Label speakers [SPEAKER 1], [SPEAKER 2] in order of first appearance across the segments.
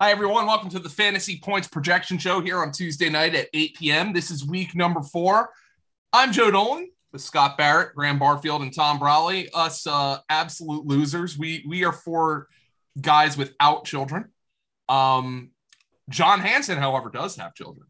[SPEAKER 1] Hi, everyone. Welcome to the Fantasy Points Projection Show here on Tuesday night at 8 p.m. This is week number four. I'm Joe Dolan with Scott Barrett, Graham Barfield, and Tom Brawley. Us uh, absolute losers. We we are four guys without children. Um, John Hanson, however, does have children.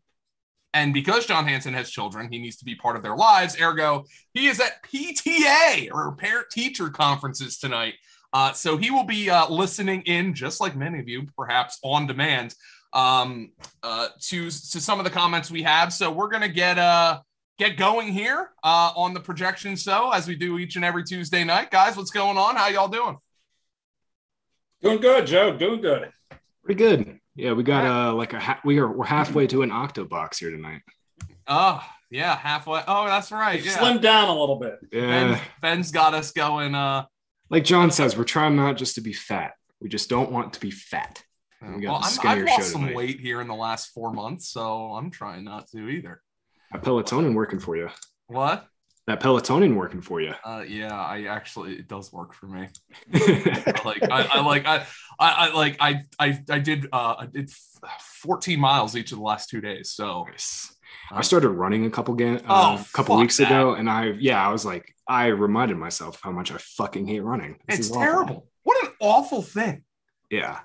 [SPEAKER 1] And because John Hanson has children, he needs to be part of their lives. Ergo, he is at PTA or parent teacher conferences tonight. Uh, so he will be uh, listening in, just like many of you, perhaps on demand, um, uh, to to some of the comments we have. So we're gonna get uh get going here uh, on the projection show as we do each and every Tuesday night, guys. What's going on? How y'all doing?
[SPEAKER 2] Doing good, Joe. Doing good.
[SPEAKER 3] Pretty good. Yeah, we got uh like a ha- we are we're halfway to an octobox here tonight.
[SPEAKER 1] Oh yeah, halfway. Oh, that's right. Yeah,
[SPEAKER 2] Slim down a little bit.
[SPEAKER 3] Yeah,
[SPEAKER 1] Ben, Ben's got us going. Uh,
[SPEAKER 3] like John says, we're trying not just to be fat. We just don't want to be fat. We got
[SPEAKER 1] well,
[SPEAKER 3] the
[SPEAKER 1] I'm,
[SPEAKER 3] skinnier
[SPEAKER 1] I've lost
[SPEAKER 3] show
[SPEAKER 1] some
[SPEAKER 3] tonight.
[SPEAKER 1] weight here in the last four months, so I'm trying not to either.
[SPEAKER 3] That Pelotonin working for you.
[SPEAKER 1] What?
[SPEAKER 3] That Pelotonin working for you.
[SPEAKER 1] Uh, yeah, I actually it does work for me. I like I, I like I, I I like I I I did uh I did 14 miles each of the last two days. So
[SPEAKER 3] Nice. I started running a couple ga- uh,
[SPEAKER 1] Oh,
[SPEAKER 3] a couple
[SPEAKER 1] fuck
[SPEAKER 3] weeks
[SPEAKER 1] that.
[SPEAKER 3] ago, and I yeah, I was like, I reminded myself of how much I fucking hate running. This
[SPEAKER 1] it's
[SPEAKER 3] is awful.
[SPEAKER 1] terrible. What an awful thing.
[SPEAKER 3] Yeah,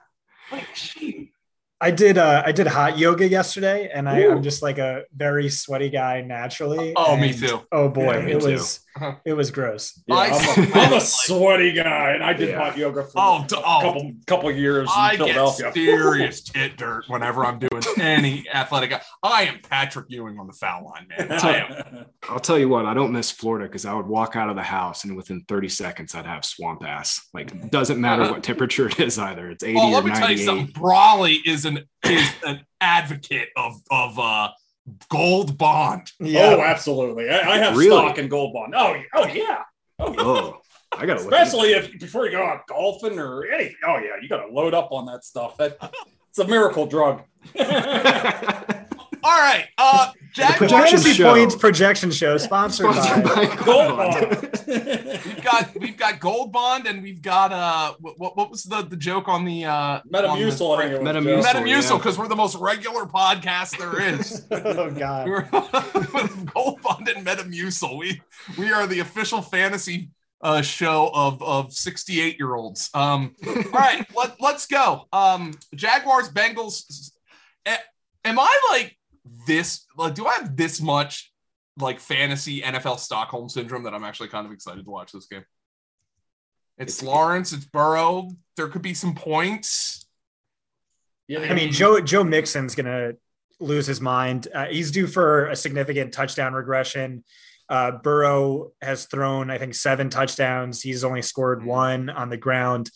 [SPEAKER 1] Like she
[SPEAKER 4] I did uh, I did hot yoga yesterday, and I,
[SPEAKER 1] Ooh.
[SPEAKER 4] I'm just like a very sweaty guy naturally.
[SPEAKER 1] Oh, me
[SPEAKER 4] and-
[SPEAKER 1] too.
[SPEAKER 4] Oh boy,
[SPEAKER 3] Yeah, me
[SPEAKER 4] it
[SPEAKER 3] too.
[SPEAKER 4] was
[SPEAKER 1] Uh-huh.
[SPEAKER 4] it was gross.
[SPEAKER 2] Yeah,
[SPEAKER 1] I-
[SPEAKER 2] I'm, a, I'm a sweaty guy, and I did
[SPEAKER 3] Yeah.
[SPEAKER 2] hot yoga for
[SPEAKER 1] Oh, d-
[SPEAKER 2] a
[SPEAKER 1] oh.
[SPEAKER 2] couple couple years in
[SPEAKER 1] I get
[SPEAKER 2] Philadelphia.
[SPEAKER 1] serious tit dirt whenever I'm doing any athletic. I am Patrick Ewing on the foul line, man. I am
[SPEAKER 3] I'll tell you what, I don't miss Florida because I would walk out of the house and within 30 seconds I'd have swamp ass. Like doesn't matter what temperature it is either. It's 80
[SPEAKER 1] Well,
[SPEAKER 3] or
[SPEAKER 1] Oh, let me tell you
[SPEAKER 3] 98.
[SPEAKER 1] something. Brawley is an is an advocate of of uh gold bond.
[SPEAKER 4] Yeah,
[SPEAKER 2] Oh, absolutely. I, I have
[SPEAKER 3] Really?
[SPEAKER 2] stock in Gold Bond. Oh, yeah. oh yeah. Oh, yeah.
[SPEAKER 3] Oh, I gotta look. into-
[SPEAKER 2] Especially if before you go out golfing or anything. Oh yeah, you got to load up on that stuff. That it's a miracle drug.
[SPEAKER 1] All right, uh,
[SPEAKER 4] The
[SPEAKER 1] Jaguars.
[SPEAKER 3] projection
[SPEAKER 4] Fantasy
[SPEAKER 3] show.
[SPEAKER 4] Points projection show sponsored
[SPEAKER 3] Sponsored by
[SPEAKER 4] by.
[SPEAKER 2] Gold
[SPEAKER 3] Gold Bond.
[SPEAKER 2] Bond.
[SPEAKER 1] We've got we've got gold bond and we've got uh what what, what was the the joke on the uh
[SPEAKER 2] Metamucil. I think it was,
[SPEAKER 3] Metamucil.
[SPEAKER 2] Joe.
[SPEAKER 1] Metamucil
[SPEAKER 3] yeah.
[SPEAKER 1] because we're the most regular podcast there is.
[SPEAKER 4] oh God,
[SPEAKER 1] We're with Gold Bond and Metamucil. We we are the official fantasy uh, show of of 68 year olds. Um, all right, let, let's go. Um, Jaguars, Bengals. Eh, Am I like this? Like, do I have this much like fantasy NFL Stockholm syndrome that I'm actually kind of excited to watch this game? It's,
[SPEAKER 3] It's-
[SPEAKER 1] Lawrence. It's Burrow. There could be some points.
[SPEAKER 4] I mean Joe Joe Mixon's gonna lose his mind. Uh, he's due for a significant touchdown regression. Uh, Burrow has thrown I think seven touchdowns. He's only scored one on the ground.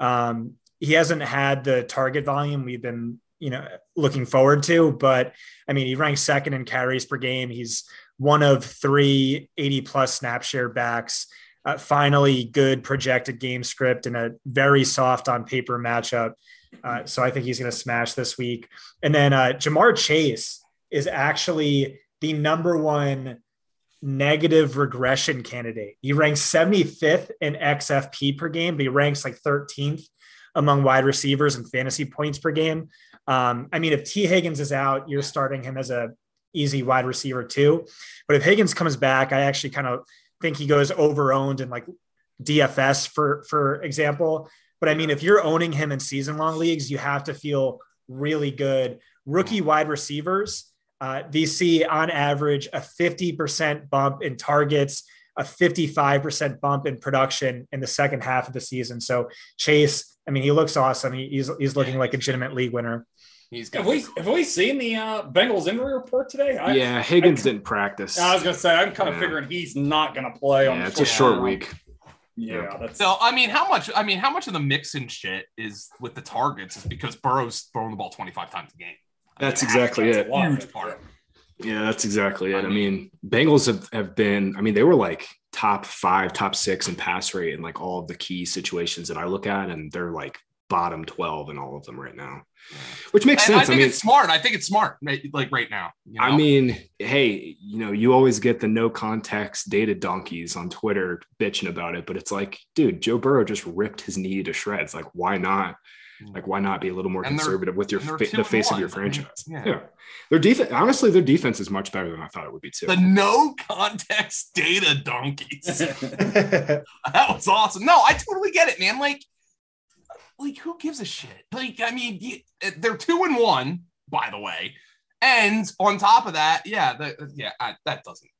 [SPEAKER 4] Um, he hasn't had the target volume we've been you know looking forward to, but I mean he ranks second in carries per game. He's one of three 80 plus snap share backs. Uh, finally, good projected game script and a very soft on paper matchup. Uh, so I think he's going to smash this week. And then uh, Jamar Chase is actually the number one negative regression candidate. He ranks 75th in XFP per game, but he ranks like 13th among wide receivers and fantasy points per game. Um, I mean, if T. Higgins is out, you're starting him as a easy wide receiver too. But if Higgins comes back, I actually kind of think he goes over owned and like DFS for for example. But I mean, if you're owning him in season long leagues, you have to feel really good. Rookie wide receivers, uh, they see on average a 50% bump in targets, a 55% bump in production in the second half of the season. So Chase, I mean, he looks awesome. He, he's, he's looking like a legitimate league winner.
[SPEAKER 1] He's
[SPEAKER 2] Have
[SPEAKER 1] got
[SPEAKER 2] we have we seen the uh, Bengals injury report today? I,
[SPEAKER 3] yeah, Higgins didn't practice.
[SPEAKER 2] I was gonna say I'm kind of
[SPEAKER 3] Yeah.
[SPEAKER 2] figuring he's not gonna play on.
[SPEAKER 3] yeah,
[SPEAKER 2] the
[SPEAKER 3] it's a short
[SPEAKER 2] round.
[SPEAKER 3] week.
[SPEAKER 2] Yeah, that's
[SPEAKER 1] So I mean, how much? I mean, how much of the mixing shit is with the targets is because Burrow's throwing the ball 25 times a game. I
[SPEAKER 3] That's
[SPEAKER 1] mean,
[SPEAKER 3] exactly
[SPEAKER 2] that's
[SPEAKER 3] it.
[SPEAKER 2] a lot.
[SPEAKER 1] Huge part.
[SPEAKER 3] Yeah, that's exactly it.
[SPEAKER 1] I
[SPEAKER 3] I mean, Bengals have, have been, I mean, they were like top five, top six in pass rate in like all of the key situations that I look at, and they're like bottom 12 in all of them right now, which makes
[SPEAKER 1] And I
[SPEAKER 3] sense.
[SPEAKER 1] think
[SPEAKER 3] I mean,
[SPEAKER 1] it's smart. I think it's smart. ma- Like right now. you know?
[SPEAKER 3] I mean, hey, you know, you always get the no context data donkeys on Twitter bitching about it, but it's like, dude, Joe Burrow just ripped his knee to shreds. Like, why not? Like, why not be a little more
[SPEAKER 1] Mm. And they're-
[SPEAKER 3] conservative with your
[SPEAKER 1] and they're
[SPEAKER 3] fa-
[SPEAKER 1] two
[SPEAKER 3] the
[SPEAKER 1] and
[SPEAKER 3] face
[SPEAKER 1] one.
[SPEAKER 3] of your
[SPEAKER 1] I mean,
[SPEAKER 3] franchise?
[SPEAKER 1] yeah.
[SPEAKER 3] their defense. Honestly, their defense is much better than I thought it would be too.
[SPEAKER 1] the no context data donkeys. that was awesome. No, I totally get it, man. Like, like who gives a shit? Like, I mean, you, eh, they're two and one, by the way. And on top of that, yeah, the, yeah, I, that doesn't.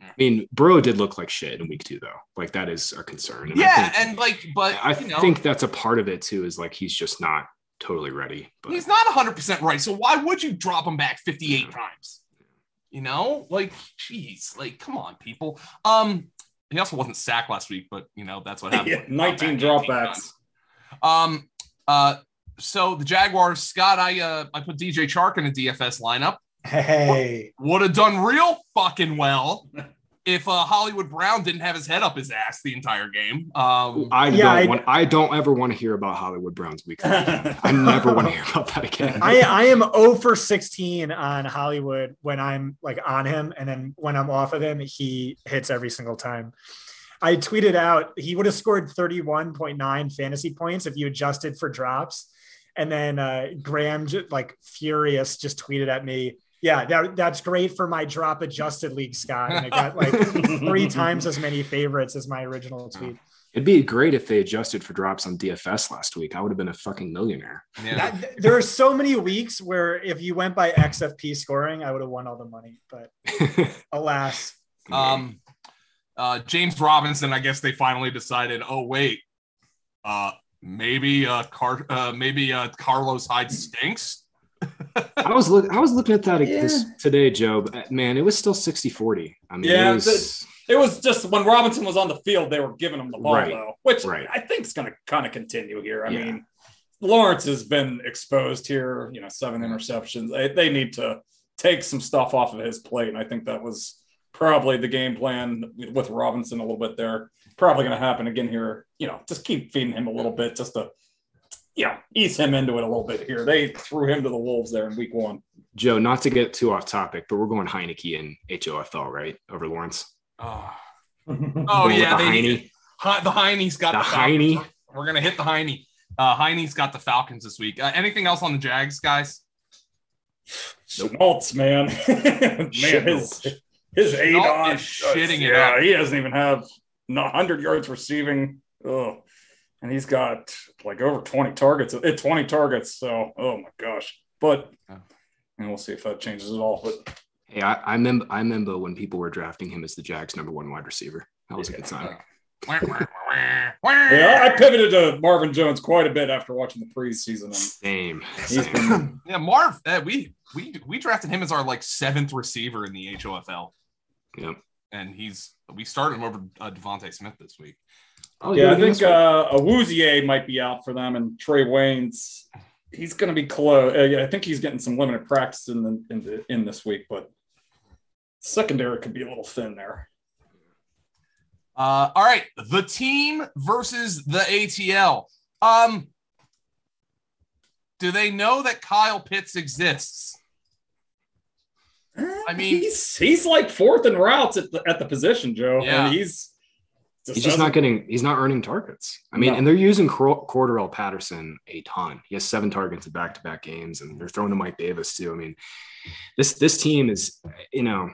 [SPEAKER 3] I mean, Burrow did look like shit in week two, though. Like, that is a concern. And I
[SPEAKER 1] Yeah,
[SPEAKER 3] think-
[SPEAKER 1] and like, but
[SPEAKER 3] I
[SPEAKER 1] you know,
[SPEAKER 3] think that's a part of it too. Is like he's just not totally ready. But
[SPEAKER 1] he's not 100 percent right. So why would you drop him back 58 times? You know, like, jeez, like, come on, people. Um, he also wasn't sacked last week, but you know that's what happened.
[SPEAKER 2] Yeah,
[SPEAKER 1] when you drop
[SPEAKER 2] 19
[SPEAKER 1] back 18
[SPEAKER 2] dropbacks.
[SPEAKER 1] times. Um, uh, so the Jaguars, Scott, I uh, I put DJ Chark in a DFS lineup.
[SPEAKER 4] hey,
[SPEAKER 1] Would have done real fucking well if uh, Hollywood Brown didn't have his head up his ass the entire game. Um,
[SPEAKER 3] I
[SPEAKER 4] Yeah,
[SPEAKER 3] don't
[SPEAKER 4] I-
[SPEAKER 3] want. I don't ever want to hear about Hollywood Brown's week. three. I never want to hear about that again.
[SPEAKER 4] I, I am 0 for 16 on Hollywood when I'm like on him. And then when I'm off of him, he hits every single time. I tweeted out he would have scored 31.9 fantasy points if you adjusted for drops. And then uh, Graham, ju- like furious, just tweeted at me, Yeah, that, that's great for my drop adjusted league, Scott. And I got like three times as many favorites as my original tweet.
[SPEAKER 3] It'd be great if they adjusted for drops on DFS last week. I would have been a fucking millionaire.
[SPEAKER 1] yeah.
[SPEAKER 4] That- there are so many weeks where if you went by XFP scoring, I would have won all the money. But alas.
[SPEAKER 1] Um, uh, James Robinson, I guess they finally decided. Oh wait, uh, maybe uh, Car- uh, maybe uh, Carlos Hyde stinks.
[SPEAKER 3] I was look, I was looking at that
[SPEAKER 2] Yeah.
[SPEAKER 3] this, today, Joe. but, uh, Man, it was still 60-40. I mean,
[SPEAKER 2] Yeah,
[SPEAKER 3] it was,
[SPEAKER 2] that's- It was just when Robinson was on the field, they were giving him the ball
[SPEAKER 3] Right.
[SPEAKER 2] though, which
[SPEAKER 3] Right.
[SPEAKER 2] I think is going to kind of continue here. I
[SPEAKER 3] Yeah.
[SPEAKER 2] mean, Lawrence has been exposed here. You know, seven interceptions. They, they need to take some stuff off of his plate, and I think that was probably the game plan with Robinson a little bit there. Probably going to happen again here. You know, just keep feeding him a little bit, just to you know ease him into it a little bit here. They threw him to the wolves there in week one.
[SPEAKER 3] Joe. Not to get too off topic, but we're going Heineke and HOFL right over Lawrence.
[SPEAKER 1] Oh,
[SPEAKER 2] oh,
[SPEAKER 1] oh
[SPEAKER 3] Going with
[SPEAKER 1] yeah,
[SPEAKER 3] the
[SPEAKER 1] they,
[SPEAKER 3] Heine.
[SPEAKER 1] Hi- the Heine's got
[SPEAKER 3] The
[SPEAKER 1] the, Falcons.
[SPEAKER 3] Heine.
[SPEAKER 1] We're gonna hit the Heine. Uh, Heine's got the Falcons this week. Uh, anything else on the Jags, guys?
[SPEAKER 2] Schmaltz, man, man, his
[SPEAKER 3] Schmaltz.
[SPEAKER 2] his aid
[SPEAKER 1] Schmaltz
[SPEAKER 2] on
[SPEAKER 1] is shitting it
[SPEAKER 2] yeah,
[SPEAKER 1] up.
[SPEAKER 2] he doesn't even have hundred yards receiving. Ugh. and he's got like over twenty targets. It twenty targets. So, oh my gosh. But
[SPEAKER 1] Yeah.
[SPEAKER 2] and we'll see if that changes at all. But
[SPEAKER 3] Hey, I, I remember I remember when people were drafting him as the Jags' number one wide receiver. That was a good sign.
[SPEAKER 2] yeah, I pivoted to Marvin Jones quite a bit after watching the preseason. And
[SPEAKER 3] Same.
[SPEAKER 2] he's
[SPEAKER 3] same.
[SPEAKER 2] been,
[SPEAKER 1] Yeah, Marv. eh, we we we drafted him as our like seventh receiver in the HOFL.
[SPEAKER 3] Yep.
[SPEAKER 1] And he's we started him over uh, Devontae Smith this week.
[SPEAKER 3] Oh,
[SPEAKER 2] yeah, I
[SPEAKER 3] he
[SPEAKER 2] think
[SPEAKER 3] missed one.
[SPEAKER 2] uh, Awuzie might be out for them, and Trey Wayne's. He's going to be close. Uh, yeah, I think he's getting some limited practice in the, in, the, in this week, but secondary could be a little thin there.
[SPEAKER 1] Uh, all right, the team versus the ATL. Um, do they know that Kyle Pitts exists? I mean-
[SPEAKER 2] Eh, he's he's like fourth in routes at the, at the position, Joe.
[SPEAKER 1] Yeah.
[SPEAKER 2] And he's
[SPEAKER 3] He's just not getting. He's not earning targets. I mean,
[SPEAKER 2] No.
[SPEAKER 3] and they're using Cor- Cordarrelle Patterson a ton. He has seven targets in back-to-back games, and they're throwing to Mike Davis too. I mean, this this team is, you know,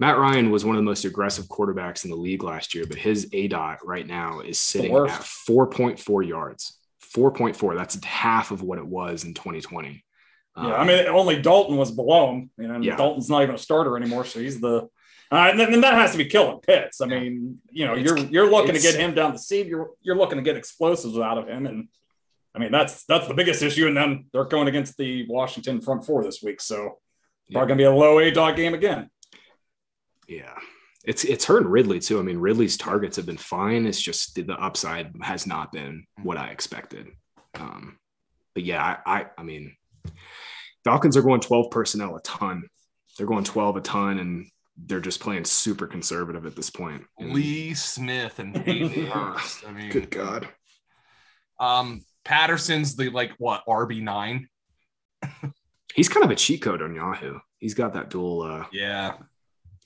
[SPEAKER 3] Matt Ryan was one of the most aggressive quarterbacks in the league last year, but his A dot right now is sitting
[SPEAKER 2] worst.
[SPEAKER 3] at four point four yards. Four point four. That's half of what it was in 2020.
[SPEAKER 1] Um,
[SPEAKER 2] Yeah, I mean, only Dalton was below him. You know, and
[SPEAKER 3] Yeah.
[SPEAKER 2] Dalton's not even a starter anymore, so he's the. Uh, and, then, and that has to be killing Pitts. I
[SPEAKER 3] Yeah.
[SPEAKER 2] mean, you know,
[SPEAKER 3] It's-
[SPEAKER 2] you're you're looking to
[SPEAKER 3] it's-
[SPEAKER 2] get him down the seam. You're you're looking to get explosives out of him, and I mean that's that's the biggest issue. And then they're going against the Washington front four this week, so
[SPEAKER 3] Yeah.
[SPEAKER 2] probably going to be a low A dog game again.
[SPEAKER 3] Yeah. It's it's her and Ridley too. I mean, Ridley's targets have been fine. It's just the, the upside has not been
[SPEAKER 1] Mm-hmm.
[SPEAKER 3] what I expected. Um, but yeah, I, I I mean Falcons are going 12 personnel a ton. They're going 12 a ton and they're just playing super conservative at this point.
[SPEAKER 1] Mm.
[SPEAKER 3] And-
[SPEAKER 1] Lee Smith and Hayden Hurst. I mean,
[SPEAKER 3] God.
[SPEAKER 1] um, Patterson's the like what RB nine.
[SPEAKER 3] He's kind of a cheat code on Yahoo. He's got that dual uh,
[SPEAKER 1] Yeah,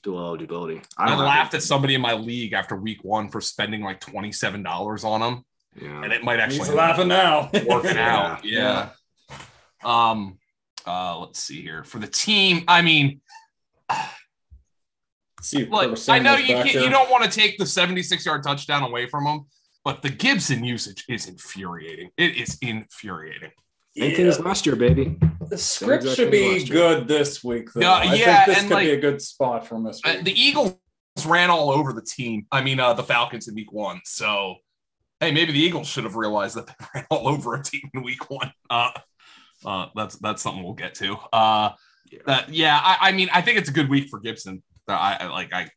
[SPEAKER 3] dual eligibility.
[SPEAKER 1] I,
[SPEAKER 3] don't have
[SPEAKER 1] laughed at somebody in my league after week one for spending like twenty seven dollars on him,
[SPEAKER 3] it. Yeah.
[SPEAKER 1] and it might actually
[SPEAKER 2] He's laughing now.
[SPEAKER 1] working out. Yeah. Um. Uh. Let's see here for the team. I mean,
[SPEAKER 2] See,
[SPEAKER 1] look, I know you can't, you don't want to take the seventy six yard touchdown away from him, but the Gibson usage is infuriating. It is infuriating.
[SPEAKER 3] Same thing as
[SPEAKER 2] Yeah.
[SPEAKER 3] last year, baby.
[SPEAKER 2] The script
[SPEAKER 3] exact
[SPEAKER 2] should
[SPEAKER 3] thing
[SPEAKER 2] be
[SPEAKER 3] last year.
[SPEAKER 2] good this week. Though.
[SPEAKER 1] Yeah,
[SPEAKER 2] I
[SPEAKER 1] yeah,
[SPEAKER 2] think this
[SPEAKER 1] and,
[SPEAKER 2] could be
[SPEAKER 1] like-
[SPEAKER 2] a good spot for this
[SPEAKER 1] Uh,
[SPEAKER 2] week.
[SPEAKER 1] the Eagles ran all over the team. I mean, uh, the Falcons in week one. So, hey, maybe the Eagles should have realized that they ran all over a team in week one. Uh, uh, that's that's something we'll get to. Uh,
[SPEAKER 3] Yeah.
[SPEAKER 1] that- yeah I, I mean, I think it's a good week for Gibson. Uh, I, I like I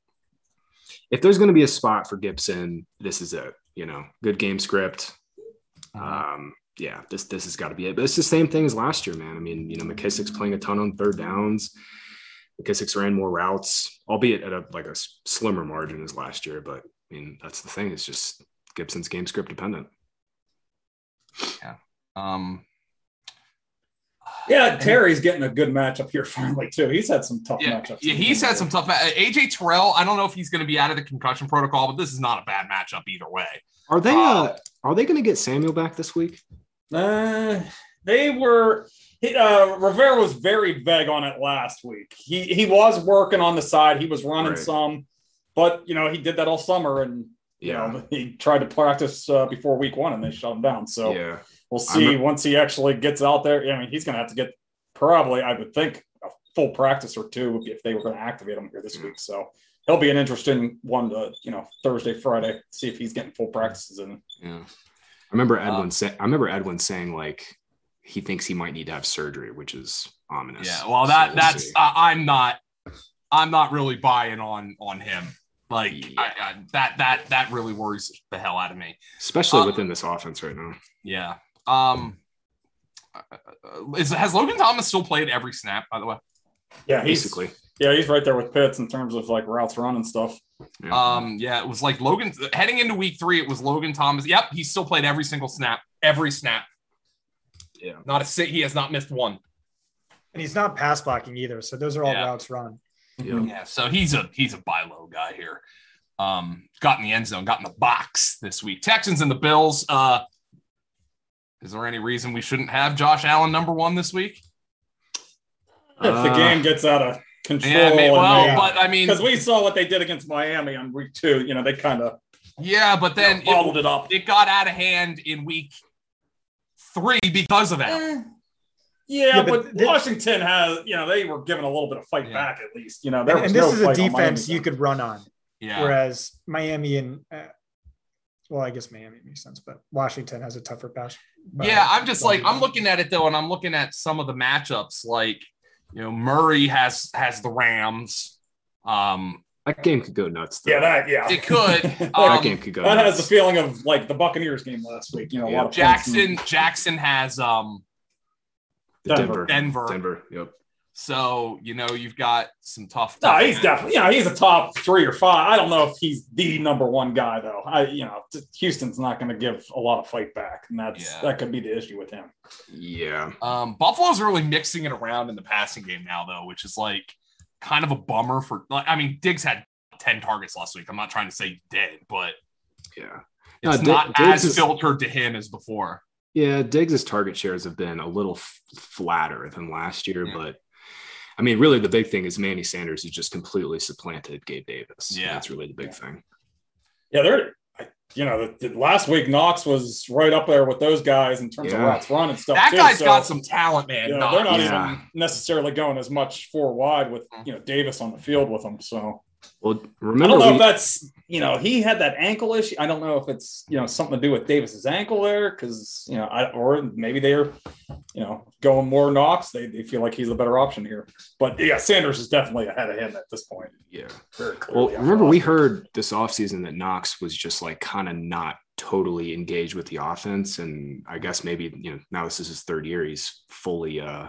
[SPEAKER 3] If there's going to be a spot for Gibson, this is it. You know, good game script. Um, yeah, this this has got to be it. But it's the same thing as last year, man. I mean, you know, McKissick's playing a ton on third downs. McKissick's ran more routes, albeit at a like a s- slimmer margin as last year. But I mean, that's the thing. It's just Gibson's game script dependent.
[SPEAKER 1] um
[SPEAKER 2] yeah, Terry's getting a good matchup here finally too. He's had some tough
[SPEAKER 1] yeah,
[SPEAKER 2] matchups.
[SPEAKER 1] yeah he's had some tough ma- uh, AJ Terrell. I don't know if he's going to be out of the concussion protocol, but this is not a bad matchup either way.
[SPEAKER 3] Are they
[SPEAKER 1] Wow.
[SPEAKER 3] uh are they going to get Samuel back this week?
[SPEAKER 2] Uh, they were. He, uh, Rivera was very vague on it last week. He he was working on the side. He was running
[SPEAKER 3] Right.
[SPEAKER 2] some, but you know he did that all summer, and you
[SPEAKER 3] Yeah.
[SPEAKER 2] know he tried to practice uh, before week one, and they shut him down. So
[SPEAKER 3] yeah.
[SPEAKER 2] we'll see
[SPEAKER 3] I'm-
[SPEAKER 2] once he actually gets out there. I mean, he's going to have to get probably, I would think, a full practice or two if they were going to activate him here this
[SPEAKER 3] Mm.
[SPEAKER 2] week. So he'll be an interesting one to you know Thursday, Friday, see if he's getting full practices in.
[SPEAKER 3] Yeah. Uh, I remember Edwin say, I remember Edwin saying like he thinks he might need to have surgery, which is ominous.
[SPEAKER 1] Yeah, well,
[SPEAKER 3] So
[SPEAKER 1] that
[SPEAKER 3] we'll
[SPEAKER 1] that's
[SPEAKER 3] see.
[SPEAKER 1] I, I'm not I'm not really buying on on him. Like I, I, that that that really worries the hell out of me.
[SPEAKER 3] especially
[SPEAKER 1] uh,
[SPEAKER 3] within this offense right now.
[SPEAKER 1] Yeah. Um. uh, Is, has Logan Thomas still played every snap? By the way.
[SPEAKER 2] Yeah, he's
[SPEAKER 3] Basically.
[SPEAKER 2] yeah he's right there with Pitts in terms of like routes run and stuff.
[SPEAKER 3] Yeah.
[SPEAKER 1] Um. Yeah, it was like Logan heading into week three. It was Logan Thomas. Yep, he still played every single snap. Every snap.
[SPEAKER 3] Yeah.
[SPEAKER 1] Not a sit. He has not missed one.
[SPEAKER 4] And he's not pass blocking either. So those are all
[SPEAKER 1] Yeah.
[SPEAKER 4] routes run.
[SPEAKER 3] Yeah.
[SPEAKER 1] Yeah, so he's a he's a buy low guy here. Um, got in the end zone, got in the box this week. Texans and the Bills. Uh, is there any reason we shouldn't have Josh Allen number one this week?
[SPEAKER 2] if the
[SPEAKER 3] Uh,
[SPEAKER 2] game gets out of control,
[SPEAKER 1] Yeah, I mean, well,
[SPEAKER 4] yeah.
[SPEAKER 1] but I mean,
[SPEAKER 2] because we saw what they did against Miami on week two. You know, they kind of
[SPEAKER 1] yeah, but then
[SPEAKER 2] bottled
[SPEAKER 1] it,
[SPEAKER 2] it up.
[SPEAKER 1] it got out of hand in week three because of that.
[SPEAKER 2] Eh, Yeah,
[SPEAKER 4] Yeah, but
[SPEAKER 2] but,
[SPEAKER 4] thi-
[SPEAKER 2] Washington has, you know, they were given a little bit of fight
[SPEAKER 1] Yeah.
[SPEAKER 2] back at least. You know, there
[SPEAKER 4] And,
[SPEAKER 2] was
[SPEAKER 4] and this
[SPEAKER 2] no
[SPEAKER 4] is a
[SPEAKER 2] fight on
[SPEAKER 4] defense
[SPEAKER 2] Miami's
[SPEAKER 4] you
[SPEAKER 2] end.
[SPEAKER 4] could run on.
[SPEAKER 1] Yeah,
[SPEAKER 4] Whereas Miami and, uh, well, I guess Miami makes sense, but Washington has a tougher pass.
[SPEAKER 1] yeah. I'm just like I'm
[SPEAKER 4] looking.
[SPEAKER 1] looking at it though, and I'm looking at some of the matchups. Like you know, Murray has has the Rams. Um,
[SPEAKER 3] that game could go nuts. Though.
[SPEAKER 2] Yeah, that yeah.
[SPEAKER 1] it could.
[SPEAKER 2] that
[SPEAKER 3] that
[SPEAKER 1] um,
[SPEAKER 3] game could go
[SPEAKER 2] has the
[SPEAKER 3] nuts.
[SPEAKER 2] feeling of like the Buccaneers game last week. You know, a lot of points
[SPEAKER 1] Jackson
[SPEAKER 2] and-
[SPEAKER 1] Jackson has um
[SPEAKER 3] The
[SPEAKER 2] Denver.
[SPEAKER 3] Denver.
[SPEAKER 1] Denver.
[SPEAKER 3] Denver. Yep.
[SPEAKER 1] so you know you've got some tough
[SPEAKER 2] No, he's definitely you know he's a top three or five. I don't know if he's the number one guy though. I you know t- Houston's not going to give a lot of fight back, and that's
[SPEAKER 1] Yeah.
[SPEAKER 2] that could be the issue with him.
[SPEAKER 3] Yeah.
[SPEAKER 1] um Buffalo's really mixing it around in the passing game now though which is like kind of a bummer for like I mean Diggs had 10 targets last week I'm not trying to say he did but
[SPEAKER 3] Yeah. No,
[SPEAKER 1] it's
[SPEAKER 3] Dig-
[SPEAKER 1] not as
[SPEAKER 3] Diggs is-
[SPEAKER 1] filtered to him as before
[SPEAKER 3] Yeah, Diggs' target shares have been a little f- flatter than last year,
[SPEAKER 1] Yeah.
[SPEAKER 3] but I mean, really, the big thing is Manny Sanders has just completely supplanted Gabe Davis.
[SPEAKER 1] Yeah.
[SPEAKER 3] that's really the big
[SPEAKER 2] Yeah.
[SPEAKER 3] thing.
[SPEAKER 2] Yeah, they're I- you know the, the last week Knox was right up there with those guys in terms of
[SPEAKER 3] Yeah.
[SPEAKER 2] routes run and stuff.
[SPEAKER 1] that
[SPEAKER 2] too,
[SPEAKER 1] guy's
[SPEAKER 2] so-
[SPEAKER 1] got some talent man
[SPEAKER 2] uh, Yeah,
[SPEAKER 1] Nah.
[SPEAKER 2] they're not
[SPEAKER 3] Yeah.
[SPEAKER 2] even necessarily going as much four wide with you know Davis on the field with them. So
[SPEAKER 3] Well,
[SPEAKER 2] I
[SPEAKER 3] remember,
[SPEAKER 2] don't know
[SPEAKER 3] we-
[SPEAKER 2] if that's you know he had that ankle issue. I don't know if it's you know something to do with Davis's ankle there because you know I or maybe they're you know going more Knox. They, they feel like he's a better option here. But yeah, Sanders is definitely ahead of him at this point.
[SPEAKER 3] yeah.
[SPEAKER 2] Very
[SPEAKER 3] Well,
[SPEAKER 2] clearly.
[SPEAKER 3] remember we heard this offseason that Knox was just like kind of not totally engaged with the offense, and I guess maybe you know now this is his third year, he's fully uh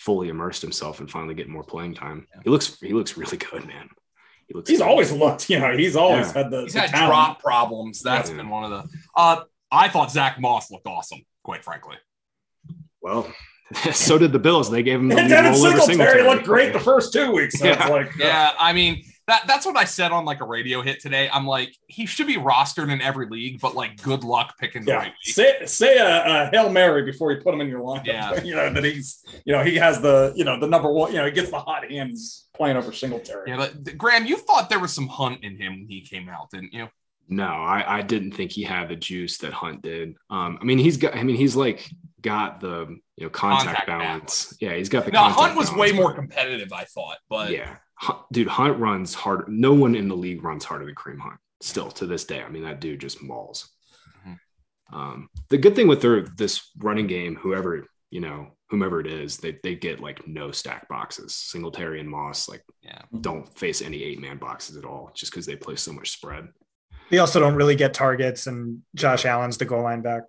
[SPEAKER 3] fully immersed himself and finally getting more playing time. He looks he looks really good, man. He looks
[SPEAKER 2] he's
[SPEAKER 3] good.
[SPEAKER 2] always looked. You know he's always
[SPEAKER 3] Yeah.
[SPEAKER 2] had the.
[SPEAKER 1] he's
[SPEAKER 2] the
[SPEAKER 1] had
[SPEAKER 2] talent.
[SPEAKER 1] drop problems That's
[SPEAKER 3] Yeah.
[SPEAKER 1] been one of the uh I thought Zach Moss looked awesome quite frankly.
[SPEAKER 3] Well, so did the Bills. They gave him the
[SPEAKER 2] And Devin Singletary looked great the first two weeks. So
[SPEAKER 3] Yeah.
[SPEAKER 2] it's like, uh,
[SPEAKER 1] Yeah, I mean that that's what I said on like a radio hit today. I'm like, he should be rostered in every league, but like good luck picking the
[SPEAKER 2] Yeah,
[SPEAKER 1] right week.
[SPEAKER 2] say say a, a hail mary before you put him in your lineup.
[SPEAKER 1] Yeah.
[SPEAKER 2] you know that he's you know he has the you know the number one you know he gets the hot hands playing over Singletary.
[SPEAKER 1] Yeah, but th- Graham, you thought there was some hunt in him when he came out, didn't you?
[SPEAKER 3] No, I, I didn't think he had the juice that Hunt did. Um, I mean, he's got. I mean, he's like got the you know
[SPEAKER 1] Contact
[SPEAKER 3] contact, balance. Yeah, he's got the.
[SPEAKER 1] Now
[SPEAKER 3] contact
[SPEAKER 1] Hunt was
[SPEAKER 3] balance,
[SPEAKER 1] way more
[SPEAKER 3] but-
[SPEAKER 1] competitive, I thought, but
[SPEAKER 3] yeah, Hunt, dude, Hunt runs harder. No one in the league runs harder than Kareem Hunt. Still to this day, I mean, that dude just mauls.
[SPEAKER 1] Mhm.
[SPEAKER 3] Um, the good thing with their this running game, whoever you know, whomever it is, they they get like no stack boxes. Singletary and Moss like
[SPEAKER 1] Yeah.
[SPEAKER 3] don't face any eight man boxes at all, just because they play so much spread.
[SPEAKER 4] They also don't really get targets, and Josh Allen's the goal line back.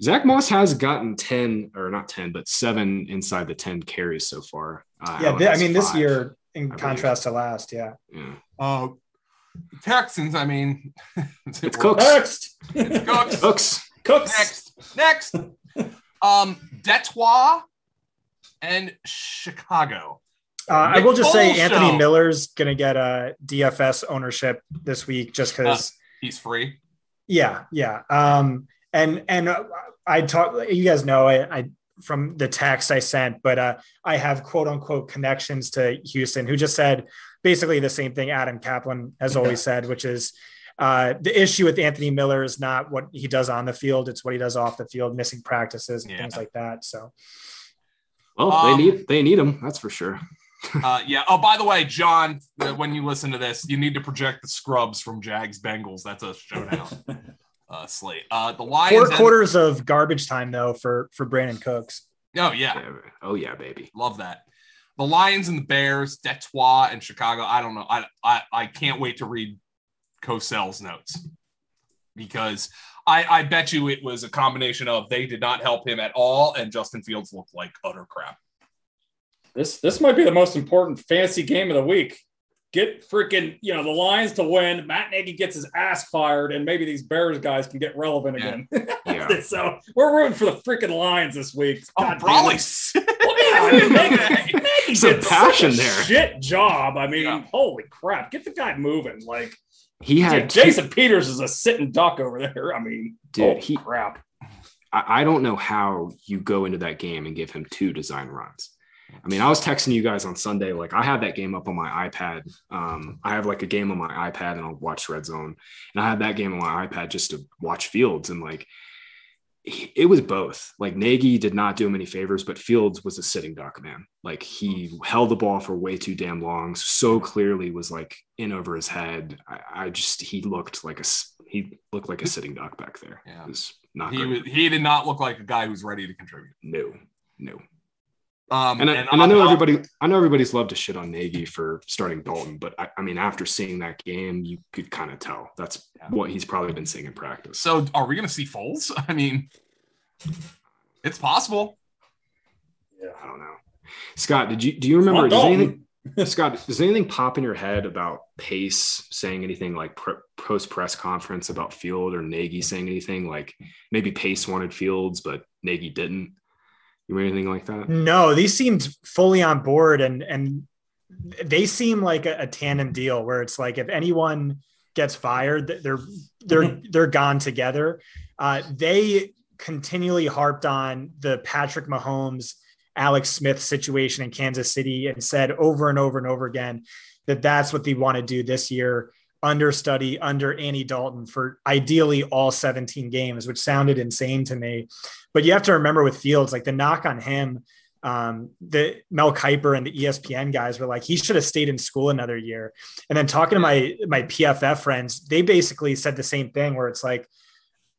[SPEAKER 3] Zach Moss has gotten 10 or not 10, but seven inside the 10 carries so far. Uh,
[SPEAKER 4] yeah,
[SPEAKER 3] Allen
[SPEAKER 4] thi- I
[SPEAKER 3] has
[SPEAKER 4] mean this
[SPEAKER 3] five.
[SPEAKER 4] year, in
[SPEAKER 3] believe.
[SPEAKER 4] contrast to last, yeah.
[SPEAKER 3] Yeah.
[SPEAKER 1] uh Texans, I mean it's
[SPEAKER 3] It's Cooks.
[SPEAKER 2] Next,
[SPEAKER 1] Cooks.
[SPEAKER 3] Cooks.
[SPEAKER 2] Cooks.
[SPEAKER 1] Next. Next. um Detroit and Chicago.
[SPEAKER 4] Uh, I
[SPEAKER 1] Nick
[SPEAKER 4] will just say
[SPEAKER 1] Foles
[SPEAKER 4] Anthony
[SPEAKER 1] show.
[SPEAKER 4] Miller's going to get uh, a DFS ownership this week, just because.
[SPEAKER 1] He's free.
[SPEAKER 4] yeah, yeah. Um, and and uh, I talk. You guys know I, I from the text I sent, but uh, I have quote unquote connections to Houston, who just said basically the same thing Adam Kaplan has always said, which is. Uh, the issue with Anthony Miller is not what he does on the field; it's what he does off the field, missing practices and
[SPEAKER 1] Yeah.
[SPEAKER 4] things like that. So,
[SPEAKER 3] Well,
[SPEAKER 1] Um,
[SPEAKER 3] they need they need him, that's for sure.
[SPEAKER 1] Uh, yeah. Oh, by the way, John, uh, when you listen to this, you need to project the scrubs from Jags Bengals. That's a showdown uh, slate. Uh, the Lions.
[SPEAKER 4] four
[SPEAKER 1] and-
[SPEAKER 4] quarters of garbage time though for for Brandon Cooks.
[SPEAKER 1] No, yeah,
[SPEAKER 3] Yeah. Oh yeah, baby.
[SPEAKER 1] love that. The Lions and the Bears, Detroit and Chicago. I don't know. I I, I can't wait to read Cosell's notes because I I bet you it was a combination of they did not help him at all, and Justin Fields looked like utter crap.
[SPEAKER 2] This this might be the most important fantasy game of the week. Get freaking you know the Lions to win. Matt Nagy gets his ass fired, and maybe these Bears guys can get relevant
[SPEAKER 1] Yeah.
[SPEAKER 2] again.
[SPEAKER 3] Yeah.
[SPEAKER 2] so we're rooting for the freaking Lions this week.
[SPEAKER 1] Oh,
[SPEAKER 2] God damn it.
[SPEAKER 1] Brawley.
[SPEAKER 2] Well, yeah, I mean, Nagy- Nagy
[SPEAKER 3] Some
[SPEAKER 2] did
[SPEAKER 3] passion
[SPEAKER 2] such a
[SPEAKER 3] there.
[SPEAKER 2] Shit job. I mean,
[SPEAKER 1] Yeah.
[SPEAKER 2] holy crap! Get the guy moving. Like
[SPEAKER 3] He had
[SPEAKER 2] dude,
[SPEAKER 3] two-
[SPEAKER 2] Jason Peters is a sitting duck over there. I mean,
[SPEAKER 3] Dude,
[SPEAKER 2] oh,
[SPEAKER 3] he-
[SPEAKER 2] crap.
[SPEAKER 3] I, I don't know how you go into that game and give him two design runs. I mean, I was texting you guys on Sunday, like I have that game up on my iPad. Um, I have like a game on my iPad and I'll watch Red Zone. And I had that game on my iPad just to watch Fields. And like he- it was both. Like Nagy did not do him any favors, but Fields was a sitting duck, man. Like he held the ball for way too damn long. So clearly was like in over his head. I, I just he looked like a s- he looked like a sitting duck back there.
[SPEAKER 1] Yeah.
[SPEAKER 3] It was not
[SPEAKER 1] He
[SPEAKER 3] great.
[SPEAKER 1] was, he did not look like a guy who's ready to contribute.
[SPEAKER 3] No, no.
[SPEAKER 1] Um,
[SPEAKER 3] And I, and I know
[SPEAKER 1] I'm-
[SPEAKER 3] everybody, I know everybody's loved to shit on Nagy for starting Dalton, but I, I mean, after seeing that game, you could kind of tell that's
[SPEAKER 1] Yeah.
[SPEAKER 3] what he's probably been seeing in practice.
[SPEAKER 1] So are we going to see Foles? I mean, it's possible.
[SPEAKER 2] Yeah.
[SPEAKER 3] I don't know. Scott, did you do you
[SPEAKER 2] Come
[SPEAKER 3] remember
[SPEAKER 2] on,
[SPEAKER 3] does
[SPEAKER 2] Dalton.
[SPEAKER 3] anything? Scott, does anything pop in your head about Pace saying anything like pre, post press conference about Field or Nagy saying anything like maybe Pace wanted Fields but Nagy didn't? You remember anything like that?
[SPEAKER 4] No, these seemed fully on board, and and they seem like a, a tandem deal where it's like if anyone gets fired, th- they're they're they're gone together. Uh, they continually harped on the Patrick Mahomes, Alex Smith situation in Kansas City, and said over and over and over again that that's what they want to do this year. Understudy under Annie Dalton for ideally all 17 games, which sounded insane to me. But you have to remember with Fields, like the knock on him um, the Mel Kiper and the E ESPN guys were like, he should have stayed in school another year. And then talking to my my PFF friends, they basically said the same thing, where it's like,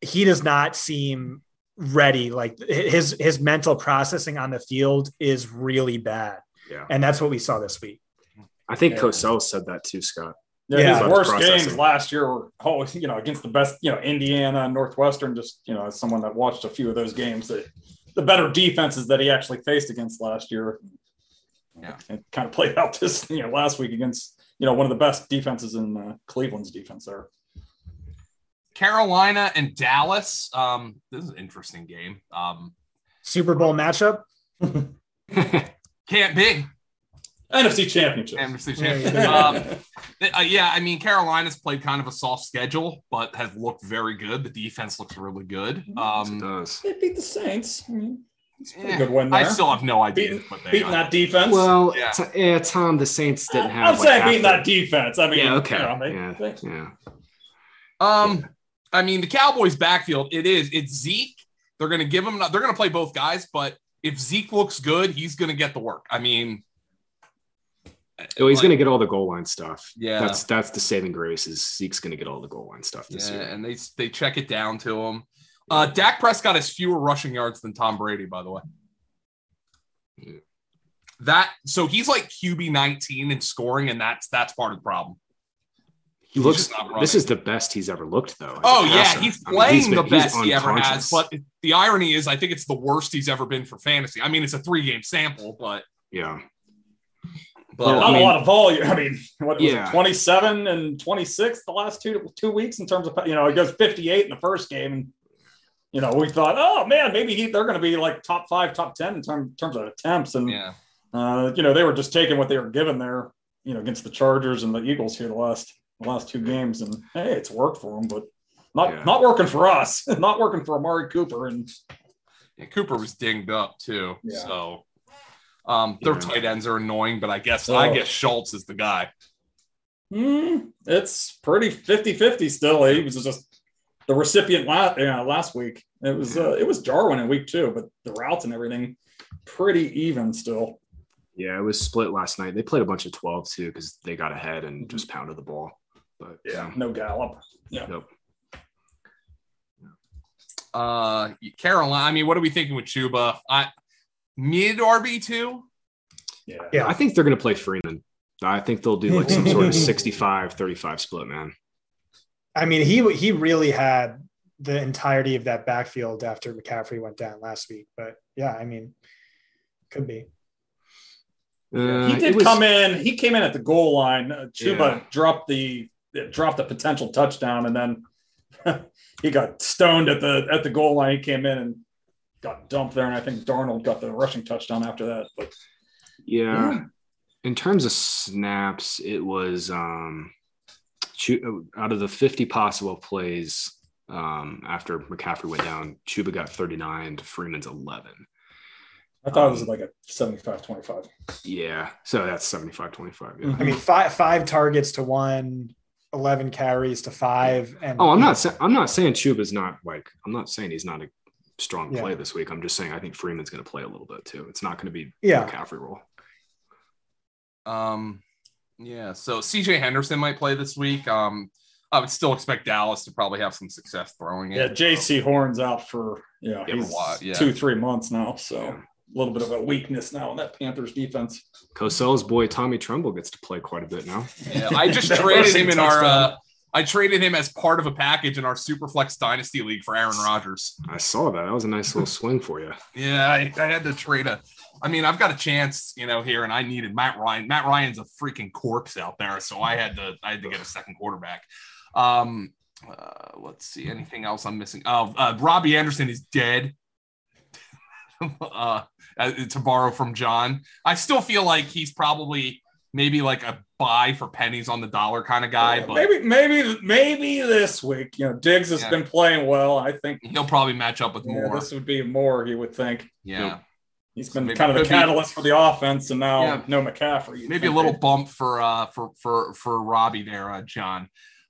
[SPEAKER 4] he does not seem ready. Like his his mental processing on the field is really bad,
[SPEAKER 3] Yeah.
[SPEAKER 4] and that's what we saw this week.
[SPEAKER 3] I think
[SPEAKER 2] Yeah.
[SPEAKER 3] Cosell said that too, Scott.
[SPEAKER 2] Yeah,
[SPEAKER 4] Yeah.
[SPEAKER 2] his worst
[SPEAKER 3] Processing.
[SPEAKER 2] games last year were oh, you know, against the best, you know, Indiana and Northwestern. Just you know, as someone that watched a few of those games, that the better defenses that he actually faced against last year.
[SPEAKER 1] Yeah.
[SPEAKER 2] it kind of played out this you know last week against you know one of the best defenses in uh, Cleveland's defense there.
[SPEAKER 1] Carolina and Dallas. Um, this is an interesting game. Um,
[SPEAKER 4] Super Bowl matchup.
[SPEAKER 1] can't be
[SPEAKER 2] NFC Championship.
[SPEAKER 1] NFC
[SPEAKER 4] There you
[SPEAKER 1] champion.
[SPEAKER 4] go.
[SPEAKER 1] Um, th- uh, yeah, I mean Carolina's played kind of a soft schedule, but has looked very good. The defense looks really good.
[SPEAKER 3] it
[SPEAKER 1] Um,
[SPEAKER 3] does.
[SPEAKER 2] they beat the Saints. I mean, pretty
[SPEAKER 1] eh,
[SPEAKER 2] good win there.
[SPEAKER 1] I still have no idea
[SPEAKER 2] Beating-
[SPEAKER 1] what they
[SPEAKER 2] beating
[SPEAKER 1] got.
[SPEAKER 2] that defense.
[SPEAKER 3] Well,
[SPEAKER 1] Yeah.
[SPEAKER 3] t- yeah, Tom, the Saints didn't have.
[SPEAKER 2] I'm
[SPEAKER 3] like,
[SPEAKER 2] saying
[SPEAKER 3] half
[SPEAKER 2] beating
[SPEAKER 3] the-
[SPEAKER 2] that defense. I mean,
[SPEAKER 3] Yeah, okay.
[SPEAKER 2] you know, they-
[SPEAKER 3] Yeah.
[SPEAKER 2] they-
[SPEAKER 3] Yeah.
[SPEAKER 1] Um, I mean the Cowboys' backfield. It is. It's Zeke. They're going to give him. They're going to play both guys, but if Zeke looks good, he's going to get the work. I mean,
[SPEAKER 3] Oh, he's
[SPEAKER 1] Like-
[SPEAKER 3] going to get all the goal line stuff.
[SPEAKER 1] Yeah.
[SPEAKER 3] That's that's the saving grace is Zeke's going to get all the goal line stuff this
[SPEAKER 1] yeah,
[SPEAKER 3] year.
[SPEAKER 1] and they they check it down to him. Uh, Dak Prescott has fewer rushing yards than Tom Brady, by the way.
[SPEAKER 3] Yeah.
[SPEAKER 1] That so he's like QB nineteen in scoring, and that's that's part of the problem.
[SPEAKER 3] He
[SPEAKER 1] He's
[SPEAKER 3] looks.
[SPEAKER 1] just not running.
[SPEAKER 3] This is the best he's ever looked, though. as a
[SPEAKER 1] Oh yeah,
[SPEAKER 3] passer.
[SPEAKER 1] he's
[SPEAKER 3] I mean,
[SPEAKER 1] playing
[SPEAKER 3] been-
[SPEAKER 1] the
[SPEAKER 3] he's
[SPEAKER 1] best he ever has.
[SPEAKER 3] unconscious.
[SPEAKER 1] But the irony is, I think it's the worst he's ever been for fantasy. I mean, it's a three game sample, but
[SPEAKER 3] yeah,
[SPEAKER 1] but
[SPEAKER 3] Well,
[SPEAKER 2] Not
[SPEAKER 3] I mean-
[SPEAKER 2] a lot of volume. I mean, what was
[SPEAKER 3] Yeah.
[SPEAKER 2] it, 27 and 26 the last two two weeks in terms of you know it goes 58 in the first game. And, you know, we thought, oh man, maybe he, they're going to be like top five, top ten in term, terms of attempts, and
[SPEAKER 1] yeah,
[SPEAKER 2] uh, you know they were just taking what they were given there. You know, against the Chargers and the Eagles here the last the last two games, and hey, it's worked for them, but not
[SPEAKER 3] Yeah.
[SPEAKER 2] not working for us, not working for Amari Cooper, and
[SPEAKER 1] Yeah, Cooper was dinged up too,
[SPEAKER 2] Yeah.
[SPEAKER 1] so um, their
[SPEAKER 3] Yeah.
[SPEAKER 1] tight ends are annoying. But I guess
[SPEAKER 2] Oh.
[SPEAKER 1] I guess Schultz is the guy.
[SPEAKER 2] Hmm, it's pretty 50-50 still. He was just the recipient last yeah, last week. It was uh, it was Jarwin in week two, but the routes and everything pretty even still.
[SPEAKER 3] yeah, it was split last night. They played a bunch of twelve too because they got ahead and
[SPEAKER 1] Mm-hmm.
[SPEAKER 3] just pounded the ball. But yeah,
[SPEAKER 2] No gallop. Yeah.
[SPEAKER 3] nope.
[SPEAKER 1] uh Carolina. I mean, what are we thinking with Chuba? I mid RB two.
[SPEAKER 2] Yeah.
[SPEAKER 4] Yeah.
[SPEAKER 3] I think they're going to play Freeman. I think they'll do like some sort of 65-35 split, man.
[SPEAKER 4] I mean, he he really had the entirety of that backfield after McCaffrey went down last week. But yeah, I mean, could be.
[SPEAKER 3] Uh,
[SPEAKER 2] he
[SPEAKER 3] it
[SPEAKER 2] did
[SPEAKER 3] was-
[SPEAKER 2] come in. He came in at the goal line. Uh, Chuba
[SPEAKER 3] Yeah.
[SPEAKER 2] dropped the dropped the potential touchdown, and then he got stoned at the at the goal line. He came in and got dumped there, and I think Darnold got the rushing touchdown after that. But
[SPEAKER 3] Yeah.
[SPEAKER 2] Yeah.
[SPEAKER 3] In terms of snaps, it was um Chu- out of the 50 possible plays um after McCaffrey went down, Chuba got 39 to Freeman's 11.
[SPEAKER 2] I thought it
[SPEAKER 3] Um,
[SPEAKER 2] was like a 75-25.
[SPEAKER 3] Yeah. So that's 75-25. yeah.
[SPEAKER 2] Mhm.
[SPEAKER 4] I mean, five five targets to one, 11 carries to five. And
[SPEAKER 3] Oh, I'm not sa- I'm not saying Chuba's not like I'm not saying he's not a strong
[SPEAKER 4] Yeah.
[SPEAKER 3] play this week. I'm just saying I think Freeman's going to play a little bit too. It's not going to be
[SPEAKER 4] Yeah.
[SPEAKER 3] McCaffrey role.
[SPEAKER 1] Um, yeah. So CJ Henderson might play this week. Um, I would still expect Dallas to probably have some success throwing it.
[SPEAKER 2] Yeah, JC Horn's out for you know,
[SPEAKER 3] Yeah,
[SPEAKER 2] he's
[SPEAKER 1] a lot, yeah.
[SPEAKER 2] two, three months now. So
[SPEAKER 3] Yeah.
[SPEAKER 2] a little bit of a weakness now in that Panthers defense.
[SPEAKER 3] Cosell's boy Tommy Trumbull gets to play quite a bit now.
[SPEAKER 1] Yeah, I just
[SPEAKER 2] That
[SPEAKER 1] traded him
[SPEAKER 2] rushing
[SPEAKER 1] in our.
[SPEAKER 2] touchdown.
[SPEAKER 1] Uh, I traded him as part of a package in our Superflex Dynasty League for Aaron Rodgers.
[SPEAKER 3] I saw that. That was a nice little swing for you.
[SPEAKER 1] Yeah, I, I had to trade a. I mean, I've got a chance, you know, here, and I needed Matt Ryan. Matt Ryan's a freaking corpse out there, so I had to. I had to get a second quarterback. Um, uh, let's see, anything else I'm missing? Oh, uh, Robbie Anderson is dead. uh, uh, to borrow from John, I still feel like he's probably maybe like a buy for pennies on the dollar kind of guy,
[SPEAKER 2] Yeah,
[SPEAKER 1] but
[SPEAKER 2] maybe, maybe, maybe this week. You know, Diggs has
[SPEAKER 1] Yeah.
[SPEAKER 2] been playing well. I think
[SPEAKER 1] he'll probably match up with
[SPEAKER 2] yeah,
[SPEAKER 1] more.
[SPEAKER 2] this would be more. You would think
[SPEAKER 1] yeah.
[SPEAKER 2] he's been
[SPEAKER 1] Maybe
[SPEAKER 2] kind of
[SPEAKER 1] it
[SPEAKER 2] the
[SPEAKER 1] could be-
[SPEAKER 2] catalyst for the offense, and now
[SPEAKER 1] Yeah.
[SPEAKER 2] no McCaffrey. You'd
[SPEAKER 1] maybe a
[SPEAKER 2] think
[SPEAKER 1] little
[SPEAKER 2] they-
[SPEAKER 1] bump for uh for for for Robbie there, uh, John.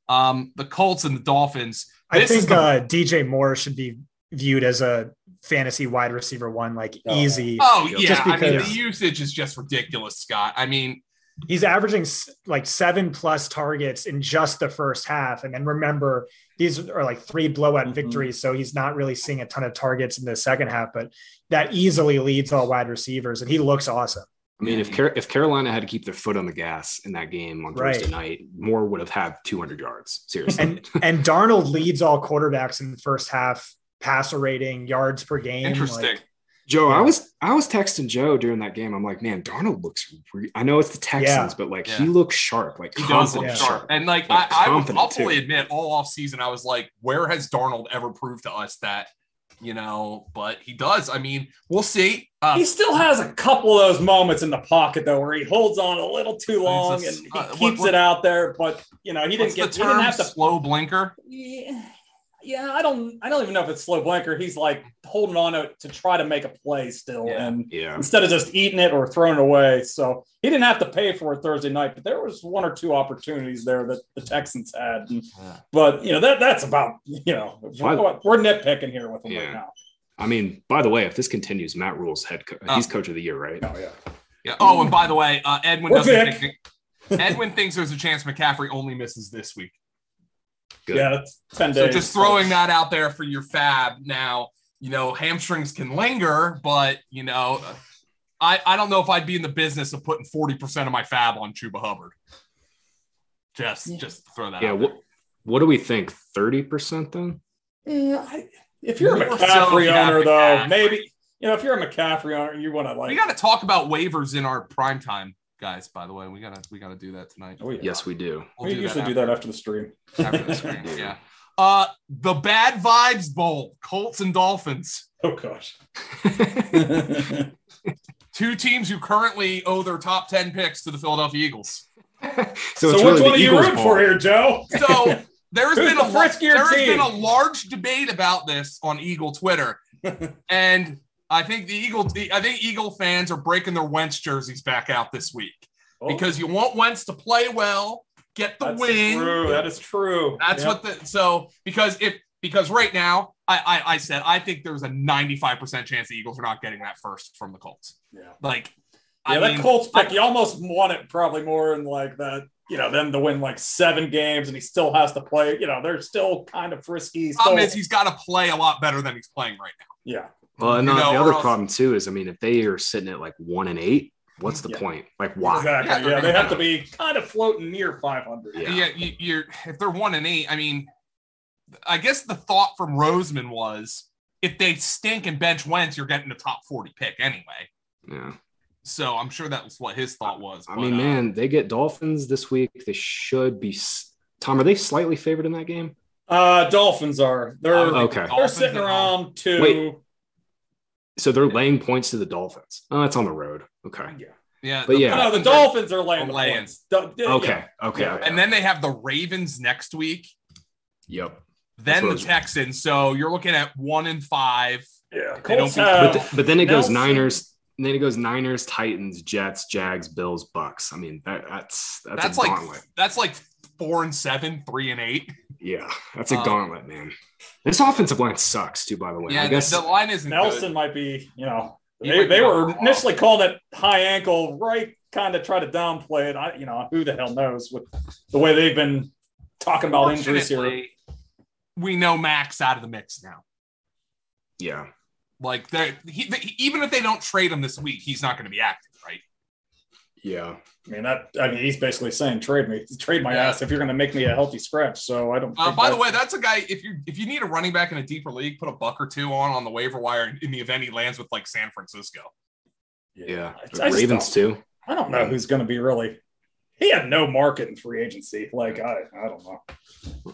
[SPEAKER 1] Um, the Colts and the Dolphins.
[SPEAKER 4] I
[SPEAKER 1] This is
[SPEAKER 4] think
[SPEAKER 1] the-
[SPEAKER 4] uh, DJ Moore should be viewed as a fantasy wide receiver one, like
[SPEAKER 2] Oh.
[SPEAKER 4] easy.
[SPEAKER 1] Oh
[SPEAKER 3] Just
[SPEAKER 1] yeah, I mean the
[SPEAKER 4] because-
[SPEAKER 1] usage is just ridiculous, Scott. I mean,
[SPEAKER 4] He's averaging s- like seven plus targets in just the first half. And then remember, these are like three blowout
[SPEAKER 2] Mhm.
[SPEAKER 4] victories. So he's not really seeing a ton of targets in the second half, but that easily leads all wide receivers. And he looks awesome.
[SPEAKER 3] I mean, if
[SPEAKER 1] Yeah.
[SPEAKER 3] Car- if Carolina had to keep their foot on the gas in that game on
[SPEAKER 4] Right.
[SPEAKER 3] Thursday night, Moore would have had 200 yards. Seriously,
[SPEAKER 4] And and Darnold leads all quarterbacks in the first half passer rating, yards per game.
[SPEAKER 1] interesting.
[SPEAKER 4] Like,
[SPEAKER 3] Joe, I was I was texting Joe during that game. I'm like, man, Darnold looks. Re- I know it's the Texans,
[SPEAKER 4] Yeah.
[SPEAKER 3] but like
[SPEAKER 1] Yeah.
[SPEAKER 3] he looks sharp. Like
[SPEAKER 1] He does look
[SPEAKER 3] confident
[SPEAKER 1] sharp. And like
[SPEAKER 3] Yeah,
[SPEAKER 1] I, I will
[SPEAKER 3] confident,
[SPEAKER 1] I'll fully
[SPEAKER 3] too.
[SPEAKER 1] admit, all off season I was like, where has Darnold ever proved to us that? You know, but he does. I mean, we'll see. Uh,
[SPEAKER 2] He still has a couple of those moments in the pocket though, where he holds on a little too long
[SPEAKER 1] Jesus.
[SPEAKER 2] and he
[SPEAKER 1] Uh,
[SPEAKER 2] keeps
[SPEAKER 1] what- what-
[SPEAKER 2] it out there. But you know, he
[SPEAKER 1] what's
[SPEAKER 2] didn't get.
[SPEAKER 1] the
[SPEAKER 2] He
[SPEAKER 1] term?
[SPEAKER 2] didn't have to.
[SPEAKER 1] Slow blinker.
[SPEAKER 2] Yeah, yeah, I don't. I don't even know if it's slow blanker. He's like holding on to, to try to make a play still,
[SPEAKER 1] Yeah.
[SPEAKER 2] and
[SPEAKER 3] Yeah,
[SPEAKER 2] instead of just eating it or throwing it away. So he didn't have to pay for it Thursday night, but there was one or two opportunities there that the Texans had. And-
[SPEAKER 1] Yeah.
[SPEAKER 2] But you know that that's about you know
[SPEAKER 3] Why-
[SPEAKER 2] we're, we're nitpicking here with him
[SPEAKER 3] Yeah.
[SPEAKER 2] right now.
[SPEAKER 3] I mean, by the way, if this continues, Matt Rule's head, co-
[SPEAKER 1] Oh.
[SPEAKER 3] he's coach of the year, right?
[SPEAKER 2] Oh yeah.
[SPEAKER 1] Yeah. Oh, and by the way, uh, Edwin
[SPEAKER 2] We're
[SPEAKER 1] doesn't
[SPEAKER 2] back.
[SPEAKER 1] think Edwin thinks there's a chance McCaffrey only misses this week.
[SPEAKER 3] Good.
[SPEAKER 2] Yeah, that's 10
[SPEAKER 1] So
[SPEAKER 2] days.
[SPEAKER 1] just throwing that out there for your fab. Now, you know, hamstrings can linger, but you know, I, I don't know if I'd be in the business of putting 40% of my fab on Chuba Hubbard. Just
[SPEAKER 2] Yeah.
[SPEAKER 1] just throw that
[SPEAKER 3] Yeah.
[SPEAKER 1] out.
[SPEAKER 3] What What do we think? Thirty percent then?
[SPEAKER 2] Yeah, I- if you're a
[SPEAKER 1] More so
[SPEAKER 2] McCaffrey
[SPEAKER 1] if you have
[SPEAKER 2] owner, though,
[SPEAKER 1] McCaffrey.
[SPEAKER 2] maybe you know if you're a McCaffrey owner, you want to
[SPEAKER 1] there.
[SPEAKER 2] like.
[SPEAKER 1] We gotta talk about waivers in our prime time, guys, by the way. We gotta we gotta do that tonight.
[SPEAKER 2] Oh, yeah.
[SPEAKER 3] Yes, we do.
[SPEAKER 2] we usually do that after the stream.
[SPEAKER 1] after the screen. yeah. Uh the bad vibes bowl, Colts and Dolphins.
[SPEAKER 2] Oh gosh.
[SPEAKER 1] two teams who currently owe their top 10 picks to the Philadelphia Eagles.
[SPEAKER 3] so
[SPEAKER 2] so
[SPEAKER 3] it's
[SPEAKER 2] which one
[SPEAKER 3] really the
[SPEAKER 2] are you
[SPEAKER 3] Eagles
[SPEAKER 2] rooting
[SPEAKER 3] ball.
[SPEAKER 2] for here, Joe?
[SPEAKER 1] So there has
[SPEAKER 2] Who's
[SPEAKER 1] been
[SPEAKER 2] the
[SPEAKER 1] a lar-
[SPEAKER 2] friskier
[SPEAKER 1] there has
[SPEAKER 2] team?
[SPEAKER 1] been a large debate about this on Eagle Twitter. and I think the Eagle the- I think Eagle fans are breaking their Wentz jerseys back out this week
[SPEAKER 2] Oh,
[SPEAKER 1] because you want Wentz to play well, get the
[SPEAKER 2] That's
[SPEAKER 1] win.
[SPEAKER 2] True. That is true.
[SPEAKER 1] That's
[SPEAKER 2] Yep.
[SPEAKER 1] what the so because if because right now I, I I said I think there's a 95% chance the Eagles are not getting that first from the Colts.
[SPEAKER 2] Yeah, yeah
[SPEAKER 1] Like I
[SPEAKER 2] that
[SPEAKER 1] mean,
[SPEAKER 2] Colts pick,
[SPEAKER 1] I-
[SPEAKER 2] you almost want it probably more in like that, you know, them to win like seven games and he still has to play. You know, they're still kind of frisky. Still,
[SPEAKER 1] problem is he's got to play a lot better than he's playing right now.
[SPEAKER 2] yeah.
[SPEAKER 3] Well, and
[SPEAKER 1] You
[SPEAKER 3] the-
[SPEAKER 1] know,
[SPEAKER 3] the
[SPEAKER 1] or
[SPEAKER 3] other
[SPEAKER 1] else-
[SPEAKER 3] problem too is, I mean, if they are sitting at like one and eight, what's the
[SPEAKER 2] Yeah.
[SPEAKER 3] point? Like, why?
[SPEAKER 1] Yeah,
[SPEAKER 2] Exactly.
[SPEAKER 1] they're
[SPEAKER 2] Yeah, they
[SPEAKER 1] gonna
[SPEAKER 2] have to be kind of floating near 500.
[SPEAKER 3] Yeah.
[SPEAKER 1] yeah, you, you're if they're one and eight, I mean, I guess the thought from Roseman was if they stink and bench Wentz, you're getting a top 40 pick anyway.
[SPEAKER 3] Yeah.
[SPEAKER 1] So I'm sure that was what his thought was.
[SPEAKER 3] I
[SPEAKER 1] but,
[SPEAKER 3] mean,
[SPEAKER 1] uh,
[SPEAKER 3] man, they get Dolphins this week. They should be. s- Tom, are they slightly favored in that game?
[SPEAKER 2] Uh, Dolphins are. They're
[SPEAKER 1] I would think
[SPEAKER 3] Okay.
[SPEAKER 1] the
[SPEAKER 2] they're
[SPEAKER 1] Dolphins
[SPEAKER 2] sitting
[SPEAKER 1] at home-
[SPEAKER 2] around two.
[SPEAKER 3] Wait. So they're laying points to the Dolphins. Oh, it's on the road. Okay.
[SPEAKER 2] Yeah.
[SPEAKER 1] Yeah,
[SPEAKER 3] But yeah.
[SPEAKER 2] No, the Dolphins are laying.
[SPEAKER 1] The
[SPEAKER 2] The
[SPEAKER 1] Lions.
[SPEAKER 2] points. Do- yeah,
[SPEAKER 3] Okay. Okay.
[SPEAKER 2] Yeah.
[SPEAKER 3] okay.
[SPEAKER 1] And then they have the Ravens next week,
[SPEAKER 3] Yep. That's
[SPEAKER 1] then
[SPEAKER 3] what I
[SPEAKER 1] the
[SPEAKER 3] was-
[SPEAKER 1] Texans. So you're looking at one and five.
[SPEAKER 2] Yeah.
[SPEAKER 1] They don't
[SPEAKER 2] Colts
[SPEAKER 1] beat-
[SPEAKER 3] But,
[SPEAKER 2] have.
[SPEAKER 3] th- but then it goes
[SPEAKER 2] Nelson.
[SPEAKER 3] Niners. And then it goes Niners, Titans, Jets, Jags, Bills, Bucks. I mean, that, that's that's,
[SPEAKER 1] That's
[SPEAKER 3] a
[SPEAKER 1] like
[SPEAKER 3] gauntlet.
[SPEAKER 1] that's like four and seven, three and eight.
[SPEAKER 3] Yeah, that's a
[SPEAKER 1] Um,
[SPEAKER 3] gauntlet, man. This offensive line sucks too. By the way,
[SPEAKER 1] yeah,
[SPEAKER 3] I
[SPEAKER 1] the-
[SPEAKER 3] guess
[SPEAKER 1] the, line isn't good.
[SPEAKER 2] Nelson might be. You know,
[SPEAKER 1] He
[SPEAKER 2] they,
[SPEAKER 1] might
[SPEAKER 2] they
[SPEAKER 1] be
[SPEAKER 2] were
[SPEAKER 1] off.
[SPEAKER 2] initially calling it high ankle, right? Kind of try to downplay it. I, you know, who the hell knows with the way they've been talking about injuries here.
[SPEAKER 1] Fortunately, We know Max out of the mix now.
[SPEAKER 3] yeah.
[SPEAKER 1] Like they he, they- even if they don't trade him this week, he's not going to be active, right?
[SPEAKER 3] Yeah.
[SPEAKER 2] I mean, that. I mean, he's basically saying, "Trade me, trade my
[SPEAKER 1] Yeah.
[SPEAKER 2] ass if you're going to make me a healthy scratch." So I don't.
[SPEAKER 1] Uh,
[SPEAKER 2] think
[SPEAKER 1] by the
[SPEAKER 2] that-
[SPEAKER 1] way, that's a guy. If you if you need a running back in a deeper league, put a buck or two on on the waiver wire in, in the event he lands with like San Francisco.
[SPEAKER 3] Yeah.
[SPEAKER 2] I- I
[SPEAKER 3] The
[SPEAKER 2] just
[SPEAKER 3] Ravens
[SPEAKER 2] don't-
[SPEAKER 3] too.
[SPEAKER 2] I don't know who's going to be really. He had no market in free agency. Like I, I don't know.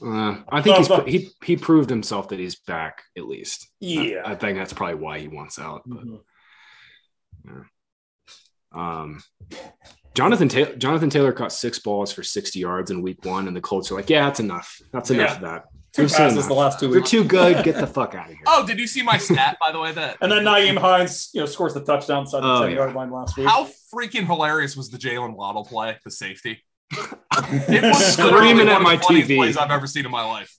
[SPEAKER 3] Uh, I think he's,
[SPEAKER 2] But-
[SPEAKER 3] he he proved himself that he's back at least. I, I
[SPEAKER 2] Yeah.
[SPEAKER 3] think that's probably why he wants out. But, um, Jonathan Taylor, Jonathan Taylor caught six balls for sixty yards in Week One, and the Colts are like, "Yeah, that's enough. That's enough
[SPEAKER 2] Yeah.
[SPEAKER 3] of that.
[SPEAKER 2] Two
[SPEAKER 3] We've seen
[SPEAKER 2] passes
[SPEAKER 3] that.
[SPEAKER 2] the last two
[SPEAKER 3] They're
[SPEAKER 2] weeks.
[SPEAKER 3] too good. Get the fuck out of here."
[SPEAKER 1] Oh, did you see my stat by the way? That
[SPEAKER 2] And then Naeem Hines, you know, scores the touchdown inside the
[SPEAKER 3] Oh,
[SPEAKER 2] ten
[SPEAKER 3] yeah.
[SPEAKER 2] yard line last week.
[SPEAKER 1] how freaking hilarious was the Jalen Waddle play, the safety? It was
[SPEAKER 3] Screaming
[SPEAKER 1] literally one
[SPEAKER 3] at
[SPEAKER 1] of the
[SPEAKER 3] my
[SPEAKER 1] funniest
[SPEAKER 3] TV.
[SPEAKER 1] plays I've ever seen in my life.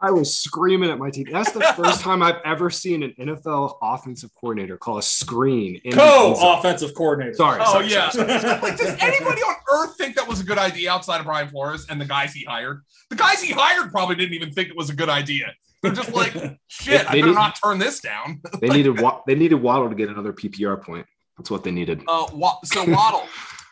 [SPEAKER 3] I was screaming at my TV. That's the first time I've ever seen an NFL offensive coordinator call a screen. in the
[SPEAKER 2] Co
[SPEAKER 3] end zone.
[SPEAKER 2] offensive coordinator.
[SPEAKER 3] Sorry.
[SPEAKER 1] Oh
[SPEAKER 3] sorry,
[SPEAKER 1] yeah.
[SPEAKER 3] sorry, sorry.
[SPEAKER 1] Like, does anybody on earth think that was a good idea outside of Brian Flores and the guys he hired? The guys he hired probably didn't even think it was a good idea. They're just like, shit, I
[SPEAKER 3] They
[SPEAKER 1] better
[SPEAKER 3] didn't-
[SPEAKER 1] not turn this down.
[SPEAKER 3] They needed Wa- they needed Waddle to get another PPR
[SPEAKER 2] Oh.
[SPEAKER 3] point. That's what they needed.
[SPEAKER 1] Uh, Wa- so Waddle,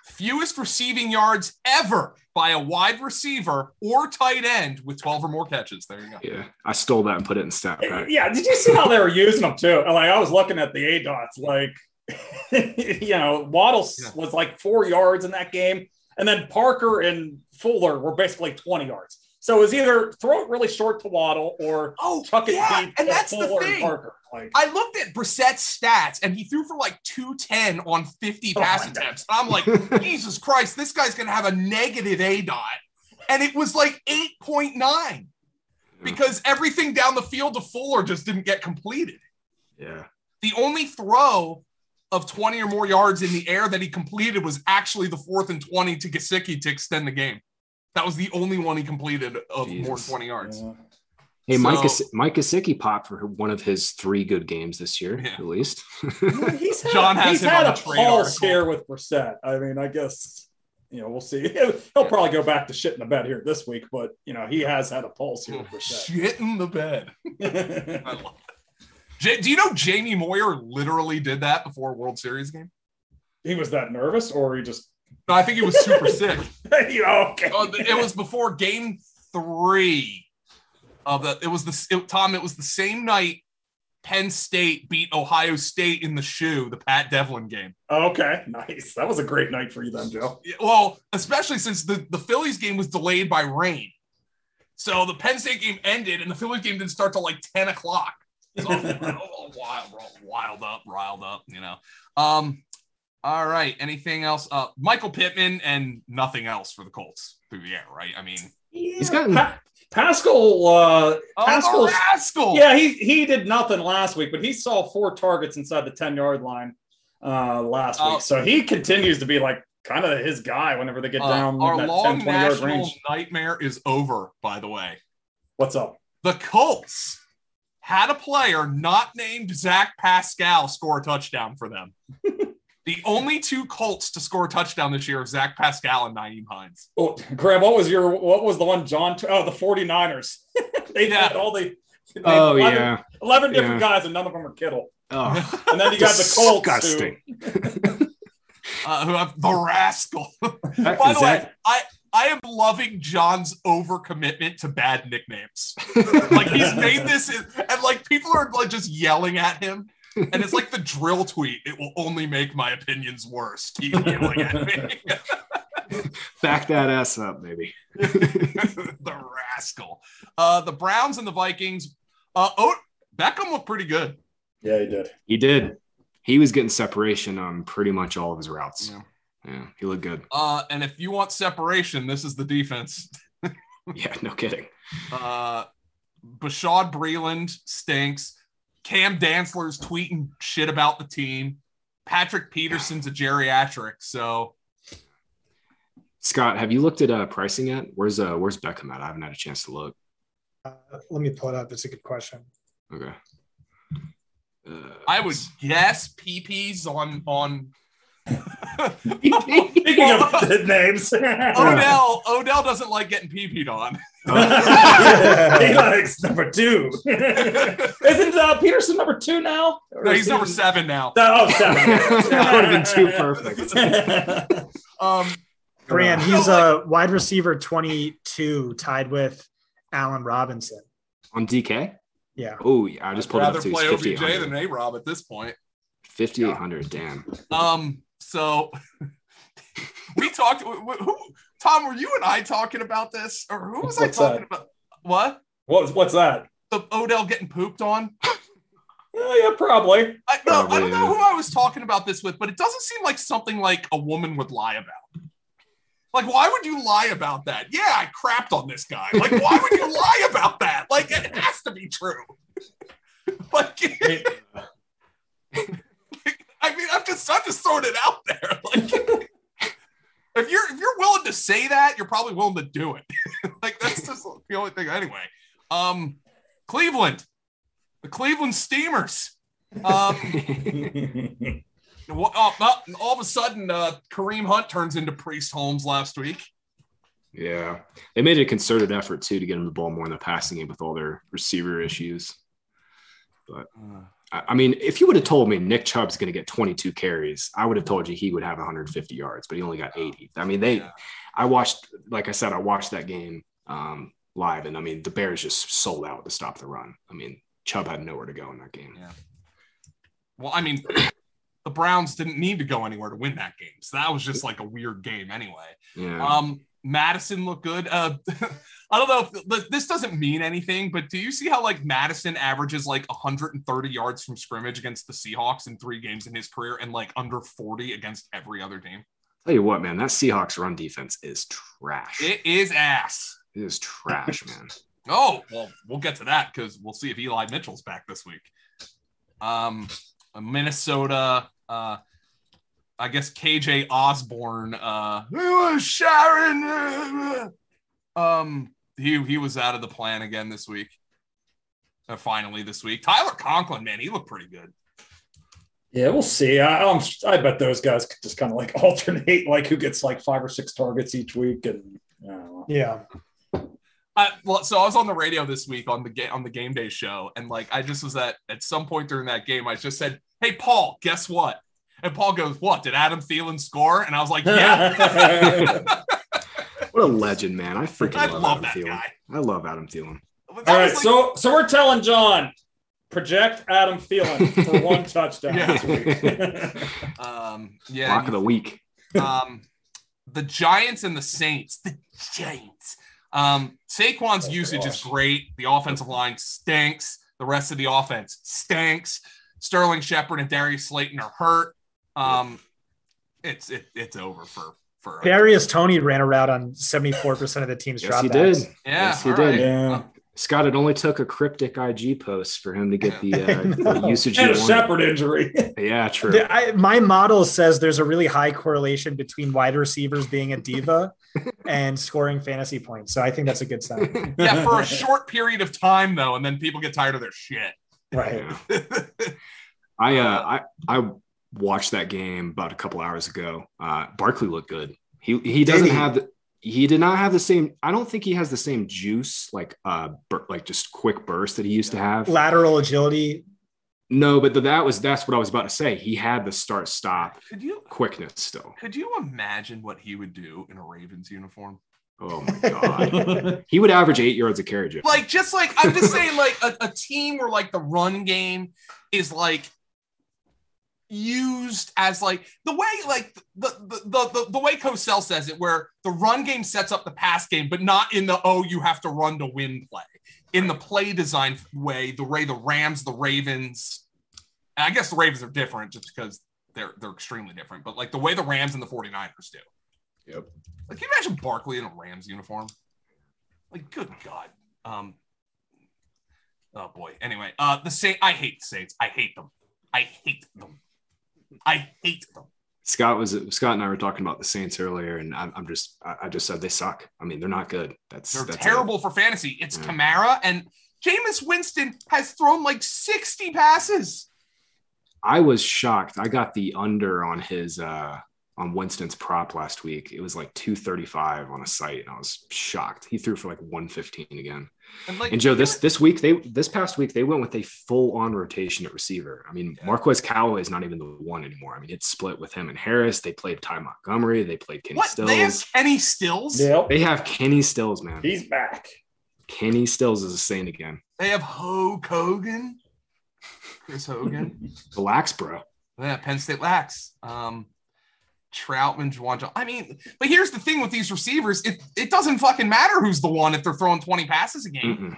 [SPEAKER 1] fewest receiving yards ever by a wide receiver or tight end with 12 or more catches. There you go.
[SPEAKER 3] Yeah, I stole that and put it in stat. Pack.
[SPEAKER 2] Yeah, did you see how they were using them too? Like I was looking at the A dots, like you know, Waddle
[SPEAKER 1] Yeah.
[SPEAKER 2] was like four yards in that game, and then Parker and Fuller were basically twenty yards. So it was either throw it really short to Waddle or
[SPEAKER 1] Oh,
[SPEAKER 2] chuck it
[SPEAKER 1] yeah,
[SPEAKER 2] deep
[SPEAKER 1] and
[SPEAKER 2] to
[SPEAKER 1] that's the
[SPEAKER 2] Fuller and
[SPEAKER 1] thing.
[SPEAKER 2] Parker. Like
[SPEAKER 1] I looked at Brissett's stats and he threw for like 210 on 50
[SPEAKER 2] Oh
[SPEAKER 1] pass
[SPEAKER 2] my God.
[SPEAKER 1] attempts. And I'm like, Jesus Christ, this guy's going to have a negative A dot. And it was like 8.9 because everything down the field to Fuller just didn't get completed.
[SPEAKER 3] yeah.
[SPEAKER 1] The only throw of 20 or more yards in the air that he completed was actually the fourth and 20 to Gasicki to extend the game. That was the only one he completed of more than
[SPEAKER 3] Jesus.
[SPEAKER 1] 20 yards.
[SPEAKER 2] yeah.
[SPEAKER 3] Hey, Mike,
[SPEAKER 1] So-
[SPEAKER 3] Kas- Mike Kosicki popped for one of his three good games this year,
[SPEAKER 1] Yeah.
[SPEAKER 3] at least.
[SPEAKER 2] he's had,
[SPEAKER 1] John has
[SPEAKER 2] he's
[SPEAKER 1] him
[SPEAKER 2] had
[SPEAKER 1] on
[SPEAKER 2] a
[SPEAKER 1] the trade
[SPEAKER 2] pulse
[SPEAKER 1] article.
[SPEAKER 2] here with Brissett. I mean, I guess you know we'll see. He'll probably go back to shit in the bed here this week, but you know he has had a pulse here with
[SPEAKER 1] Shit in the bed.
[SPEAKER 2] Brissett.
[SPEAKER 1] I love it. Ja- do you know Jamie Moyer literally did that before a World Series game?
[SPEAKER 2] he was that nervous, or he just
[SPEAKER 1] No, I think he was super sick.
[SPEAKER 2] you know, okay.
[SPEAKER 1] Oh, th- it was before game three of the. It was the it- Tom. It was the same night Penn State beat Ohio State in the shoe, the Pat Devlin game.
[SPEAKER 2] okay, nice. That was a great night for you then, Joe.
[SPEAKER 1] Yeah, Well, especially since the the Phillies game was delayed by rain, so the Penn State game ended and the Phillies game didn't start till like ten o'clock. It's all, all wild, wild up, riled up, you know. Um, all right. Anything else? Uh, Michael Pittman and nothing else for the Colts through the air, right? I mean,
[SPEAKER 3] He's gotten
[SPEAKER 2] Pa- Pascal. Uh,
[SPEAKER 1] oh,
[SPEAKER 2] Pascal's-
[SPEAKER 1] the rascal.
[SPEAKER 2] yeah, he he did nothing last week, but he saw four targets inside the ten yard line uh, last
[SPEAKER 1] Oh.
[SPEAKER 2] week, so he continues to be like kind of his guy whenever they get
[SPEAKER 1] Uh,
[SPEAKER 2] down
[SPEAKER 1] our
[SPEAKER 2] that 10,
[SPEAKER 1] long
[SPEAKER 2] 20 yard
[SPEAKER 1] national
[SPEAKER 2] range.
[SPEAKER 1] nightmare is over. By the way,
[SPEAKER 2] What's up?
[SPEAKER 1] the Colts had a player not named Zach Pascal score a touchdown for them. the only two Colts to score a touchdown this year are Zach Pascal and Naeem Hines.
[SPEAKER 2] Oh, Graham, what was your what was the one John? Oh, the 49ers. they
[SPEAKER 1] Yeah.
[SPEAKER 2] had all the. they had
[SPEAKER 3] Oh
[SPEAKER 2] 11
[SPEAKER 3] yeah.
[SPEAKER 2] eleven different
[SPEAKER 3] Yeah.
[SPEAKER 2] guys, and none of them are Kittle.
[SPEAKER 3] Oh,
[SPEAKER 2] And then you got the Colts. who-
[SPEAKER 3] disgusting.
[SPEAKER 1] Uh, who have the rascal.
[SPEAKER 3] That-
[SPEAKER 1] By the
[SPEAKER 3] Zach-
[SPEAKER 1] way, I I am loving John's overcommitment to bad nicknames. like he's made this, and like people are like just yelling at him. And it's like the drill tweet. It will only make my opinions worse. Keep yelling at me.
[SPEAKER 3] back that ass up, maybe.
[SPEAKER 1] the rascal. Uh, the Browns and the Vikings. Uh, oh, Beckham looked pretty good.
[SPEAKER 2] Yeah, he did.
[SPEAKER 3] He did. He was getting separation on pretty much all of his routes.
[SPEAKER 1] Yeah.
[SPEAKER 3] Yeah, he looked good.
[SPEAKER 1] Uh, and if you want separation, this is the defense.
[SPEAKER 3] Yeah, no kidding.
[SPEAKER 1] Uh, Bashad Breland stinks. Cam Dantzler's tweeting shit about the team. Patrick Peterson's a geriatric. So
[SPEAKER 3] Scott, have you looked at uh, pricing yet? Where's uh, where's Beckham at? I haven't had a chance to look.
[SPEAKER 4] Uh, let me pull it up. That's a good question.
[SPEAKER 3] Okay. Uh,
[SPEAKER 1] I would guess PP's on on.
[SPEAKER 2] Speaking of good names,
[SPEAKER 3] oh,
[SPEAKER 1] Odell Odell doesn't like getting PP'd on.
[SPEAKER 2] he likes number two. Isn't uh, Peterson number two now? Or
[SPEAKER 1] No,
[SPEAKER 2] is
[SPEAKER 1] he's
[SPEAKER 2] he-
[SPEAKER 1] number seven now.
[SPEAKER 2] Oh, seven.
[SPEAKER 3] that would have been too perfect.
[SPEAKER 1] Um,
[SPEAKER 4] Grant,
[SPEAKER 1] No,
[SPEAKER 4] he's a wide receiver 22, tied with Allen Robinson.
[SPEAKER 3] On DK?
[SPEAKER 4] Yeah.
[SPEAKER 3] Oh, yeah, I just pulled it
[SPEAKER 1] rather
[SPEAKER 3] up too. It's
[SPEAKER 1] play OBJ than
[SPEAKER 3] 5,800.
[SPEAKER 1] A Rob at this point.
[SPEAKER 3] 5,800, damn.
[SPEAKER 1] Um, so we talked. wh- wh- Who, Tom, were you and I talking about this, or who was
[SPEAKER 2] What's
[SPEAKER 1] I talking about? What
[SPEAKER 2] What's what's that?
[SPEAKER 1] the Odell getting pooped on?
[SPEAKER 2] Oh, yeah, probably.
[SPEAKER 1] I, no, I
[SPEAKER 3] Probably,
[SPEAKER 1] don't know
[SPEAKER 3] yeah.
[SPEAKER 1] who I was talking about this with, but it doesn't seem like something like a woman would lie about. Like, why would you lie about that? Yeah, I crapped on this guy. Like, why would you lie about that? Like, it has to be true. like, I mean, I'm just I'm just throwing it out there. Like, if you're if you're willing to say that, you're probably willing to do it. like, that's just the only thing. Anyway, um, Cleveland, the Cleveland Steamers. Um, And wha- oh, well, all of a sudden, uh, Kareem Hunt turns into Priest Holmes last week.
[SPEAKER 3] yeah. They made a concerted effort, too, to get him the ball more in the passing game with all their receiver issues. I mean, if you would have told me Nick Chubb's going to get 22 carries, I would have told you he would have 150 yards, but he only got 80. I mean, they, I watched, like I said, I watched that game um, live, and I mean, the Bears just sold out to stop the run. I mean, Chubb had nowhere to go in that game.
[SPEAKER 1] Yeah. Well, I mean, the Browns didn't need to go anywhere to win that game, so that was just like a weird game anyway.
[SPEAKER 3] Yeah.
[SPEAKER 1] Um, Madison looked good. Uh, I don't know if th- this doesn't mean anything, but do you see how like Madison averages like 130 yards from scrimmage against the Seahawks in three games in his career and like under 40 against every other team?
[SPEAKER 3] Tell you what, man, that Seahawks run defense is trash.
[SPEAKER 1] It is ass.
[SPEAKER 3] it is trash, man.
[SPEAKER 1] Oh, well, we'll get to that because we'll see if Eli Mitchell's back this week. Um, Minnesota, uh, I guess KJ Osborne, uh, Sharon, uh, um, he he was out of the plan again this week. Uh, finally, this week, Tyler Conklin, man, he looked pretty good.
[SPEAKER 2] Yeah, we'll see. I, I'm, I bet those guys could just kind of like alternate, like who gets like five or six targets each week, and I don't know.
[SPEAKER 4] Yeah.
[SPEAKER 1] I, well, so I was on the radio this week on the ga- on the game day show, and like I just was at at some point during that game, I just said, "Hey, Paul, guess what?" And Paul goes, "What did Adam Thielen score?" And I was like, "Yeah,
[SPEAKER 3] What a legend, man. I freaking
[SPEAKER 1] I
[SPEAKER 3] love,
[SPEAKER 1] love
[SPEAKER 3] Adam
[SPEAKER 1] that
[SPEAKER 3] Thielen.
[SPEAKER 1] guy."
[SPEAKER 3] I love Adam Thielen.
[SPEAKER 1] But that
[SPEAKER 2] All right,
[SPEAKER 1] was, like,
[SPEAKER 2] so so we're telling John, project Adam Thielen for one touchdown
[SPEAKER 1] Yeah.
[SPEAKER 2] this week.
[SPEAKER 1] um, yeah,
[SPEAKER 3] Lock of the week.
[SPEAKER 1] um, the Giants and the Saints. The Giants. Um, Saquon's
[SPEAKER 2] Oh,
[SPEAKER 1] usage is
[SPEAKER 2] gosh.
[SPEAKER 1] great. The offensive line stinks. The rest of the offense stinks. Sterling Shepard and Darius Slayton are hurt. Um, it's it, it's over for for
[SPEAKER 4] Darius Tony ran a route on 74% of the team's
[SPEAKER 3] Yes, he
[SPEAKER 4] dropbacks.
[SPEAKER 3] did.
[SPEAKER 1] yeah.
[SPEAKER 3] Yes, he
[SPEAKER 1] all right.
[SPEAKER 3] did.
[SPEAKER 2] yeah.
[SPEAKER 3] Scott, it only took a cryptic IG post for him to get the,
[SPEAKER 4] I
[SPEAKER 3] uh, the
[SPEAKER 4] know.
[SPEAKER 3] usage.
[SPEAKER 2] And a
[SPEAKER 3] he wanted.
[SPEAKER 2] Shepard injury.
[SPEAKER 3] Yeah, true.
[SPEAKER 4] The- I, my model says there's a really high correlation between wide receivers being a diva and scoring fantasy points. So I think that's a good sign.
[SPEAKER 1] Yeah, for a short period of time though, and then people get tired of their shit.
[SPEAKER 4] Right.
[SPEAKER 3] Yeah. I uh, I I watched that game about a couple hours ago. Uh, Barkley looked good. He he
[SPEAKER 4] Did
[SPEAKER 3] doesn't
[SPEAKER 4] he?
[SPEAKER 3] have the, he did not have the same. I don't think he has the same juice like uh bur- like just quick burst that he used to have.
[SPEAKER 4] Lateral agility.
[SPEAKER 3] No, but th- that was that's what I was about to say. He had the start stop
[SPEAKER 1] Could you
[SPEAKER 3] quickness still.
[SPEAKER 1] could you imagine what he would do in a Ravens uniform?
[SPEAKER 3] Oh my god, he would average eight yards a carry. Joe.
[SPEAKER 1] Like just like I'm just saying, like a, a team where like the run game is like used as like the way like the the, the the the way Cosell says it, where the run game sets up the pass game, but not in the oh you have to run to win play. In the play design way, the way the Rams, the Ravens, and I guess the Ravens are different just because they're they're extremely different, but like the way the Rams and the 49ers do.
[SPEAKER 3] Yep.
[SPEAKER 1] Like can you imagine Barkley in a Rams uniform? Like good God. Um oh boy. Anyway, uh the Saint I hate the Saints. I hate them. I hate them. I hate them.
[SPEAKER 3] Scott was Scott and I were talking about the Saints earlier, and I'm, I'm just I, I just said they suck. I mean, they're not good. That's
[SPEAKER 1] They're
[SPEAKER 3] that's it.
[SPEAKER 1] terrible for fantasy. It's
[SPEAKER 3] Yeah.
[SPEAKER 1] Kamara and Jameis Winston has thrown like 60 passes.
[SPEAKER 3] I was shocked. I got the under on his uh on Winston's prop last week. It was like 235 on a site, and I was shocked. He threw for like 115 again.
[SPEAKER 1] And like
[SPEAKER 3] And Joe, this this week they this past week they went with a full on rotation at receiver. I mean, Marquez Callaway is not even the one anymore. I mean, it's split with him and Harris. They played Ty Montgomery. They played Kenny
[SPEAKER 1] what
[SPEAKER 3] Stills.
[SPEAKER 1] they have Kenny Stills.
[SPEAKER 2] yep.
[SPEAKER 3] They have Kenny Stills, man.
[SPEAKER 2] He's back.
[SPEAKER 3] Kenny Stills is a saint again.
[SPEAKER 1] They have Ho Hogan. Chris Hogan.
[SPEAKER 3] Relax, bro.
[SPEAKER 1] yeah, Penn State lacks. Um Troutman, Juwan. Jo- I mean, but here's the thing with these receivers: it it doesn't fucking matter who's the one if they're throwing 20 passes a game.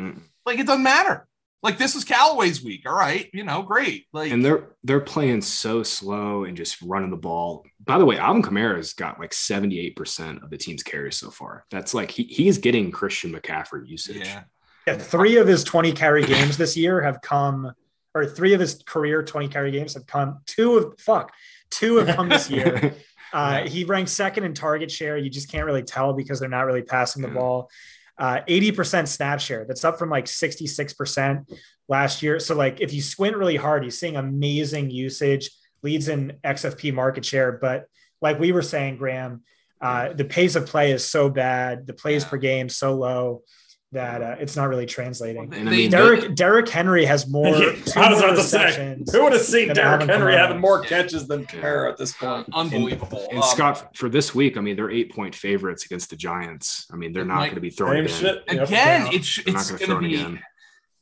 [SPEAKER 3] Mm-mm.
[SPEAKER 1] Like it doesn't matter. Like this was Callaway's week. All right, you know, great. Like
[SPEAKER 3] and they're they're playing so slow and just running the ball. By the way, Alvin Kamara's got like 78% of the team's carries so far. That's like he he's getting Christian McCaffrey usage.
[SPEAKER 1] yeah,
[SPEAKER 4] Yeah, three of his 20 carry games this year have come, or three of his career 20 carry games have come. Two of, fuck, two have come this year. Uh, He ranks second in target share. You just can't really tell because they're not really passing the
[SPEAKER 3] Yeah.
[SPEAKER 4] ball. Uh, 80% snap share. That's up from like 66% last year. So, like, if you squint really hard, he's seeing amazing usage, leads in XFP market share. But, like we were saying, Graham, uh, the pace of play is so bad. The plays
[SPEAKER 1] Yeah.
[SPEAKER 4] per game so low. that uh, it's not really translating.
[SPEAKER 1] Well,
[SPEAKER 3] And I
[SPEAKER 1] they-
[SPEAKER 3] mean,
[SPEAKER 4] Derek Derek Henry has more.
[SPEAKER 2] Yeah,
[SPEAKER 4] two
[SPEAKER 2] I was
[SPEAKER 4] more
[SPEAKER 2] about to say,
[SPEAKER 4] receptions.
[SPEAKER 2] who would have seen
[SPEAKER 4] than
[SPEAKER 2] Derrick
[SPEAKER 4] Alvin
[SPEAKER 2] Henry
[SPEAKER 4] Kamara.
[SPEAKER 2] having more
[SPEAKER 1] Yeah.
[SPEAKER 2] catches than Kamara at this
[SPEAKER 1] Uh,
[SPEAKER 2] point?
[SPEAKER 1] unbelievable.
[SPEAKER 3] And
[SPEAKER 1] Um,
[SPEAKER 3] Scott, for this week, I mean, they're eight point favorites against the Giants. I mean, they're not
[SPEAKER 1] Like,
[SPEAKER 3] going to be thrown
[SPEAKER 2] Same
[SPEAKER 3] again.
[SPEAKER 2] shit. Yep.
[SPEAKER 1] again,
[SPEAKER 4] Yeah.
[SPEAKER 1] it's
[SPEAKER 3] They're
[SPEAKER 1] it's
[SPEAKER 3] not
[SPEAKER 1] going to
[SPEAKER 3] going to
[SPEAKER 1] be.
[SPEAKER 3] throw it again.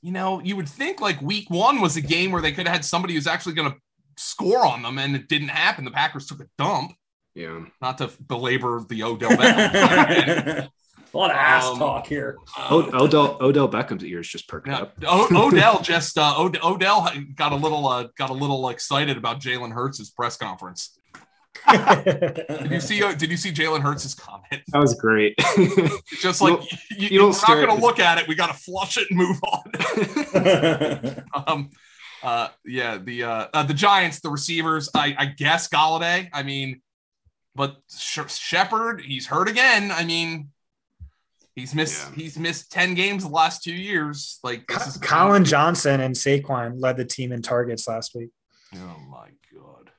[SPEAKER 1] You know, you would think like week one was a game where they could have had somebody who's actually going to score on them, and it didn't happen. The Packers took a dump.
[SPEAKER 3] Yeah.
[SPEAKER 1] Not to belabor the Odell Beckham.
[SPEAKER 2] a lot of ass
[SPEAKER 1] Um, oh,
[SPEAKER 2] talk here.
[SPEAKER 3] O- Odell Odell Beckham's ears just perked
[SPEAKER 1] No,
[SPEAKER 3] up.
[SPEAKER 1] o- Odell just uh, Od- Odell got a little uh, got a little excited about Jalen Hurts' press conference. oh. Did you see? Uh, did you see Jalen Hurts' comment?
[SPEAKER 3] That was great.
[SPEAKER 1] It's Just
[SPEAKER 3] You
[SPEAKER 1] like
[SPEAKER 3] don't-
[SPEAKER 1] you,
[SPEAKER 3] you
[SPEAKER 1] are
[SPEAKER 3] don't
[SPEAKER 1] not
[SPEAKER 3] stare at
[SPEAKER 1] going to
[SPEAKER 3] the-
[SPEAKER 1] look at it. We got to flush it and move on. um, uh, yeah, the uh, uh, the Giants, the receivers. I, I guess Galladay. I mean, but Sh- Shepard, he's hurt again. I mean, he's missed
[SPEAKER 3] Yeah.
[SPEAKER 1] he's missed ten games the last two years. Like this is
[SPEAKER 4] Colin Johnson and Saquon led the team in targets last week.
[SPEAKER 1] Oh my god.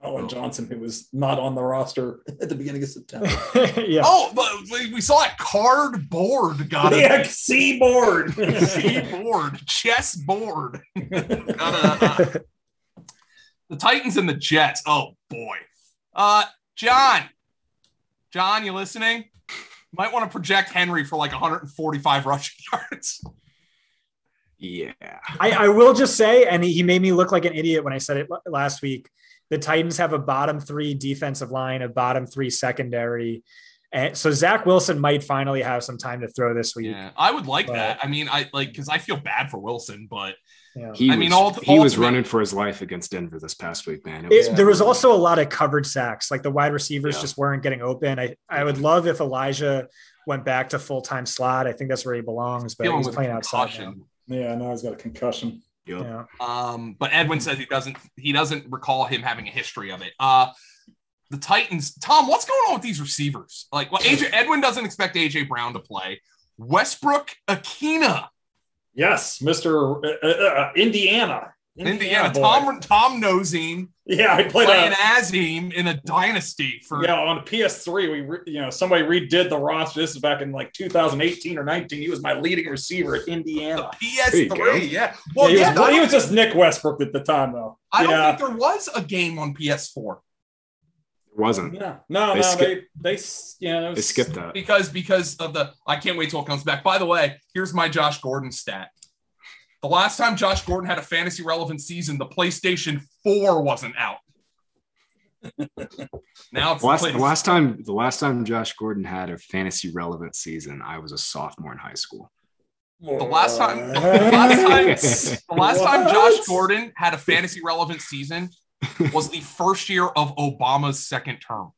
[SPEAKER 2] Colin Oh, Johnson, who was not on the roster at the beginning of September.
[SPEAKER 4] yeah.
[SPEAKER 1] Oh, but we- we saw it. Cardboard got a
[SPEAKER 2] yeah, seaboard.
[SPEAKER 1] board, chessboard. Got a, uh, the Titans and the Jets. Oh boy. Uh, John, John, you listening? Might want to project Henry for like 145 rushing yards.
[SPEAKER 3] yeah.
[SPEAKER 4] I, I will just say, and he he made me look like an idiot when I said it l- last week. The Titans have a bottom three defensive line, a bottom three secondary. And so Zach Wilson might finally have some time to throw this week.
[SPEAKER 1] Yeah, I would like
[SPEAKER 4] Right.
[SPEAKER 1] that. I mean, I like because I feel bad for Wilson, but
[SPEAKER 4] Yeah.
[SPEAKER 3] He
[SPEAKER 1] I
[SPEAKER 3] was,
[SPEAKER 1] mean, all-
[SPEAKER 3] he was
[SPEAKER 1] ultimate-
[SPEAKER 3] running for his life against Denver this past week, man. It
[SPEAKER 4] It-
[SPEAKER 3] was-
[SPEAKER 4] there was also a lot of covered sacks. Like the wide receivers
[SPEAKER 3] Yeah.
[SPEAKER 4] just weren't getting open. I, I would love if Elijah went back to full time slot. I think that's where he belongs, but
[SPEAKER 1] dealing
[SPEAKER 4] he's
[SPEAKER 1] with
[SPEAKER 4] playing outside. now.
[SPEAKER 1] concussion.
[SPEAKER 2] yeah, now he's got a concussion.
[SPEAKER 3] Yup.
[SPEAKER 4] Yeah.
[SPEAKER 1] Um, but Edwin says he doesn't he doesn't recall him having a history of it. Uh the Titans, Tom, what's going on with these receivers? Like, well, AJ Edwin doesn't expect AJ Brown to play. Westbrook Akina,
[SPEAKER 2] Yes, Mr. uh, uh, uh, Indiana.
[SPEAKER 1] Indiana,
[SPEAKER 2] boy.
[SPEAKER 1] Tom Tom Nozine
[SPEAKER 2] Yeah, I played
[SPEAKER 1] playing
[SPEAKER 2] a,
[SPEAKER 1] Azim in a dynasty for
[SPEAKER 2] uh, yeah on PS3. We re, you know somebody redid the roster. This is back in like 2018 or 19. He was my leading receiver at
[SPEAKER 1] the
[SPEAKER 2] Indiana.
[SPEAKER 3] you go.
[SPEAKER 1] PS3. Yeah. Well,
[SPEAKER 2] Yeah, he,
[SPEAKER 1] yeah,
[SPEAKER 2] was, he was just Nick Westbrook at the time though.
[SPEAKER 1] I don't
[SPEAKER 2] yeah.
[SPEAKER 1] think there was a game on PS4
[SPEAKER 3] It wasn't.
[SPEAKER 2] yeah. No,
[SPEAKER 3] They
[SPEAKER 2] no,
[SPEAKER 3] skip-
[SPEAKER 2] they they s- yeah. that
[SPEAKER 3] They
[SPEAKER 2] was-
[SPEAKER 3] skipped that.
[SPEAKER 1] because because of the I can't wait till it comes back. By the way, here's my Josh Gordon stat. The last time Josh Gordon had a fantasy relevant season, the PlayStation 4 wasn't out. now it's
[SPEAKER 3] The Last,
[SPEAKER 1] the play-
[SPEAKER 3] the last time, the last time Josh Gordon had a fantasy relevant season, I was a sophomore in high school.
[SPEAKER 1] the last time- the
[SPEAKER 2] uh,
[SPEAKER 3] last
[SPEAKER 1] the last time Josh
[SPEAKER 2] What?
[SPEAKER 1] Gordon had a fantasy relevant season was the first year of Obama's second term.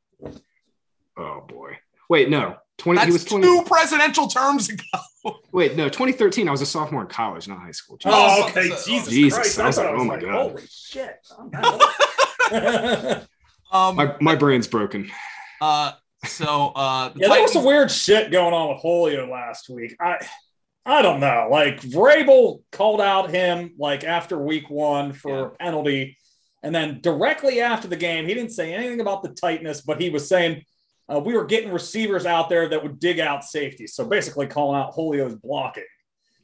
[SPEAKER 3] Oh boy! Wait, no, twenty.
[SPEAKER 1] That's
[SPEAKER 3] he was twenty.
[SPEAKER 1] two presidential terms ago.
[SPEAKER 3] Wait, no, twenty thirteen. I was a sophomore in college, not high school. Jesus.
[SPEAKER 2] Oh, okay. Jesus,
[SPEAKER 3] Jesus,
[SPEAKER 2] Christ.
[SPEAKER 3] I was
[SPEAKER 2] thought
[SPEAKER 3] like, oh my God.
[SPEAKER 2] Holy shit. I'm not-
[SPEAKER 1] Um,
[SPEAKER 3] my my brain's broken.
[SPEAKER 1] Uh, so uh, the
[SPEAKER 2] yeah, there was
[SPEAKER 1] Titans,
[SPEAKER 2] some weird shit going on with Julio last week. I I don't know. Like Vrabel called out him like after week one for
[SPEAKER 1] Yeah.
[SPEAKER 2] a penalty. And then directly after the game, he didn't say anything about the tightness, but he was saying uh, we were getting receivers out there that would dig out safety. So basically calling out Julio's blocking.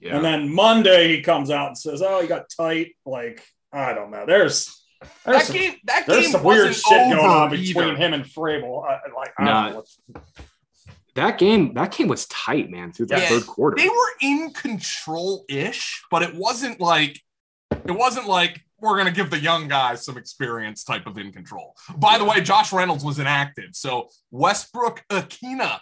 [SPEAKER 3] Yeah,
[SPEAKER 2] And then Monday he comes out and says, "Oh, he got tight." Like I don't know. There's there's
[SPEAKER 1] that
[SPEAKER 2] some,
[SPEAKER 1] game that
[SPEAKER 2] there's
[SPEAKER 1] game
[SPEAKER 2] some
[SPEAKER 1] wasn't
[SPEAKER 2] weird shit
[SPEAKER 1] over
[SPEAKER 2] going on between
[SPEAKER 1] either.
[SPEAKER 2] him and Frabel. I, I- like I
[SPEAKER 3] Nah.
[SPEAKER 2] don't know what's-
[SPEAKER 3] that game that game was tight, man. Through the
[SPEAKER 1] Yeah.
[SPEAKER 3] third quarter,
[SPEAKER 1] They were in control ish, but it wasn't like it wasn't like we're gonna give the young guys some experience type of in control. By the way, Josh Reynolds was inactive, so Westbrook Akina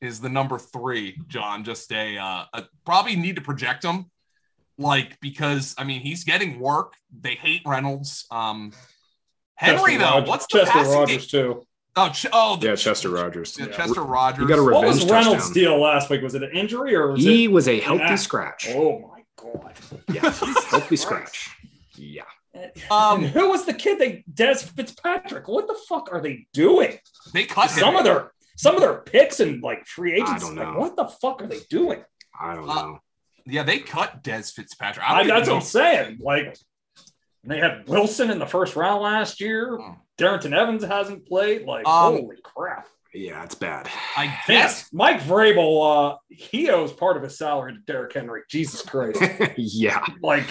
[SPEAKER 1] is the number three. John, just a, uh, a probably need to project him, like because I mean he's getting work. They hate Reynolds. Um, Henry
[SPEAKER 2] Chester
[SPEAKER 1] though,
[SPEAKER 2] Rogers-
[SPEAKER 1] what's the
[SPEAKER 2] Chester
[SPEAKER 1] passing game?
[SPEAKER 2] Rogers too?
[SPEAKER 1] Oh, Ch- oh, the
[SPEAKER 3] yeah, Chester Rogers.
[SPEAKER 1] Yeah,
[SPEAKER 2] Yeah.
[SPEAKER 1] Chester Rogers.
[SPEAKER 3] You got to
[SPEAKER 2] What
[SPEAKER 3] revenge
[SPEAKER 2] was Reynolds'
[SPEAKER 3] touchdown.
[SPEAKER 2] deal last week? Was it an injury or was
[SPEAKER 3] He
[SPEAKER 2] it?
[SPEAKER 3] was a healthy
[SPEAKER 2] Yeah.
[SPEAKER 3] scratch.
[SPEAKER 2] Oh my god!
[SPEAKER 3] Yeah, healthy
[SPEAKER 2] Christ.
[SPEAKER 3] scratch. Yeah.
[SPEAKER 1] Um,
[SPEAKER 2] Um, who was the kid? They Des Fitzpatrick. What the fuck are they doing?
[SPEAKER 1] they cut him.
[SPEAKER 2] Some of their some of their picks and like free agents.
[SPEAKER 3] don't
[SPEAKER 2] like,
[SPEAKER 3] know.
[SPEAKER 2] what the fuck are they doing?
[SPEAKER 3] I don't
[SPEAKER 1] Uh,
[SPEAKER 3] know.
[SPEAKER 1] yeah, they cut Des Fitzpatrick.
[SPEAKER 2] I,
[SPEAKER 1] I don't even
[SPEAKER 2] that's what
[SPEAKER 1] know.
[SPEAKER 2] I'm saying. Like, and they had Wilson in the first round last year.
[SPEAKER 1] Oh.
[SPEAKER 2] Darrington Evans hasn't played. Like,
[SPEAKER 1] Um,
[SPEAKER 2] holy crap!
[SPEAKER 3] yeah, it's bad.
[SPEAKER 1] I guess.
[SPEAKER 2] Yes, Mike Vrabel, uh, he owes part of his salary to Derrick Henry. Jesus Christ!
[SPEAKER 3] yeah.
[SPEAKER 2] like,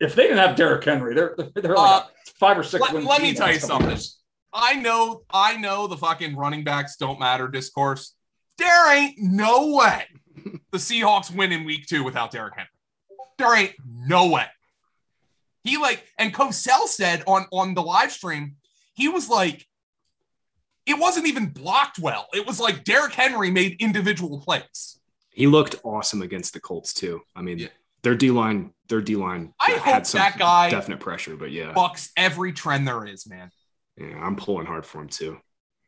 [SPEAKER 2] if they didn't have Derrick Henry, they're they're like
[SPEAKER 1] Uh,
[SPEAKER 2] five or six.
[SPEAKER 1] Let,
[SPEAKER 2] win
[SPEAKER 1] let me
[SPEAKER 2] team
[SPEAKER 1] tell you
[SPEAKER 2] last couple
[SPEAKER 1] something.
[SPEAKER 2] years.
[SPEAKER 1] I know, I know the fucking running backs don't matter discourse. There ain't no way the Seahawks win in week two without Derrick Henry. There ain't no way. He like, and Cosell said on on the live stream, he was like, it wasn't even blocked well. It was like Derrick Henry made individual plays.
[SPEAKER 3] He looked awesome against the Colts too. I mean,
[SPEAKER 1] Yeah.
[SPEAKER 3] their D line, their D line
[SPEAKER 1] I hope that guy-
[SPEAKER 3] definite pressure, but yeah,
[SPEAKER 1] Bucks every trend there is, man.
[SPEAKER 3] yeah, I'm pulling hard for him too.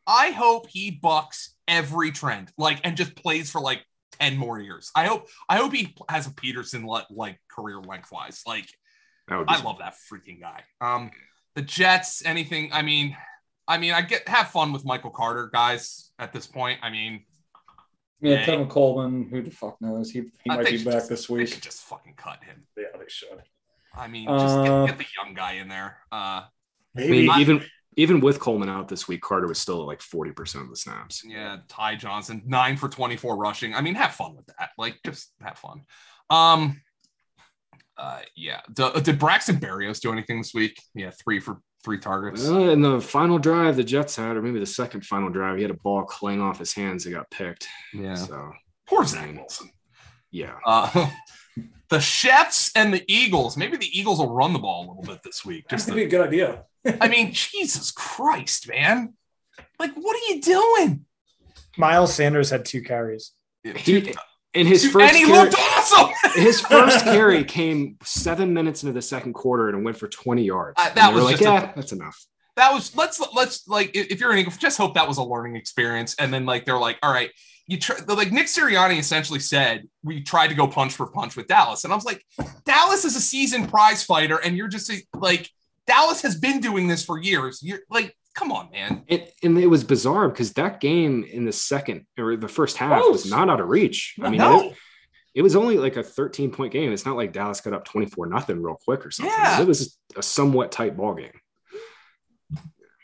[SPEAKER 1] I hope he bucks every trend, like, and just plays for like ten more years. I hope, I hope he has a Peterson le- like career lengthwise. Like,
[SPEAKER 3] That would be
[SPEAKER 1] I love that freaking guy. Um, the Jets, anything? I mean, I mean, I get have fun with Michael Carter, guys. At this point, I mean,
[SPEAKER 2] Yeah, Kevin Coleman. Who the fuck knows? He, he
[SPEAKER 1] I
[SPEAKER 2] might
[SPEAKER 1] think
[SPEAKER 2] be
[SPEAKER 1] he
[SPEAKER 2] back
[SPEAKER 1] just-
[SPEAKER 2] this
[SPEAKER 1] we
[SPEAKER 2] week.
[SPEAKER 1] should just fucking cut him.
[SPEAKER 2] Yeah, they should.
[SPEAKER 1] I mean, just
[SPEAKER 2] Uh,
[SPEAKER 1] get, get the young guy in there. Uh,
[SPEAKER 3] I mean,
[SPEAKER 4] Maybe.
[SPEAKER 1] I-
[SPEAKER 3] even even with Coleman out this week, Carter was still at like 40% of the snaps.
[SPEAKER 1] yeah, Ty Johnson, nine for twenty-four rushing. I mean, have fun with that. Like, just have fun. Um, uh, yeah. D- did Braxton Berrios do anything this week? Yeah, three for three targets.
[SPEAKER 3] Uh, in the final drive the Jets had, or maybe the second final drive, he had a ball clang off his hands that got picked.
[SPEAKER 1] Yeah,
[SPEAKER 3] So
[SPEAKER 1] poor Zach Wilson.
[SPEAKER 3] yeah.
[SPEAKER 1] Uh, the Chefs and the Eagles. Maybe the Eagles will run the ball a little bit this week. Just,
[SPEAKER 2] Just to
[SPEAKER 1] to-
[SPEAKER 2] be a good idea.
[SPEAKER 1] I mean, Jesus Christ, man! Like, what are you doing?
[SPEAKER 4] Miles Sanders had two carries.
[SPEAKER 3] He, in his first
[SPEAKER 1] and he
[SPEAKER 3] carry-
[SPEAKER 1] looked awesome.
[SPEAKER 3] his first carry came seven minutes into the second quarter and it went for 20 yards.
[SPEAKER 1] Uh,
[SPEAKER 3] And
[SPEAKER 1] that
[SPEAKER 3] they
[SPEAKER 1] was
[SPEAKER 3] were like,
[SPEAKER 1] just a-
[SPEAKER 3] yeah, that's enough.
[SPEAKER 1] That was let's let's like if if you're an Eagle, just hope that was a learning experience. And then like they're like, all right, you try they're like Nick Sirianni essentially said we tried to go punch for punch with Dallas, and I was like, Dallas is a seasoned prize fighter, and you're just like Dallas has been doing this for years. You're like, come on, man.
[SPEAKER 3] And, and it was bizarre because that game in the second or the first half was
[SPEAKER 2] Close.
[SPEAKER 3] not out of reach. I mean,
[SPEAKER 1] no.
[SPEAKER 3] it, it was only like a 13 point game. It's not like Dallas got up 24 nothing real quick or something.
[SPEAKER 1] Yeah.
[SPEAKER 3] It was a somewhat tight ball game.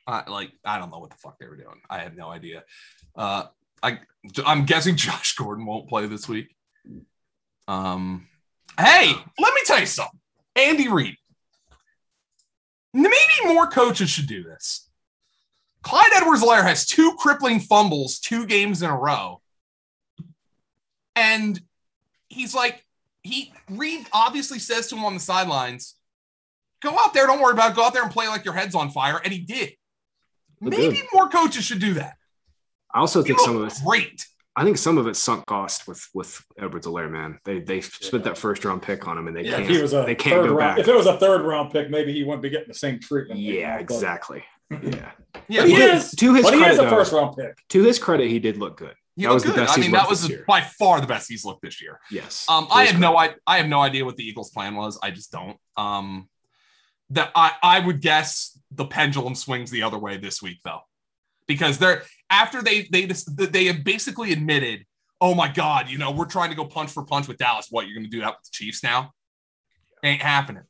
[SPEAKER 1] I like I don't know what the fuck they were doing. I have no idea. Uh, I I'm guessing Josh Gordon won't play this week. Um, hey, let me tell you something, Andy Reid. Maybe more coaches should do this. Clyde Edwards-Helaire has two crippling fumbles, two games in a row, and he's like, he Reid obviously says to him on the sidelines, "Go out there, don't worry about it. Go out there and play like your head's on fire," and he did.
[SPEAKER 3] Look
[SPEAKER 1] Maybe
[SPEAKER 3] good.
[SPEAKER 1] more coaches should do that.
[SPEAKER 3] I also
[SPEAKER 1] You
[SPEAKER 3] think some of
[SPEAKER 1] look
[SPEAKER 3] it,
[SPEAKER 1] great.
[SPEAKER 3] I think some of it sunk cost with with Edwards Alaire, man. They they spent that first round pick on him and they
[SPEAKER 2] Yeah, if
[SPEAKER 3] can't
[SPEAKER 2] he was a
[SPEAKER 3] they can't
[SPEAKER 2] third
[SPEAKER 3] go
[SPEAKER 2] round,
[SPEAKER 3] back.
[SPEAKER 2] if it was a third round pick, maybe he wouldn't be getting the same treatment.
[SPEAKER 3] Yeah,
[SPEAKER 2] But-
[SPEAKER 3] exactly. Yeah.
[SPEAKER 1] Yeah,
[SPEAKER 2] But he
[SPEAKER 1] he,
[SPEAKER 3] To-
[SPEAKER 2] is-
[SPEAKER 3] to his
[SPEAKER 2] But he
[SPEAKER 3] credit,
[SPEAKER 2] is a
[SPEAKER 3] though,
[SPEAKER 2] first round pick.
[SPEAKER 3] to his credit, he did look good. that
[SPEAKER 1] looked
[SPEAKER 3] was the
[SPEAKER 1] good.
[SPEAKER 3] best
[SPEAKER 1] I
[SPEAKER 3] he's
[SPEAKER 1] mean, that
[SPEAKER 3] looked
[SPEAKER 1] was
[SPEAKER 3] this year.
[SPEAKER 1] by far the best he's looked this year.
[SPEAKER 3] Yes.
[SPEAKER 1] Um,
[SPEAKER 3] To
[SPEAKER 1] I
[SPEAKER 3] his
[SPEAKER 1] have no
[SPEAKER 3] credit.
[SPEAKER 1] I, I have no idea what the Eagles' plan was. I just don't. Um, that I I would guess the pendulum swings the other way this week though, because they're after they they just they have basically admitted, oh my god, you know we're trying to go punch for punch with Dallas. What you're going to do that with the Chiefs now? Ain't happening.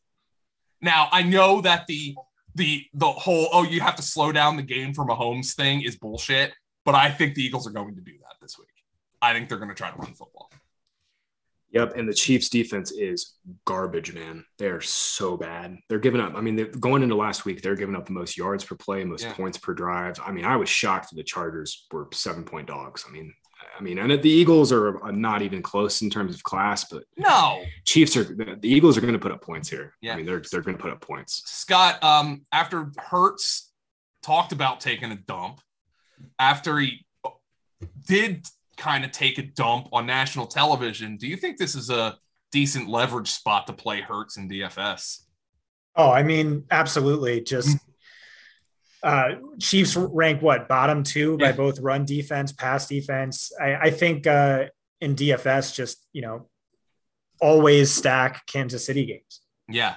[SPEAKER 1] Now I know that the the the whole oh you have to slow down the game for Mahomes thing is bullshit, but I think the Eagles are going to do that this week. I think they're going to try to run football.
[SPEAKER 3] Yep, and the Chiefs' defense is garbage, man. They're so bad. They're giving up. I mean, they're, going into last week, they're giving up the most yards per play, most
[SPEAKER 1] Yeah.
[SPEAKER 3] points per drive. I mean, I was shocked that the Chargers were seven point dogs. I mean, I mean, and the Eagles are uh, not even close in terms of class, but
[SPEAKER 1] No,
[SPEAKER 3] Chiefs are the the Eagles are going to put up points here.
[SPEAKER 1] Yeah.
[SPEAKER 3] I mean, they're they're going to put up points.
[SPEAKER 1] Scott, um, after Hertz talked about taking a dump, after he did kind of take a dump on national television, do you think this is a decent leverage spot to play Hertz in DFS?
[SPEAKER 4] Oh, I mean, absolutely. Just uh, Chiefs rank what bottom two by
[SPEAKER 1] Mm-hmm. Yeah.
[SPEAKER 4] both run defense, pass defense. I, I think uh, in DFS, just you know, always stack Kansas City games.
[SPEAKER 1] Yeah.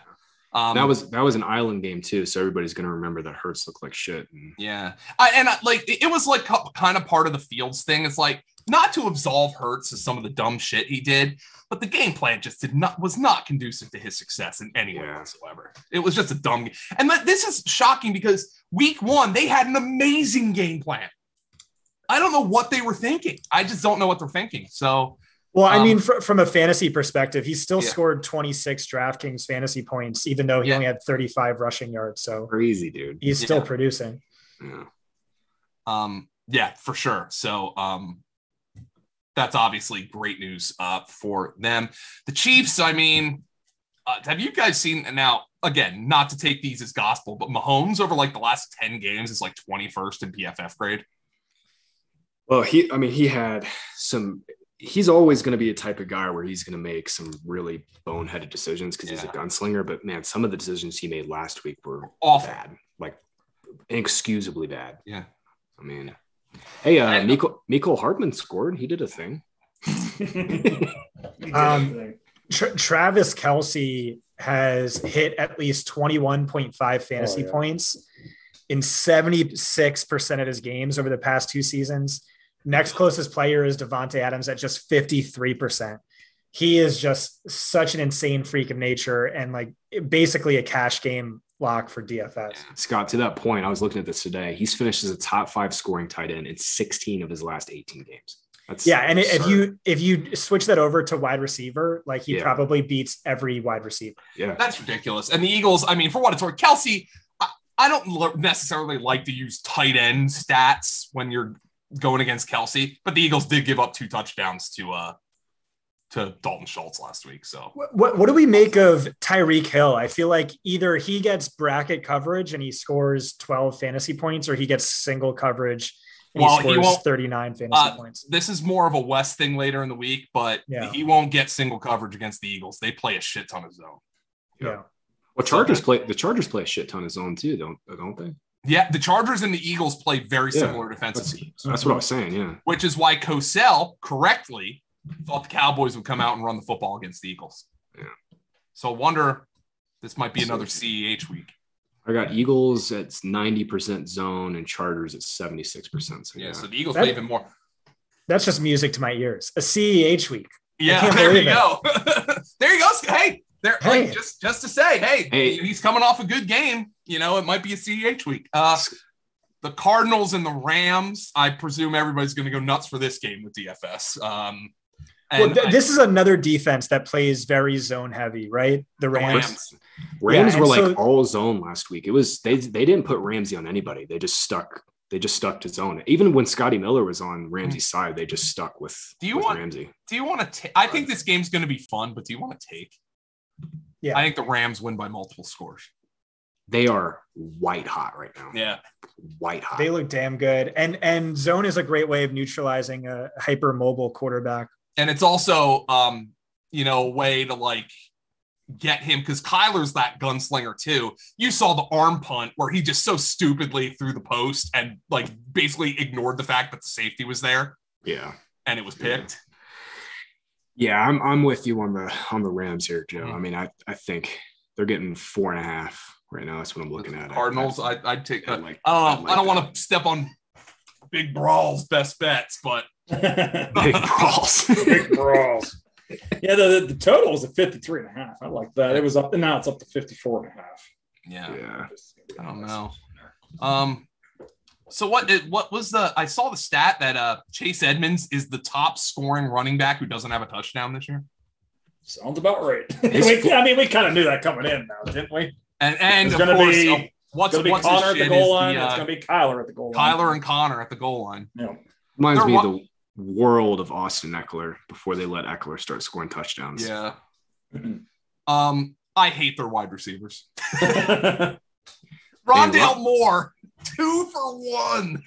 [SPEAKER 1] Um,
[SPEAKER 3] that was that was an island game too, so everybody's going to remember that Hurts looked like shit. And
[SPEAKER 1] Yeah, I, and I, like it it was like kind of part of the Fields thing. It's like not to absolve Hurts of some of the dumb shit he did, but the game plan just did not was not conducive to his success in any way
[SPEAKER 3] Yeah.
[SPEAKER 1] whatsoever. It was just a dumb. Game. And that- this is shocking because week one they had an amazing game plan. I don't know what they were thinking. I just don't know what they're thinking. So
[SPEAKER 4] Well, I
[SPEAKER 1] Um,
[SPEAKER 4] mean, fr- from a fantasy perspective, he still
[SPEAKER 1] Yeah.
[SPEAKER 4] scored 26 DraftKings fantasy points, even though he
[SPEAKER 1] Yeah.
[SPEAKER 4] only had 35 rushing yards. So
[SPEAKER 3] Crazy, dude.
[SPEAKER 4] he's still
[SPEAKER 1] Yeah.
[SPEAKER 4] producing.
[SPEAKER 3] Yeah.
[SPEAKER 1] um yeah, for sure. So um that's obviously great news uh for them. The Chiefs, I mean, uh, have you guys seen now again, not to take these as gospel, but Mahomes over like the last 10 games is like 21st in PFF grade.
[SPEAKER 3] Well, he, I mean, he had some, he's always going to be a type of guy where he's going to make some really boneheaded decisions because he's a
[SPEAKER 1] Yeah.
[SPEAKER 3] gunslinger. But man, some of the decisions he made last week were
[SPEAKER 1] Awful.
[SPEAKER 3] bad, like inexcusably bad.
[SPEAKER 1] Yeah.
[SPEAKER 3] I mean, hey, uh,
[SPEAKER 1] And-
[SPEAKER 3] Miko, Miko Hardman scored. He did a thing.
[SPEAKER 4] Um, Tra- Travis Kelsey has hit at least 21.5 fantasy
[SPEAKER 2] yeah.
[SPEAKER 4] points in 76% of his games over the past two seasons. Next closest player is Devonte Adams at just 53%. He is just such an insane freak of nature and like basically a cash game lock for DFS.
[SPEAKER 3] Scott, to that point, I was looking at this today. He's finished as a top five scoring tight end in 16 of his last 18 games. That's
[SPEAKER 4] Yeah, and if
[SPEAKER 3] absurd.
[SPEAKER 4] you if you switch that over to wide receiver, like he
[SPEAKER 3] Yeah.
[SPEAKER 4] probably beats every wide receiver.
[SPEAKER 3] yeah,
[SPEAKER 1] That's ridiculous. And the Eagles, I mean, for what it's worth, Kelsey, I, I don't lo- necessarily like to use tight end stats when you're going against Kelsey, but the Eagles did give up two touchdowns to uh to Dalton Schultz last week. So
[SPEAKER 4] What, what, what do we make of Tyreek Hill? I feel like either he gets bracket coverage and he scores 12 fantasy points, or he gets single coverage and
[SPEAKER 1] Well,
[SPEAKER 4] he
[SPEAKER 1] he
[SPEAKER 4] scores
[SPEAKER 1] won't-
[SPEAKER 4] 39 fantasy
[SPEAKER 1] uh,
[SPEAKER 4] points.
[SPEAKER 1] this is more of a West thing later in the week, but
[SPEAKER 4] Yeah.
[SPEAKER 1] he won't get single coverage against the Eagles. They play a shit ton of zone.
[SPEAKER 4] Yeah.
[SPEAKER 3] well, Chargers play the Chargers play a shit ton of zone too, don't don't they?
[SPEAKER 1] Yeah, the Chargers and the Eagles play very
[SPEAKER 3] Yeah.
[SPEAKER 1] similar defensive
[SPEAKER 3] That's,
[SPEAKER 1] teams,
[SPEAKER 3] that's what I was saying. Yeah,
[SPEAKER 1] which is why Cosell correctly thought the Cowboys would come out and run the football against the Eagles.
[SPEAKER 3] Yeah.
[SPEAKER 1] So wonder this might be
[SPEAKER 3] So-
[SPEAKER 1] another CEH week.
[SPEAKER 3] I got Eagles at 90% zone and Chargers at 76%. So
[SPEAKER 1] Yeah.
[SPEAKER 3] yeah,
[SPEAKER 1] So the Eagles
[SPEAKER 4] That-
[SPEAKER 1] play even more.
[SPEAKER 4] That's just music to my ears. A CEH week.
[SPEAKER 1] Yeah.
[SPEAKER 4] can't
[SPEAKER 1] There
[SPEAKER 4] believe
[SPEAKER 1] you
[SPEAKER 4] it.
[SPEAKER 1] go. there you go. Hey, there.
[SPEAKER 4] Hey.
[SPEAKER 1] Like, just just to say, hey,
[SPEAKER 3] Hey.
[SPEAKER 1] he's coming off a good game. You know, it might be a CEH week. Uh, the Cardinals and the Rams. I presume everybody's going to go nuts for this game with DFS. Um, and
[SPEAKER 4] well, th-
[SPEAKER 1] I-
[SPEAKER 4] this is another defense that plays very zone heavy, right? The
[SPEAKER 1] the
[SPEAKER 4] Rams.
[SPEAKER 3] Rams
[SPEAKER 4] Yeah,
[SPEAKER 3] were
[SPEAKER 4] and
[SPEAKER 3] like
[SPEAKER 4] so-
[SPEAKER 3] all zone last week. It was they they didn't put Ramsey on anybody. They just stuck they just stuck to zone. Even when Scotty Miller was on
[SPEAKER 4] Mm.
[SPEAKER 3] Ramsey's side, they just stuck with,
[SPEAKER 1] Do you
[SPEAKER 3] with
[SPEAKER 1] want-
[SPEAKER 3] Ramsey.
[SPEAKER 1] Do you want to? I think this game's going to be fun, but do you want to take?
[SPEAKER 4] Yeah.
[SPEAKER 1] I think the Rams win by multiple scores.
[SPEAKER 3] They are white hot right now.
[SPEAKER 1] Yeah.
[SPEAKER 3] White hot.
[SPEAKER 4] They look damn good. And and zone is a great way of neutralizing a hyper mobile quarterback.
[SPEAKER 1] and it's also um you know a way to like get him because kyler's that gunslinger too you saw the arm punt where he just so stupidly threw the post and like basically ignored the fact that the safety was there
[SPEAKER 3] yeah.
[SPEAKER 1] and it was picked
[SPEAKER 3] Yeah, I'm I'm with you on the on the Rams here, Joe.
[SPEAKER 1] Mhm.
[SPEAKER 3] I mean, I, I think they're getting four and a half right now. That's what I'm looking
[SPEAKER 1] The
[SPEAKER 3] at.
[SPEAKER 1] cardinals I, i'd take
[SPEAKER 3] I
[SPEAKER 1] that
[SPEAKER 3] like,
[SPEAKER 1] i don't
[SPEAKER 3] I
[SPEAKER 1] know
[SPEAKER 3] like
[SPEAKER 1] i don't
[SPEAKER 3] that.
[SPEAKER 1] want to step on big brawls best bets but
[SPEAKER 3] big brawls.
[SPEAKER 2] Big brawls. Yeah, the, the, the total was at 53 and a half. I like that. It was up, and now it's up to 54 and a half.
[SPEAKER 1] yeah,
[SPEAKER 3] yeah.
[SPEAKER 1] i don't know um so what it- what was the i saw the stat that uh chase edmonds is the top scoring running back who doesn't have a touchdown this year
[SPEAKER 2] Sounds about right.
[SPEAKER 3] It's-
[SPEAKER 2] We- I mean, we kind of knew that coming in, now, didn't we?
[SPEAKER 1] And and
[SPEAKER 2] It's
[SPEAKER 1] of
[SPEAKER 2] gonna
[SPEAKER 1] course,
[SPEAKER 2] be-
[SPEAKER 1] uh, what's
[SPEAKER 2] It's going to be
[SPEAKER 1] what's his
[SPEAKER 2] Connor at
[SPEAKER 1] shit
[SPEAKER 2] the
[SPEAKER 1] is
[SPEAKER 2] goal line.
[SPEAKER 1] the,
[SPEAKER 2] it's
[SPEAKER 1] uh,
[SPEAKER 2] going to be Kyler at the goal line.
[SPEAKER 1] Kyler and Connor at the goal line.
[SPEAKER 2] No.
[SPEAKER 3] Reminds
[SPEAKER 1] They're
[SPEAKER 3] me
[SPEAKER 1] wa-
[SPEAKER 3] of the world of Austin Eckler before they let Eckler start scoring touchdowns.
[SPEAKER 1] Yeah. Um, I hate their wide receivers.
[SPEAKER 3] Ron-
[SPEAKER 1] Rondale Moore, two for one.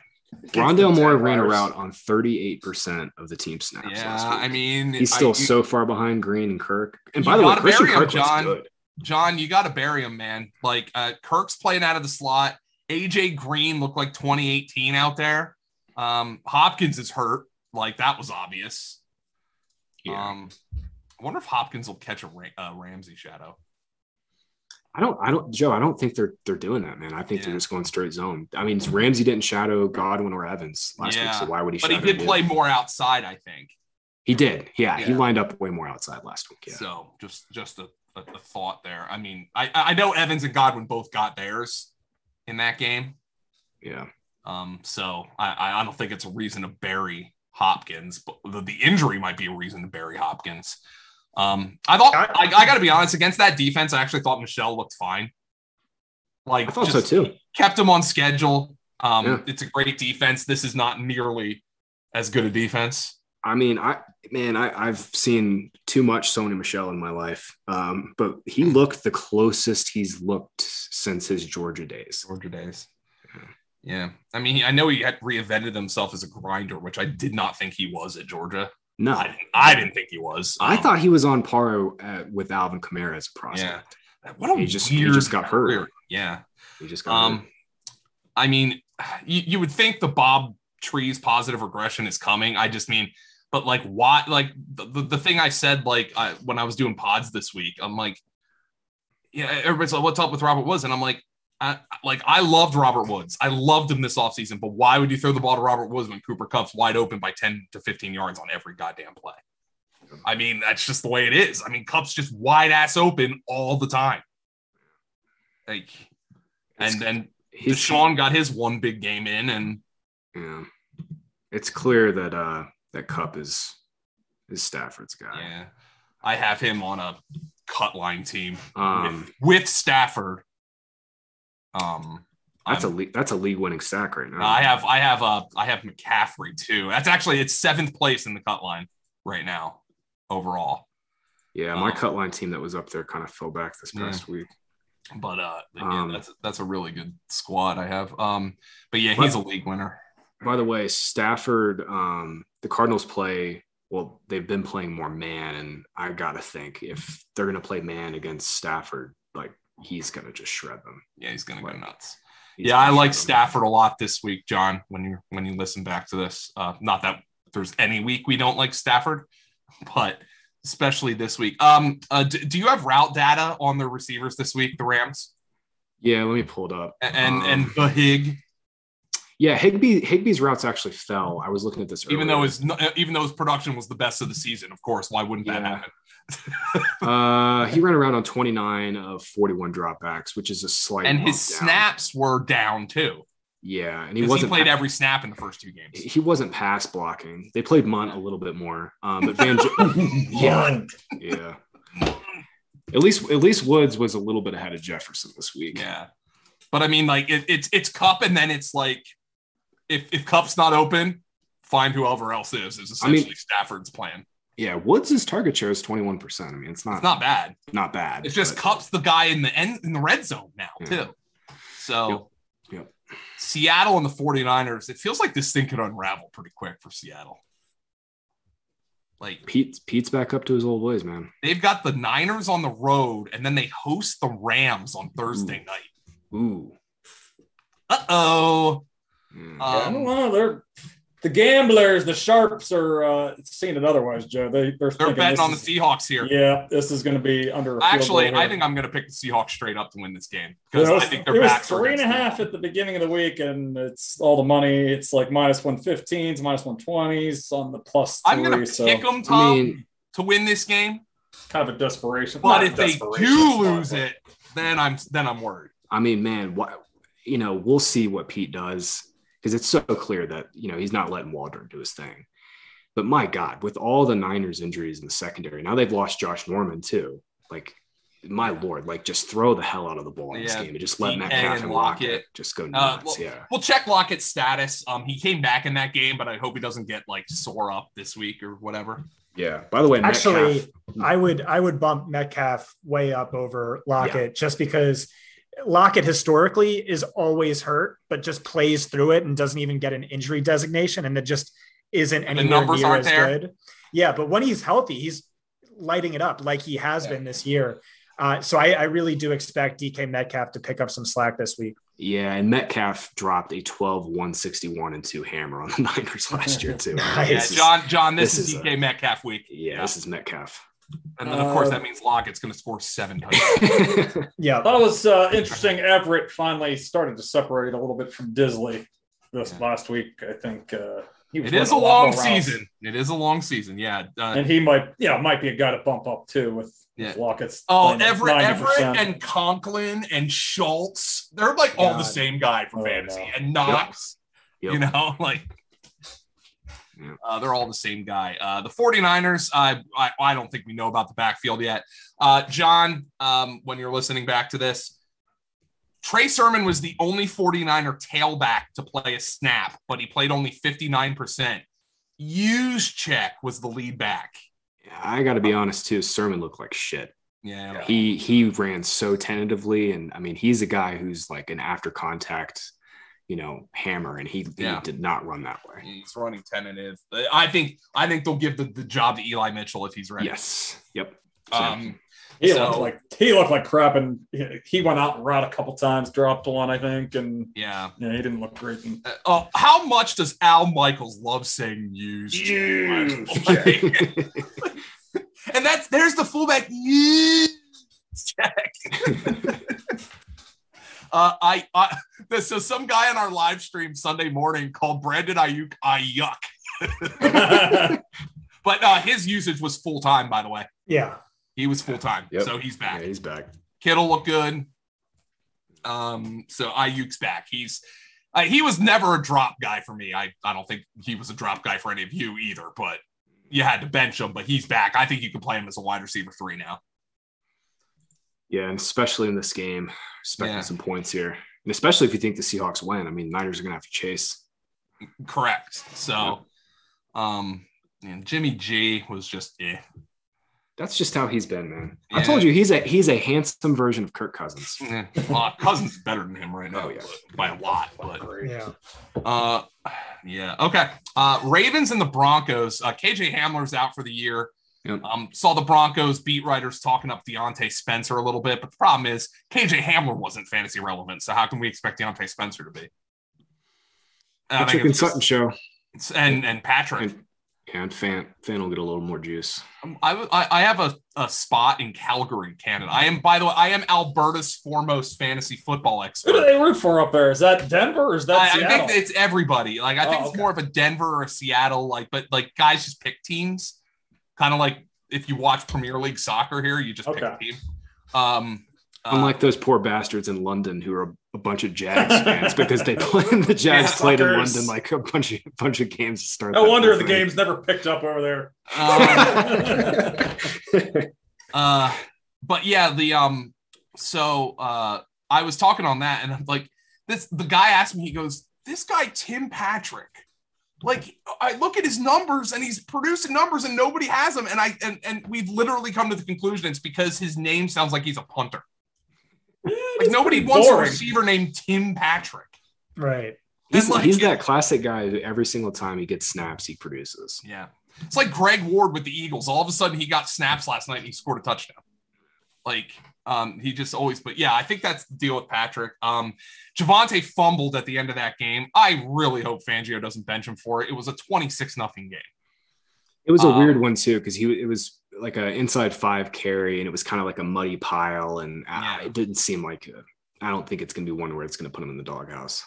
[SPEAKER 3] Rondell Moore ran a
[SPEAKER 2] Jaguars.
[SPEAKER 3] route on 38% of the team snaps
[SPEAKER 1] Yeah,
[SPEAKER 3] last week.
[SPEAKER 1] I mean,
[SPEAKER 3] He's
[SPEAKER 1] I-
[SPEAKER 3] still
[SPEAKER 1] you-
[SPEAKER 3] so far behind Green and Kirk. And
[SPEAKER 1] You
[SPEAKER 3] by the way,
[SPEAKER 1] gotta
[SPEAKER 3] Christian
[SPEAKER 1] bury him,
[SPEAKER 3] Kirk looks
[SPEAKER 1] John.
[SPEAKER 3] good.
[SPEAKER 1] John. You got to bury him, man. Like uh, Kirk's playing out of the slot. AJ Green looked like 2018 out there. Um, Hopkins is hurt. Like that was obvious.
[SPEAKER 3] Yeah.
[SPEAKER 1] Um, I wonder if Hopkins will catch a Ra- uh, Ramsey shadow.
[SPEAKER 3] I don't, I don't, Joe. I don't think they're they're doing that, man. I think
[SPEAKER 1] Yeah.
[SPEAKER 3] they're just going straight zone. I mean, Ramsey didn't shadow Godwin or Evans last week,
[SPEAKER 1] Yeah.
[SPEAKER 3] so why would he?
[SPEAKER 1] But he
[SPEAKER 3] shadow
[SPEAKER 1] did
[SPEAKER 3] him?
[SPEAKER 1] play more outside, I think.
[SPEAKER 3] He did. Yeah, he
[SPEAKER 1] Yeah.
[SPEAKER 3] lined up way more outside last week. Yeah.
[SPEAKER 1] So just just a, a, a thought there. I mean, I I know Evans and Godwin both got theirs in that game.
[SPEAKER 3] yeah.
[SPEAKER 1] Um, so I, I don't think it's a reason to bury Hopkins, but the, the injury might be a reason to bury Hopkins. Um, I thought I, I got to be honest against that defense. I actually thought Michelle looked fine. Like
[SPEAKER 3] I thought so
[SPEAKER 1] just
[SPEAKER 3] too.
[SPEAKER 1] kept him on schedule. Um,
[SPEAKER 3] Yeah.
[SPEAKER 1] It's a great defense. This is not nearly as good a defense.
[SPEAKER 3] I mean, I man, I, I've seen too much Sony Michelle in my life, um, but he looked the closest he's looked since his Georgia days.
[SPEAKER 1] Georgia days.
[SPEAKER 3] Yeah.
[SPEAKER 1] Yeah, I mean, he- I know he had reinvented himself as a grinder, which I did not think he was at Georgia.
[SPEAKER 3] No,
[SPEAKER 1] I, I didn't think he was.
[SPEAKER 3] I
[SPEAKER 1] Um,
[SPEAKER 3] thought he was on par uh, with Alvin Kamara as a prospect.
[SPEAKER 1] what a
[SPEAKER 3] he just
[SPEAKER 1] weird
[SPEAKER 3] he just got
[SPEAKER 1] career.
[SPEAKER 3] hurt.
[SPEAKER 1] Yeah,
[SPEAKER 3] He just got
[SPEAKER 1] Um, I mean, you, you would think the Bob Trees positive regression is coming. I just mean, but like, why? Like the, the, the thing I said, like I, when I was doing pods this week, I'm like, yeah, everybody's like, what's up with Robert Woods? And I'm like, I, like I loved Robert Woods. I loved him this offseason, but why would you throw the ball to Robert Woods when Cooper Cup's wide open by 10 to 15 yards on every goddamn play? I mean, that's just the way it is. I mean, Cup's just wide ass open all the time. Like,
[SPEAKER 3] It's-
[SPEAKER 1] and then
[SPEAKER 3] his,
[SPEAKER 1] Deshaun got his one big game in, and
[SPEAKER 3] Yeah. It's clear that uh that Cup is is Stafford's guy.
[SPEAKER 1] yeah, I have him on a cut line team
[SPEAKER 3] Um
[SPEAKER 1] with Stafford. Um,
[SPEAKER 3] that's a
[SPEAKER 1] I'm-
[SPEAKER 3] le- that's a league winning sack right now.
[SPEAKER 1] I have I have uh I have McCaffrey too. That's actually it's seventh place in the cut line right now overall.
[SPEAKER 3] yeah, my
[SPEAKER 1] um,
[SPEAKER 3] cut line team that was up there kind of fell back this
[SPEAKER 1] Yeah.
[SPEAKER 3] past week.
[SPEAKER 1] But uh, yeah,
[SPEAKER 3] Um,
[SPEAKER 1] that's that's a really good squad I have. Um, but yeah, he's a league winner.
[SPEAKER 3] By the way, Stafford, um, the Cardinals play well, they've been playing more man, and I gotta think if they're gonna play man against Stafford, like he's gonna just shred them.
[SPEAKER 1] Yeah, he's gonna go nuts.
[SPEAKER 3] He's
[SPEAKER 1] yeah,
[SPEAKER 3] gonna
[SPEAKER 1] I like
[SPEAKER 3] shred them.
[SPEAKER 1] Stafford a lot this week, John. When you when you listen back to this, uh, not that there's any week we don't like Stafford, but especially this week. Um, uh, do, do you have route data on the receivers this week, the Rams
[SPEAKER 3] Yeah, let me pull it up.
[SPEAKER 1] A- and
[SPEAKER 3] Um,
[SPEAKER 1] and the Hig,
[SPEAKER 3] yeah, Higby Higby's routes actually fell. I was looking at this earlier.
[SPEAKER 1] even though his uh, even though his production was the best of the season, of course, why wouldn't that
[SPEAKER 3] Yeah.
[SPEAKER 1] happen?
[SPEAKER 3] Uh, he ran around on 29 of 41 dropbacks, which is a slight
[SPEAKER 1] And
[SPEAKER 3] bump
[SPEAKER 1] his
[SPEAKER 3] down.
[SPEAKER 1] snaps were down too.
[SPEAKER 3] Yeah, and he
[SPEAKER 1] He, he
[SPEAKER 3] wasn't
[SPEAKER 1] played
[SPEAKER 3] pa-
[SPEAKER 1] every snap in the first two games.
[SPEAKER 3] he wasn't pass blocking. They played Munt a little bit more, um, but Van jo-
[SPEAKER 2] yeah.
[SPEAKER 3] yeah. At least at least Woods was a little bit ahead of Jefferson this week.
[SPEAKER 1] Yeah, but I mean, like it, it's it's Cup, and then it's like if if Cup's not open, find whoever else is. Is
[SPEAKER 3] I mean-
[SPEAKER 1] essentially Stafford's plan.
[SPEAKER 3] yeah. Woods' target share is 21. percent I mean, it's not
[SPEAKER 1] It's
[SPEAKER 3] not,
[SPEAKER 1] not bad.
[SPEAKER 3] bad.
[SPEAKER 1] It's just
[SPEAKER 3] uh, but-
[SPEAKER 1] Cup's the guy in the end in the red zone now
[SPEAKER 3] Yeah.
[SPEAKER 1] too. So.
[SPEAKER 3] Yep.
[SPEAKER 1] Seattle and the 49ers, it feels like this thing could unravel pretty quick for Seattle. Like
[SPEAKER 3] Pete Pete's back up to his old ways, man.
[SPEAKER 1] they've got the Niners on the road and then they host the Rams on Thursday night.
[SPEAKER 3] Ooh.
[SPEAKER 1] Uh-oh.
[SPEAKER 3] Yeah.
[SPEAKER 2] I
[SPEAKER 1] Um,
[SPEAKER 2] don't know. They're the gamblers, the sharps are uh, seeing it otherwise, Joe. They, they're
[SPEAKER 1] they're
[SPEAKER 2] thinking
[SPEAKER 1] betting
[SPEAKER 2] this
[SPEAKER 1] on the
[SPEAKER 2] is-
[SPEAKER 1] Seahawks here.
[SPEAKER 2] Yeah, this is going to be under. a field
[SPEAKER 1] Actually,
[SPEAKER 2] goal
[SPEAKER 1] I
[SPEAKER 2] here.
[SPEAKER 1] think I'm going to pick the Seahawks straight up to win this game because
[SPEAKER 2] It was-
[SPEAKER 1] I think their
[SPEAKER 2] it was
[SPEAKER 1] backs are
[SPEAKER 2] three and a
[SPEAKER 1] against the-
[SPEAKER 2] half at the beginning of the week, and it's all the money. It's like minus one fifteens, minus one twenties on the plus three.
[SPEAKER 1] I'm going to
[SPEAKER 2] so
[SPEAKER 1] pick them,
[SPEAKER 3] I
[SPEAKER 1] Tom,
[SPEAKER 3] mean,
[SPEAKER 1] to win this game.
[SPEAKER 2] kind of a desperation.
[SPEAKER 1] But
[SPEAKER 2] not
[SPEAKER 1] if they do
[SPEAKER 2] desperation, it's not,
[SPEAKER 1] lose
[SPEAKER 2] but-
[SPEAKER 1] it, then I'm then I'm worried.
[SPEAKER 3] I mean, man, what you know, we'll see what Pete does because it's so clear that you know he's not letting Waldron do his thing. But my God, with all the Niners injuries in the secondary, now they've lost Josh Norman too. Like, my lord, like just throw the hell out of the ball in this
[SPEAKER 1] Yeah,
[SPEAKER 3] game and just let
[SPEAKER 1] DK
[SPEAKER 3] Metcalf
[SPEAKER 1] and
[SPEAKER 3] and
[SPEAKER 1] Lockett. Uh,
[SPEAKER 3] Lockett just go nuts.
[SPEAKER 1] well-
[SPEAKER 3] yeah,
[SPEAKER 1] We'll check Lockett's status. Um, he came back in that game, but I hope he doesn't get like sore up this week or whatever.
[SPEAKER 3] yeah. By the way,
[SPEAKER 4] Actually,
[SPEAKER 3] Metcalf,
[SPEAKER 4] I would I would bump Metcalf way up over Lockett just because Lockett historically is always hurt, but just plays through it and doesn't even get an injury designation, and it just isn't
[SPEAKER 1] The
[SPEAKER 4] anywhere
[SPEAKER 1] numbers
[SPEAKER 4] near
[SPEAKER 1] aren't
[SPEAKER 4] as
[SPEAKER 1] there.
[SPEAKER 4] good. Yeah, but when he's healthy, he's lighting it up like he has
[SPEAKER 1] Yeah.
[SPEAKER 4] been this year. Uh, so I, I really do expect DK Metcalf to pick up some slack this week.
[SPEAKER 3] yeah, and Metcalf dropped a 12, 161, and two hammer on the Niners last year too.
[SPEAKER 4] Nice.
[SPEAKER 1] Yeah,
[SPEAKER 3] This is-
[SPEAKER 1] John, John, this,
[SPEAKER 3] this
[SPEAKER 1] is,
[SPEAKER 3] is
[SPEAKER 1] DK Metcalf week,
[SPEAKER 3] yeah, this is Metcalf.
[SPEAKER 1] and then of course
[SPEAKER 2] Uh,
[SPEAKER 1] that means Lockett's going to score seven touchdowns.
[SPEAKER 4] Yeah,
[SPEAKER 2] I thought it was uh, interesting. Everett finally started to separate a little bit from Disley this
[SPEAKER 1] Yeah.
[SPEAKER 2] last week. I think uh, he was
[SPEAKER 1] it is a
[SPEAKER 2] running lot
[SPEAKER 1] long
[SPEAKER 2] more routes.
[SPEAKER 1] season. It is a long season. Yeah. Uh,
[SPEAKER 2] and he might, you know, might be a guy to bump up too with
[SPEAKER 1] Yeah.
[SPEAKER 2] Lockett's.
[SPEAKER 1] Oh,
[SPEAKER 2] playing at
[SPEAKER 1] Everett,
[SPEAKER 2] 90%.
[SPEAKER 1] Everett and Conklin and Schultz. They're like all the
[SPEAKER 4] God.
[SPEAKER 1] same guy for
[SPEAKER 2] Oh,
[SPEAKER 1] fantasy.
[SPEAKER 2] no.
[SPEAKER 1] And Knox.
[SPEAKER 3] Yep.
[SPEAKER 1] You know, like
[SPEAKER 3] Yeah.
[SPEAKER 1] uh, they're all the same guy. Uh, the 49ers, I, I, I don't think we know about the backfield yet. Uh, John, um, when you're listening back to this, Trey Sermon was the only 49er tailback to play a snap, but he played only 59%. Use check was the lead back.
[SPEAKER 3] Yeah, I got to be honest too. Sermon looked like shit.
[SPEAKER 1] Yeah.
[SPEAKER 3] He he ran so tentatively, and I mean he's a guy who's like an after contact, you know, hammer, and he, he
[SPEAKER 1] Yeah.
[SPEAKER 3] did not run that way.
[SPEAKER 1] He's running tentative. I think I think they'll give the, the job to Eli Mitchell if he's ready.
[SPEAKER 3] Yes. Yep.
[SPEAKER 1] Um,
[SPEAKER 2] He
[SPEAKER 1] So-
[SPEAKER 2] looked like he looked like crap, and he- he went out and ran a couple times, dropped one, I think, and
[SPEAKER 1] yeah.
[SPEAKER 2] yeah, he didn't look great. And,
[SPEAKER 1] Uh, oh, how much does Al Michaels love saying used?
[SPEAKER 2] Used.
[SPEAKER 1] Like- and that's there's the fullback used check. Uh, I, I so some guy in our live stream Sunday morning called Brandon Ayuk I yuck, but uh, his usage was full time. By the way,
[SPEAKER 4] Yeah.
[SPEAKER 1] he was full time,
[SPEAKER 3] Yep.
[SPEAKER 1] so he's back.
[SPEAKER 3] yeah, he's back.
[SPEAKER 1] Kittle looked good. Um, so Ayuk's back. He's uh, he was never a drop guy for me. I I don't think he was a drop guy for any of you either. But you had to bench him. But he's back. I think you can play him as a wide receiver three now.
[SPEAKER 3] Yeah, and especially in this game, expecting
[SPEAKER 1] Yeah.
[SPEAKER 3] some points here, and especially if you think the Seahawks win. I mean, Niners are gonna have to chase.
[SPEAKER 1] Correct. So, um, and Jimmy G was just eh.
[SPEAKER 3] That's just how he's been, man. I
[SPEAKER 1] Yeah.
[SPEAKER 3] told you he's a he's a handsome version of Kirk Cousins.
[SPEAKER 1] eh. Uh, Cousins is better than him right now
[SPEAKER 3] Oh, yeah.
[SPEAKER 1] but- by a lot. But
[SPEAKER 4] Yeah.
[SPEAKER 1] Uh, yeah. Okay. Uh, Ravens and the Broncos. Uh, KJ Hamler's out for the year.
[SPEAKER 3] Yep.
[SPEAKER 1] Um, saw the Broncos beat writers talking up Deontay Spencer a little bit, but the problem is KJ Hamler wasn't fantasy relevant. So how can we expect Deontay Spencer to be? And I
[SPEAKER 3] That's
[SPEAKER 1] think
[SPEAKER 3] your
[SPEAKER 1] it's
[SPEAKER 3] consultant show,
[SPEAKER 1] just- and and Patrick.
[SPEAKER 3] and and Fan Fan will get a little more juice.
[SPEAKER 1] Um, I w- I I have a, a spot in Calgary, Canada. I am by the way, I am Alberta's foremost fantasy football
[SPEAKER 2] Who do
[SPEAKER 1] expert.
[SPEAKER 2] they root for up there? Is that Denver or is that
[SPEAKER 1] I, I
[SPEAKER 2] Seattle?
[SPEAKER 1] think it's everybody. Like I think
[SPEAKER 2] Oh,
[SPEAKER 1] it's
[SPEAKER 2] okay.
[SPEAKER 1] more of a Denver or a Seattle. Like, but like guys just pick teams, kind of like if you watch Premier League soccer here, you just pick a team. Um, uh,
[SPEAKER 3] Unlike those poor bastards in London who are a, a bunch of Jags fans because they play the Jags
[SPEAKER 2] Yeah,
[SPEAKER 3] played in
[SPEAKER 2] fuckers.
[SPEAKER 3] London like a bunch of bunch of games to start.
[SPEAKER 2] no
[SPEAKER 3] that
[SPEAKER 2] wonder the
[SPEAKER 3] thing.
[SPEAKER 2] game's never picked up over there.
[SPEAKER 1] um, uh, but yeah, the um, so uh, I was talking on that, and I'm like, this. The guy asked me, he goes, "This guy Tim Patrick." Like I look at his numbers and he's producing numbers and nobody has him. And I and, and we've literally come to the conclusion it's because his name sounds like he's a punter. Like nobody
[SPEAKER 2] pretty
[SPEAKER 1] wants a
[SPEAKER 2] boring.
[SPEAKER 1] receiver named Tim Patrick.
[SPEAKER 4] Right.
[SPEAKER 3] He's,
[SPEAKER 1] like-
[SPEAKER 3] he's that classic guy who every single time he gets snaps, he produces.
[SPEAKER 1] Yeah. It's like Greg Ward with the Eagles. All of a sudden he got snaps last night and he scored a touchdown. Like um, he just always, but yeah, I think that's the deal with Patrick. Um, Javante fumbled at the end of that game. I really hope Fangio doesn't bench him for it. It was a 26 nothing game.
[SPEAKER 3] It was a
[SPEAKER 1] Um,
[SPEAKER 3] weird one too because he it was like an inside five carry and it was kind of like a muddy pile and uh,
[SPEAKER 1] Yeah.
[SPEAKER 3] it didn't seem like I I don't think it's going to be one where it's going to put him in the doghouse.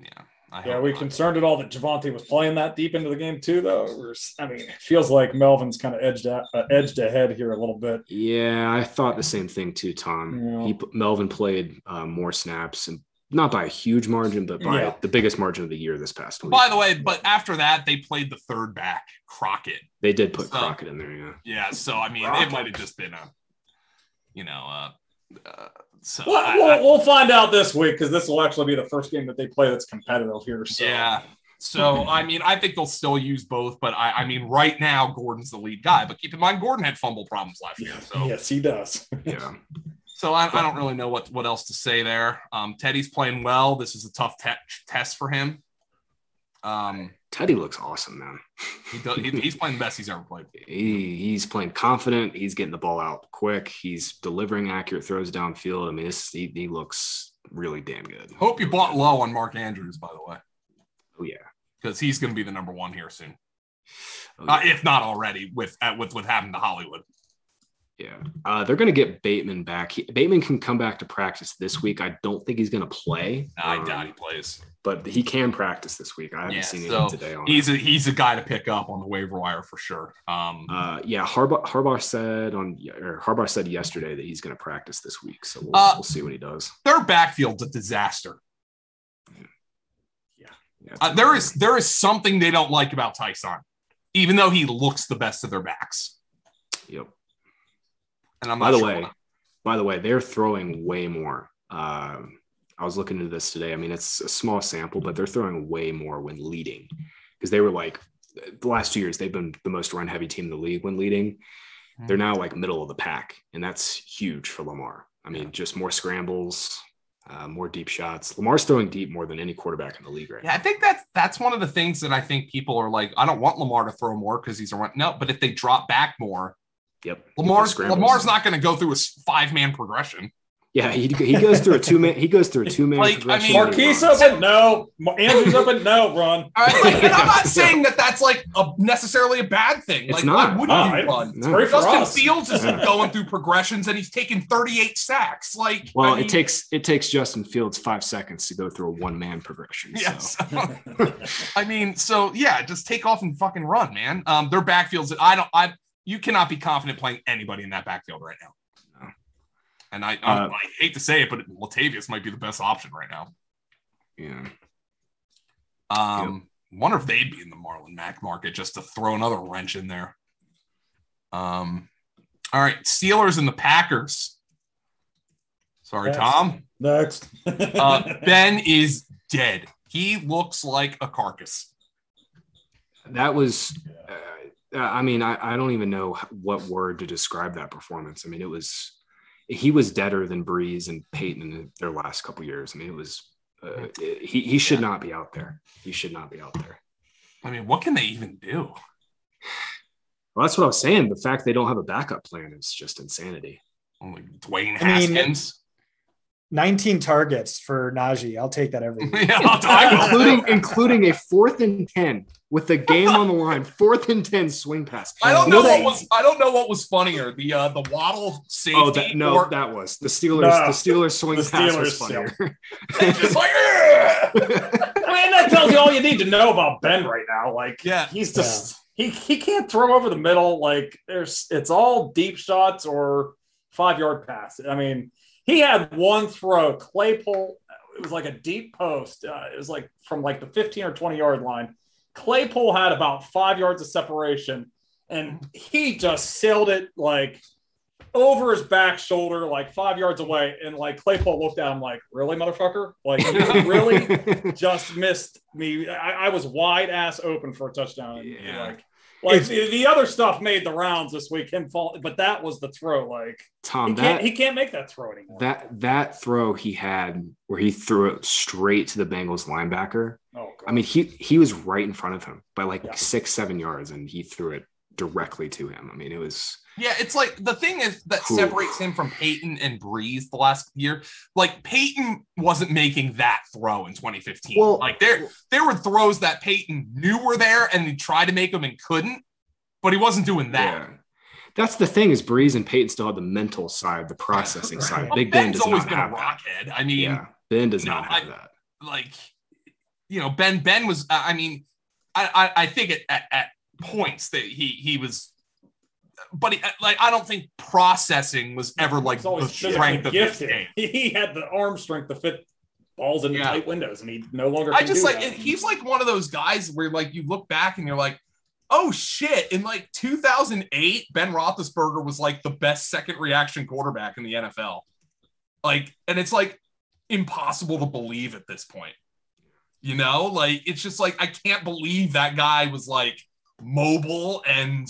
[SPEAKER 1] Yeah. I
[SPEAKER 2] Yeah,
[SPEAKER 1] hope
[SPEAKER 2] are we
[SPEAKER 1] not.
[SPEAKER 2] concerned at all that Javante was playing that deep into the game too, though? Or, s- I mean, it feels like Melvin's kind of edged out, uh, edged ahead here a little bit.
[SPEAKER 3] Yeah, I thought the same thing too, Tom.
[SPEAKER 2] Yeah.
[SPEAKER 3] He p- Melvin played uh, more snaps and not by a huge margin, but by
[SPEAKER 2] Yeah.
[SPEAKER 3] the biggest margin of the year this past week.
[SPEAKER 1] By the way, but after that, they played the third back, Crockett.
[SPEAKER 3] they did put
[SPEAKER 1] So-
[SPEAKER 3] Crockett in there. Yeah,
[SPEAKER 1] Yeah. So, I mean, it
[SPEAKER 2] Crockett.
[SPEAKER 1] might have just been a, you know, uh, uh so
[SPEAKER 2] We'll,
[SPEAKER 1] I- I-
[SPEAKER 2] we'll, we'll find out this week because this will actually be the first game that they play that's competitive here. So.
[SPEAKER 1] Yeah. So
[SPEAKER 3] hmm.
[SPEAKER 1] I mean, I think they'll still use both, but I, I mean, right now Gordon's the lead guy. But keep in mind, Gordon had fumble problems last year, so
[SPEAKER 2] Yes, he does.
[SPEAKER 3] yeah.
[SPEAKER 1] so I, I don't really know what what else to say there. Um, Teddy's playing well. This is a tough te- test for him. Um,
[SPEAKER 3] Teddy looks awesome, man.
[SPEAKER 1] he does, he, he's playing the best he's ever played.
[SPEAKER 3] He, he's playing confident. He's getting the ball out quick. He's delivering accurate throws downfield. I mean, this, he, he looks really damn good.
[SPEAKER 1] Hope you bought low on Mark Andrews, by the way.
[SPEAKER 3] Oh, yeah.
[SPEAKER 1] Because he's going to be the number one here soon,
[SPEAKER 3] Oh, yeah.
[SPEAKER 1] uh, if not already, with uh, with what happened to Hollywood.
[SPEAKER 3] Yeah. Uh, they're going to get Bateman back. He, Bateman can come back to practice this week. I don't think he's going to play.
[SPEAKER 1] I
[SPEAKER 3] um,
[SPEAKER 1] doubt uh, he plays.
[SPEAKER 3] But he can practice this week. I haven't
[SPEAKER 1] Yeah,
[SPEAKER 3] seen
[SPEAKER 1] so
[SPEAKER 3] anything today on
[SPEAKER 1] He's
[SPEAKER 3] it.
[SPEAKER 1] a he's a guy to pick up on the waiver wire for sure. Um,
[SPEAKER 3] Uh, yeah, Harbaugh, Harbaugh said on or Harbaugh said yesterday that he's going to practice this week. So we'll,
[SPEAKER 1] Uh,
[SPEAKER 3] we'll see what he does.
[SPEAKER 1] their backfield's a disaster.
[SPEAKER 3] Yeah,
[SPEAKER 1] Uh, there is there is something they don't like about Tyson, even though he looks the best of their backs.
[SPEAKER 3] Yep.
[SPEAKER 1] And I'm
[SPEAKER 3] By
[SPEAKER 1] not
[SPEAKER 3] the
[SPEAKER 1] sure
[SPEAKER 3] way,
[SPEAKER 1] why.
[SPEAKER 3] by the way, they're throwing way more. Um, I was looking into this today. I mean, it's a small sample, but they're throwing way more when leading because they were like the last two years they've been the most run heavy team in the league when leading.
[SPEAKER 1] Hmm.
[SPEAKER 3] They're now like middle of the pack, and that's huge for Lamar. I mean, just more scrambles, uh, more deep shots. Lamar's throwing deep more than any quarterback in the league right
[SPEAKER 1] Yeah, I think that's that's one of the things that I think people are like, I don't want Lamar to throw more because he's a run. No, but if they drop back more,
[SPEAKER 3] now. Yep.
[SPEAKER 1] Lamar's
[SPEAKER 3] Scrambles.
[SPEAKER 1] Lamar's not going to go through a five man progression.
[SPEAKER 3] Yeah, he, he goes through a two man. He goes through a two man.
[SPEAKER 1] Like, I mean-
[SPEAKER 2] Marquise open? No. Mar- Andrews open? No, Ron.
[SPEAKER 1] All right, like, and I'm not saying that that's like a, necessarily a bad thing.
[SPEAKER 3] It's
[SPEAKER 1] Like,
[SPEAKER 3] not.
[SPEAKER 1] why would
[SPEAKER 2] No, I-
[SPEAKER 1] you run?
[SPEAKER 2] It's great for
[SPEAKER 1] Justin
[SPEAKER 2] us.
[SPEAKER 1] Fields is
[SPEAKER 3] Yeah.
[SPEAKER 1] going through progressions and he's taking 38 sacks. Like,
[SPEAKER 3] Well,
[SPEAKER 1] I mean,
[SPEAKER 3] it takes it takes Justin Fields five seconds to go through a one man progression.
[SPEAKER 1] Yeah,
[SPEAKER 3] So.
[SPEAKER 1] so- I mean, so yeah, just take off and fucking run, man. Um, their backfields that I don't, I you cannot be confident playing anybody in that backfield right now.
[SPEAKER 3] No.
[SPEAKER 1] And I, I,
[SPEAKER 3] Uh,
[SPEAKER 1] I hate to say it, but Latavius might be the best option right now.
[SPEAKER 3] Yeah.
[SPEAKER 1] Um, wonder if they'd be in the Marlon Mack market just to throw another wrench in there. Um, all right, Steelers and the Packers. Sorry,
[SPEAKER 2] Yes.
[SPEAKER 1] Tom.
[SPEAKER 2] Next.
[SPEAKER 1] Uh, ben is dead. He looks like a carcass.
[SPEAKER 3] That was. Uh, I mean, I, I don't even know what word to describe that performance. I mean, it was. He was deader than Breeze and Peyton in their last couple years. I mean, it was. Uh, he he should not be out there. He should not be out there.
[SPEAKER 1] I mean, what can they even do?
[SPEAKER 3] Well, that's what I was saying. The fact they don't have a backup plan is just insanity.
[SPEAKER 1] Like Dwayne
[SPEAKER 4] I mean-
[SPEAKER 1] Haskins.
[SPEAKER 4] 19 targets for Najee. I'll take that every week.
[SPEAKER 1] yeah, I'll- I will.
[SPEAKER 3] including including a fourth and ten with the game on the line, fourth and ten swing pass.
[SPEAKER 1] I don't
[SPEAKER 3] You
[SPEAKER 1] know
[SPEAKER 3] that-
[SPEAKER 1] what was I don't know what was funnier the uh, the Waddle safety
[SPEAKER 3] Oh, that, no,
[SPEAKER 1] or
[SPEAKER 3] that was the Steelers.
[SPEAKER 2] No.
[SPEAKER 3] the Steelers swing
[SPEAKER 2] The
[SPEAKER 3] pass was
[SPEAKER 2] Steelers,
[SPEAKER 3] funnier.
[SPEAKER 1] just like "Ugh!"
[SPEAKER 2] I mean, that tells you all you need to know about Ben right now. Like,
[SPEAKER 1] Yeah.
[SPEAKER 2] he's just he he can't throw over the middle. Like, there's it's all deep shots or five yard pass. I mean, he had one throw, Claypool. It was like a deep post. Uh, it was like from like the 15 or 20 yard line. Claypool had about five yards of separation, and he just sailed it like over his back shoulder, like five yards away. And like Claypool looked at him like, "Really, motherfucker? Like, you really?" just missed me. I, I was wide ass open for a touchdown.
[SPEAKER 3] Yeah.
[SPEAKER 2] Like, like
[SPEAKER 4] It's-
[SPEAKER 2] the, the other stuff made the rounds this week. Him fall, but that was the throw. Like he
[SPEAKER 1] Um,
[SPEAKER 3] Tom,
[SPEAKER 2] can't,
[SPEAKER 3] that
[SPEAKER 2] he can't make that throw anymore.
[SPEAKER 3] that that throw he had where he threw it straight to the Bengals linebacker.
[SPEAKER 2] oh, God.
[SPEAKER 3] I mean, he he was right in front of him by like
[SPEAKER 2] Yeah.
[SPEAKER 3] six seven yards, and he threw it directly to him. I mean, it was
[SPEAKER 1] Yeah, it's like the thing is that
[SPEAKER 3] Ooh.
[SPEAKER 1] separates him from Peyton and Breeze the last year. Like Peyton wasn't making that throw in 2015.
[SPEAKER 3] Well-
[SPEAKER 1] like there there were throws that Peyton knew were there and he tried to make them and couldn't, but he wasn't doing that.
[SPEAKER 3] yeah. That's the thing is Breeze and Peyton still have the mental side, the processing side.
[SPEAKER 1] Well,
[SPEAKER 3] Big Ben
[SPEAKER 1] Ben's
[SPEAKER 3] does
[SPEAKER 1] always
[SPEAKER 3] not
[SPEAKER 1] been a
[SPEAKER 3] have that.
[SPEAKER 1] rockhead. I mean,
[SPEAKER 3] Yeah, Ben does
[SPEAKER 1] No,
[SPEAKER 3] not have
[SPEAKER 1] I-
[SPEAKER 3] that.
[SPEAKER 1] like you know ben ben was i I mean i i, I think at, at, at points that he he was but he, like i don't think processing was ever like
[SPEAKER 2] He's
[SPEAKER 1] the
[SPEAKER 2] always
[SPEAKER 1] strength
[SPEAKER 2] physically
[SPEAKER 1] of this game
[SPEAKER 2] gifted. He had the arm strength to fit balls into
[SPEAKER 1] Yeah.
[SPEAKER 2] tight windows, and he no longer.
[SPEAKER 1] i
[SPEAKER 2] can
[SPEAKER 1] just
[SPEAKER 2] do
[SPEAKER 1] like
[SPEAKER 2] that.
[SPEAKER 1] and he's like one of those guys where like you look back and you're like oh shit in like 2008 ben roethlisberger was like the best second reaction quarterback in the nfl like and it's like impossible to believe at this point you know like it's just like i can't believe that guy was like mobile and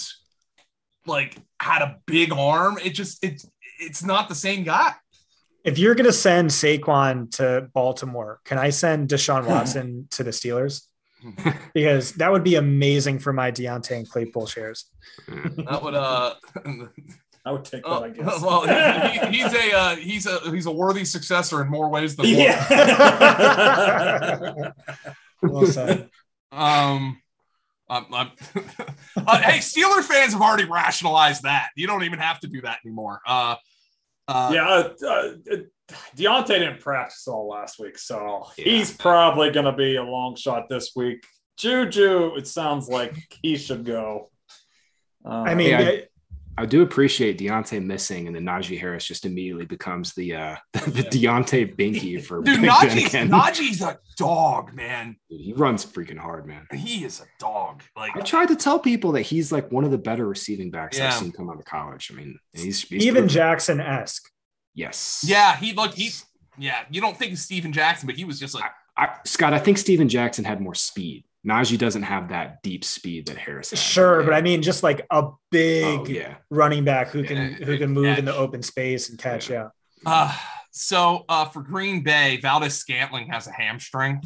[SPEAKER 1] like had a big arm it just it's it's not the same guy
[SPEAKER 4] If you're going to send Saquon to Baltimore, can I send Deshaun Watson to the Steelers? Because that would be amazing for my Deontay and Claypool shares.
[SPEAKER 1] that would uh
[SPEAKER 2] I would take that.
[SPEAKER 1] oh,
[SPEAKER 2] I guess.
[SPEAKER 1] well he, he's a uh, he's a he's a worthy successor in more ways than one
[SPEAKER 2] yeah.
[SPEAKER 4] Well said.
[SPEAKER 1] um I'm, I'm- uh, hey steeler fans have already rationalized that you don't even have to do that anymore uh uh
[SPEAKER 2] yeah, uh, uh, Deontay didn't practice all last week, so
[SPEAKER 3] Yeah.
[SPEAKER 2] he's probably going to be a long shot this week. Juju, it sounds like he should go. Uh,
[SPEAKER 4] I mean,
[SPEAKER 3] Yeah.
[SPEAKER 4] I,
[SPEAKER 3] I do appreciate Deontay missing, and then Najee Harris just immediately becomes the uh, the Deontay Binky for
[SPEAKER 1] Dude,
[SPEAKER 3] Big Ben
[SPEAKER 1] Najee's,
[SPEAKER 3] again.
[SPEAKER 1] Najee's a dog, man.
[SPEAKER 3] Dude, he runs freaking hard, man.
[SPEAKER 1] He is a dog. Like
[SPEAKER 3] I tried to tell people that he's like one of the better receiving backs I've
[SPEAKER 1] Yeah.
[SPEAKER 3] seen come out of college. I mean, he's, he's
[SPEAKER 4] Even
[SPEAKER 3] proven-
[SPEAKER 4] Jackson esque.
[SPEAKER 3] yes,
[SPEAKER 1] yeah, he looked he yeah, you don't think of Steven Jackson, but he was just like
[SPEAKER 3] I, Scott, I think Steven Jackson had more speed. Najee doesn't have that deep speed that Harris. Had.
[SPEAKER 4] Sure, but I mean just like a big
[SPEAKER 3] Oh, yeah,
[SPEAKER 4] running back who can
[SPEAKER 1] Yeah,
[SPEAKER 4] who can move
[SPEAKER 1] catch.
[SPEAKER 4] in the open space and catch yeah.
[SPEAKER 1] uh so uh for Green Bay, Valdez Scantling has a hamstring.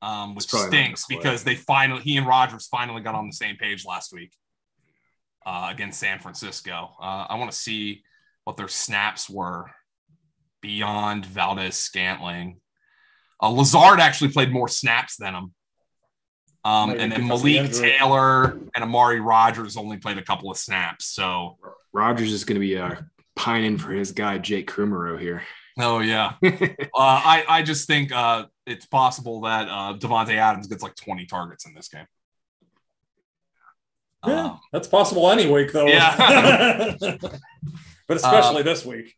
[SPEAKER 1] Um, which
[SPEAKER 3] It's probably not gonna
[SPEAKER 1] stinks
[SPEAKER 3] play.
[SPEAKER 1] because they finally he and Rogers finally got on the same page last week uh against San Francisco. Uh I want to see what their snaps were beyond Valdez Scantling. Uh, Lazard actually played more snaps than him. Um,
[SPEAKER 2] Maybe
[SPEAKER 1] and then
[SPEAKER 2] because of the
[SPEAKER 1] Malik
[SPEAKER 2] injury.
[SPEAKER 1] Taylor and Amari Rogers only played a couple of snaps. So,
[SPEAKER 3] Rogers is going to be uh, pining for his guy Jake Kumaro here.
[SPEAKER 1] oh yeah, uh, I I just think uh, it's possible that uh, Devonte Adams gets like 20 targets in this game.
[SPEAKER 2] Yeah,
[SPEAKER 1] Um,
[SPEAKER 2] that's possible any week though.
[SPEAKER 1] Yeah.
[SPEAKER 2] but especially this week.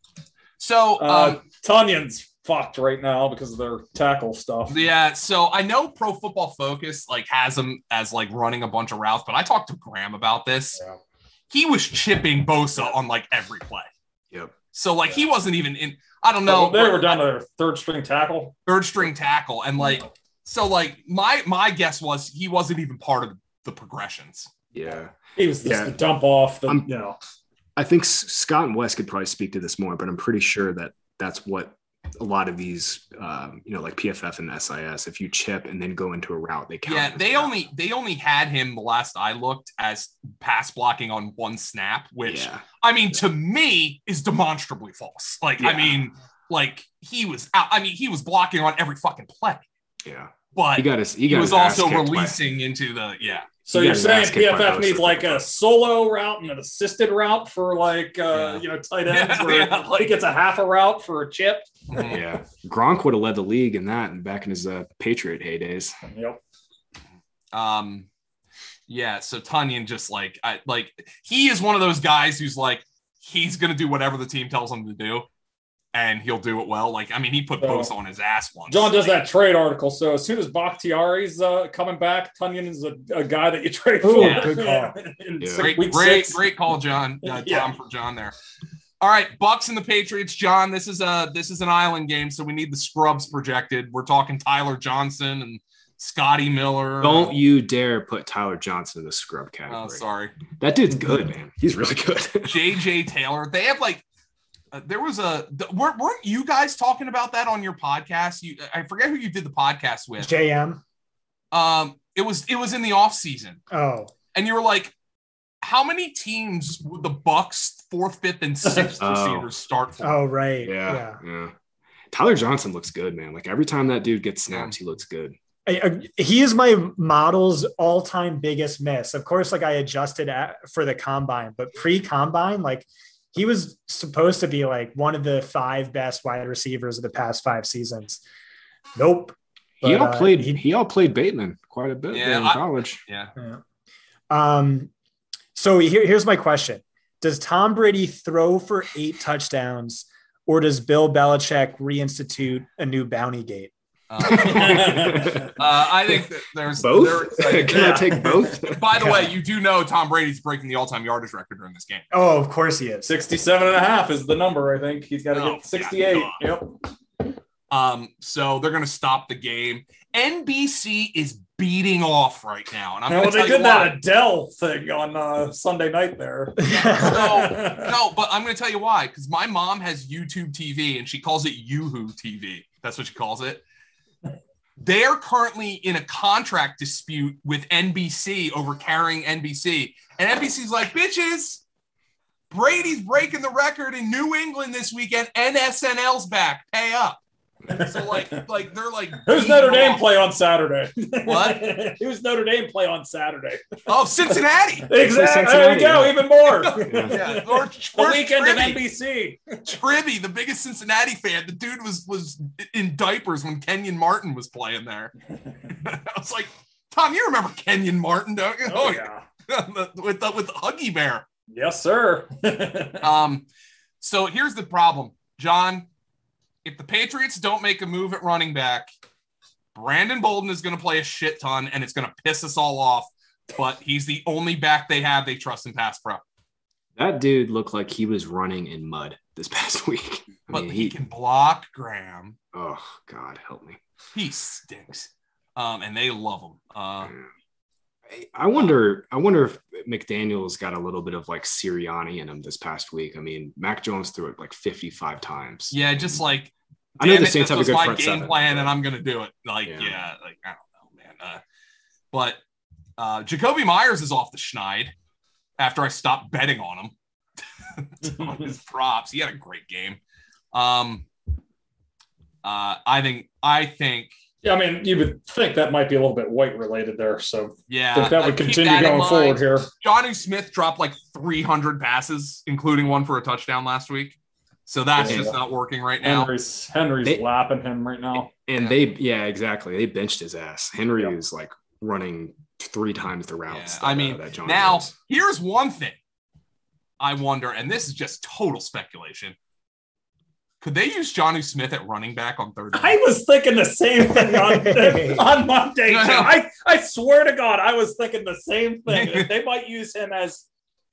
[SPEAKER 1] so um,
[SPEAKER 2] Uh, Tanyan's fucked right now because of their tackle stuff.
[SPEAKER 1] um, Yeah, so I know Pro Football Focus like has him as like running a bunch of routes, but I talked to Graham about this.
[SPEAKER 2] Yeah.
[SPEAKER 1] He was chipping Bosa on like every play.
[SPEAKER 3] Yep.
[SPEAKER 1] So like he wasn't even in. I don't
[SPEAKER 2] No,
[SPEAKER 1] know
[SPEAKER 2] they were down to their third string tackle.
[SPEAKER 1] third string tackle, and like so like my my guess was he wasn't even part of the progressions.
[SPEAKER 3] Yeah.
[SPEAKER 2] He was just
[SPEAKER 3] Yeah.
[SPEAKER 2] the dump off. The,
[SPEAKER 3] I'm-
[SPEAKER 2] you know,
[SPEAKER 3] I think S- Scott and West could probably speak to this more, but I'm pretty sure that that's what a lot of these, um, you know, like PFF and SIS, if you chip and then go into a route, they count.
[SPEAKER 1] Yeah,
[SPEAKER 3] it as
[SPEAKER 1] they
[SPEAKER 3] a route.
[SPEAKER 1] only they only had him the last I looked as pass blocking on one snap, which
[SPEAKER 3] yeah,
[SPEAKER 1] I mean, to me, is demonstrably false. Like, I
[SPEAKER 3] Yeah.
[SPEAKER 1] mean, like he was out. I mean, he was blocking on every fucking play,
[SPEAKER 3] yeah.
[SPEAKER 1] but he,
[SPEAKER 3] He got his. He, got
[SPEAKER 1] was
[SPEAKER 3] his ass
[SPEAKER 1] also
[SPEAKER 3] kicked by-
[SPEAKER 1] releasing into the yeah.
[SPEAKER 2] so
[SPEAKER 3] He
[SPEAKER 2] you're
[SPEAKER 3] got his
[SPEAKER 2] saying
[SPEAKER 3] ass kicked by
[SPEAKER 2] PFF needs
[SPEAKER 3] Bosa.
[SPEAKER 2] like a solo route and an assisted route for like uh,
[SPEAKER 1] Yeah.
[SPEAKER 2] you know tight ends
[SPEAKER 1] Yeah,
[SPEAKER 2] where
[SPEAKER 1] yeah,
[SPEAKER 2] like it's a half a route for a chip.
[SPEAKER 1] Mhm.
[SPEAKER 3] yeah, Gronk would have led the league in that and back in his uh, Patriot heydays.
[SPEAKER 2] Yep.
[SPEAKER 1] um, yeah. So Tanyan just like I like he is one of those guys who's like he's gonna do whatever the team tells him to do, and he'll do it well. Like, I mean, he put
[SPEAKER 2] So-
[SPEAKER 1] Bosa on his ass once.
[SPEAKER 2] John does that trade article. So as soon as Bakhtiari's uh, coming back, Tunyon is a, a guy that you trade
[SPEAKER 4] Ooh,
[SPEAKER 2] for.
[SPEAKER 4] good call.
[SPEAKER 2] In
[SPEAKER 3] Yeah.
[SPEAKER 2] six-
[SPEAKER 1] great,
[SPEAKER 2] week
[SPEAKER 1] great,
[SPEAKER 2] six.
[SPEAKER 1] great call, John. Uh,
[SPEAKER 2] Yeah.
[SPEAKER 1] Tom for John there. All right, Bucks and the Patriots, John. This is a this is an island game, so we need the scrubs projected. We're talking Tyler Johnson and Scotty Miller.
[SPEAKER 3] Don't you dare put Tyler Johnson in the scrub category.
[SPEAKER 1] Oh, sorry,
[SPEAKER 3] That dude's good, man. He's really good.
[SPEAKER 1] JJ Taylor. They have like. Uh, there was a th- weren't, weren't you guys talking about that on your podcast? You I forget who you did the podcast with.
[SPEAKER 4] JM.
[SPEAKER 1] Um, it was it was in the off season.
[SPEAKER 4] Oh.
[SPEAKER 1] and you were like, how many teams would the Bucks fourth, fifth, and sixth
[SPEAKER 3] Oh.
[SPEAKER 1] receivers start for?
[SPEAKER 4] Oh right. Yeah.
[SPEAKER 3] yeah, yeah. Tyler Johnson looks good, man. Like every time that dude gets snaps, he looks good.
[SPEAKER 4] I- I- he is my model's all-time biggest miss. Of course, like I adjusted at, for the combine, but pre-combine, like he was supposed to be like one of the five best wide receivers of the past five seasons. Nope.
[SPEAKER 3] he
[SPEAKER 4] But, uh,
[SPEAKER 3] outplayed
[SPEAKER 4] he-
[SPEAKER 3] he, outplayed Bateman quite a bit
[SPEAKER 1] Yeah,
[SPEAKER 3] there in
[SPEAKER 1] I-
[SPEAKER 3] college.
[SPEAKER 1] Yeah.
[SPEAKER 4] Um, so here, here's my question: Does Tom Brady throw for eight touchdowns, or does Bill Belichick reinstitute a new bounty gate?
[SPEAKER 1] Um, uh, I think that there's
[SPEAKER 3] both?
[SPEAKER 1] there-
[SPEAKER 3] Can I
[SPEAKER 2] yeah.
[SPEAKER 3] take both?
[SPEAKER 1] by the
[SPEAKER 4] Yeah.
[SPEAKER 1] way, you do know Tom Brady's breaking the all-time yardage record during this game.
[SPEAKER 4] Oh, of course he is.
[SPEAKER 2] 67 and a half is the number, I think. He's got to
[SPEAKER 1] Oh,
[SPEAKER 2] get 68.
[SPEAKER 1] yeah.
[SPEAKER 2] Yep.
[SPEAKER 1] Um, so they're going to stop the game. NBC is beating off right now, and I'm
[SPEAKER 2] Well,
[SPEAKER 1] going to
[SPEAKER 2] they
[SPEAKER 1] tell
[SPEAKER 2] did
[SPEAKER 1] you why.
[SPEAKER 2] that Adele thing on uh, Sunday night there.
[SPEAKER 1] No, but I'm going to tell you why. Because my mom has YouTube TV, and she calls it YooHoo TV. That's what she calls it. They're currently in a contract dispute with NBC over carrying NBC, and NBC's like, "Bitches, Brady's breaking the record in New England this weekend, and SNL's back. Pay up." So like, like they're like,
[SPEAKER 2] Who's Notre Dame play on Saturday?
[SPEAKER 1] What?
[SPEAKER 2] Who's Notre Dame play on Saturday?
[SPEAKER 1] Oh, Cincinnati.
[SPEAKER 2] Exactly. There you
[SPEAKER 3] Cincinnati,
[SPEAKER 2] go.
[SPEAKER 3] yeah.
[SPEAKER 2] Even more.
[SPEAKER 1] Yeah, or,
[SPEAKER 2] The
[SPEAKER 1] or
[SPEAKER 2] weekend of
[SPEAKER 1] Trinity.
[SPEAKER 2] NBC.
[SPEAKER 1] Trivy, the biggest Cincinnati fan, the dude was was in diapers when Kenyon Martin was playing there. I was like, Tom, you remember Kenyon Martin, don't you?
[SPEAKER 2] Oh yeah.
[SPEAKER 1] with the with the Huggy Bear.
[SPEAKER 2] Yes, sir.
[SPEAKER 1] um, so here's the problem, John. If the Patriots don't make a move at running back, Brandon Bolden is going to play a shit ton and it's going to piss us all off. But he's the only back they have they trust in pass pro.
[SPEAKER 3] That dude looked like he was running in mud this past week. I
[SPEAKER 1] But
[SPEAKER 3] mean,
[SPEAKER 1] he
[SPEAKER 3] he,
[SPEAKER 1] can block Graham.
[SPEAKER 3] oh God, help me.
[SPEAKER 1] He stinks. Um, and they love him. Uh,
[SPEAKER 3] I- I wonder. I wonder if McDaniel's got a little bit of like Sirianni in him this past week. I mean, Mac Jones threw it like 55 times.
[SPEAKER 1] yeah, just like
[SPEAKER 3] Mm. I know
[SPEAKER 1] damn
[SPEAKER 3] the
[SPEAKER 1] it, this
[SPEAKER 3] Saints have a
[SPEAKER 1] was
[SPEAKER 3] good
[SPEAKER 1] my
[SPEAKER 3] front
[SPEAKER 1] game
[SPEAKER 3] seven,
[SPEAKER 1] plan,
[SPEAKER 3] but-
[SPEAKER 1] and I'm going to do it. Like, yeah.
[SPEAKER 3] Yeah.
[SPEAKER 1] like I don't know, man. Uh, but uh, Jacoby Myers is off the schneid after I stopped betting on him. on his props. He had a great game. Um, uh, I think. I think.
[SPEAKER 2] yeah, I mean, you would think that might be a little bit white related there. So
[SPEAKER 1] Yeah,
[SPEAKER 2] I think that
[SPEAKER 1] uh,
[SPEAKER 2] would
[SPEAKER 1] keep
[SPEAKER 2] continue
[SPEAKER 1] that in
[SPEAKER 2] going
[SPEAKER 1] mind.
[SPEAKER 2] forward here.
[SPEAKER 1] Johnny Smith dropped like 300 passes, including one for a touchdown last week. So that's
[SPEAKER 2] Yeah.
[SPEAKER 1] just not working right now.
[SPEAKER 2] Henry's Henry's
[SPEAKER 3] They-
[SPEAKER 2] lapping him right now.
[SPEAKER 3] And
[SPEAKER 1] Yeah.
[SPEAKER 3] they, yeah, exactly. They benched his ass. Henry
[SPEAKER 2] Yeah.
[SPEAKER 3] was like running three times the routes. uh,
[SPEAKER 1] Yeah, I mean,
[SPEAKER 3] John
[SPEAKER 1] now-
[SPEAKER 3] runs.
[SPEAKER 1] Here's one thing I wonder, and this is just total speculation. Could they use Johnny Smith at running back on third? down?
[SPEAKER 2] I was thinking the same thing on, on Monday. Jim. I, I swear to God, I was thinking the same thing. they might use him as,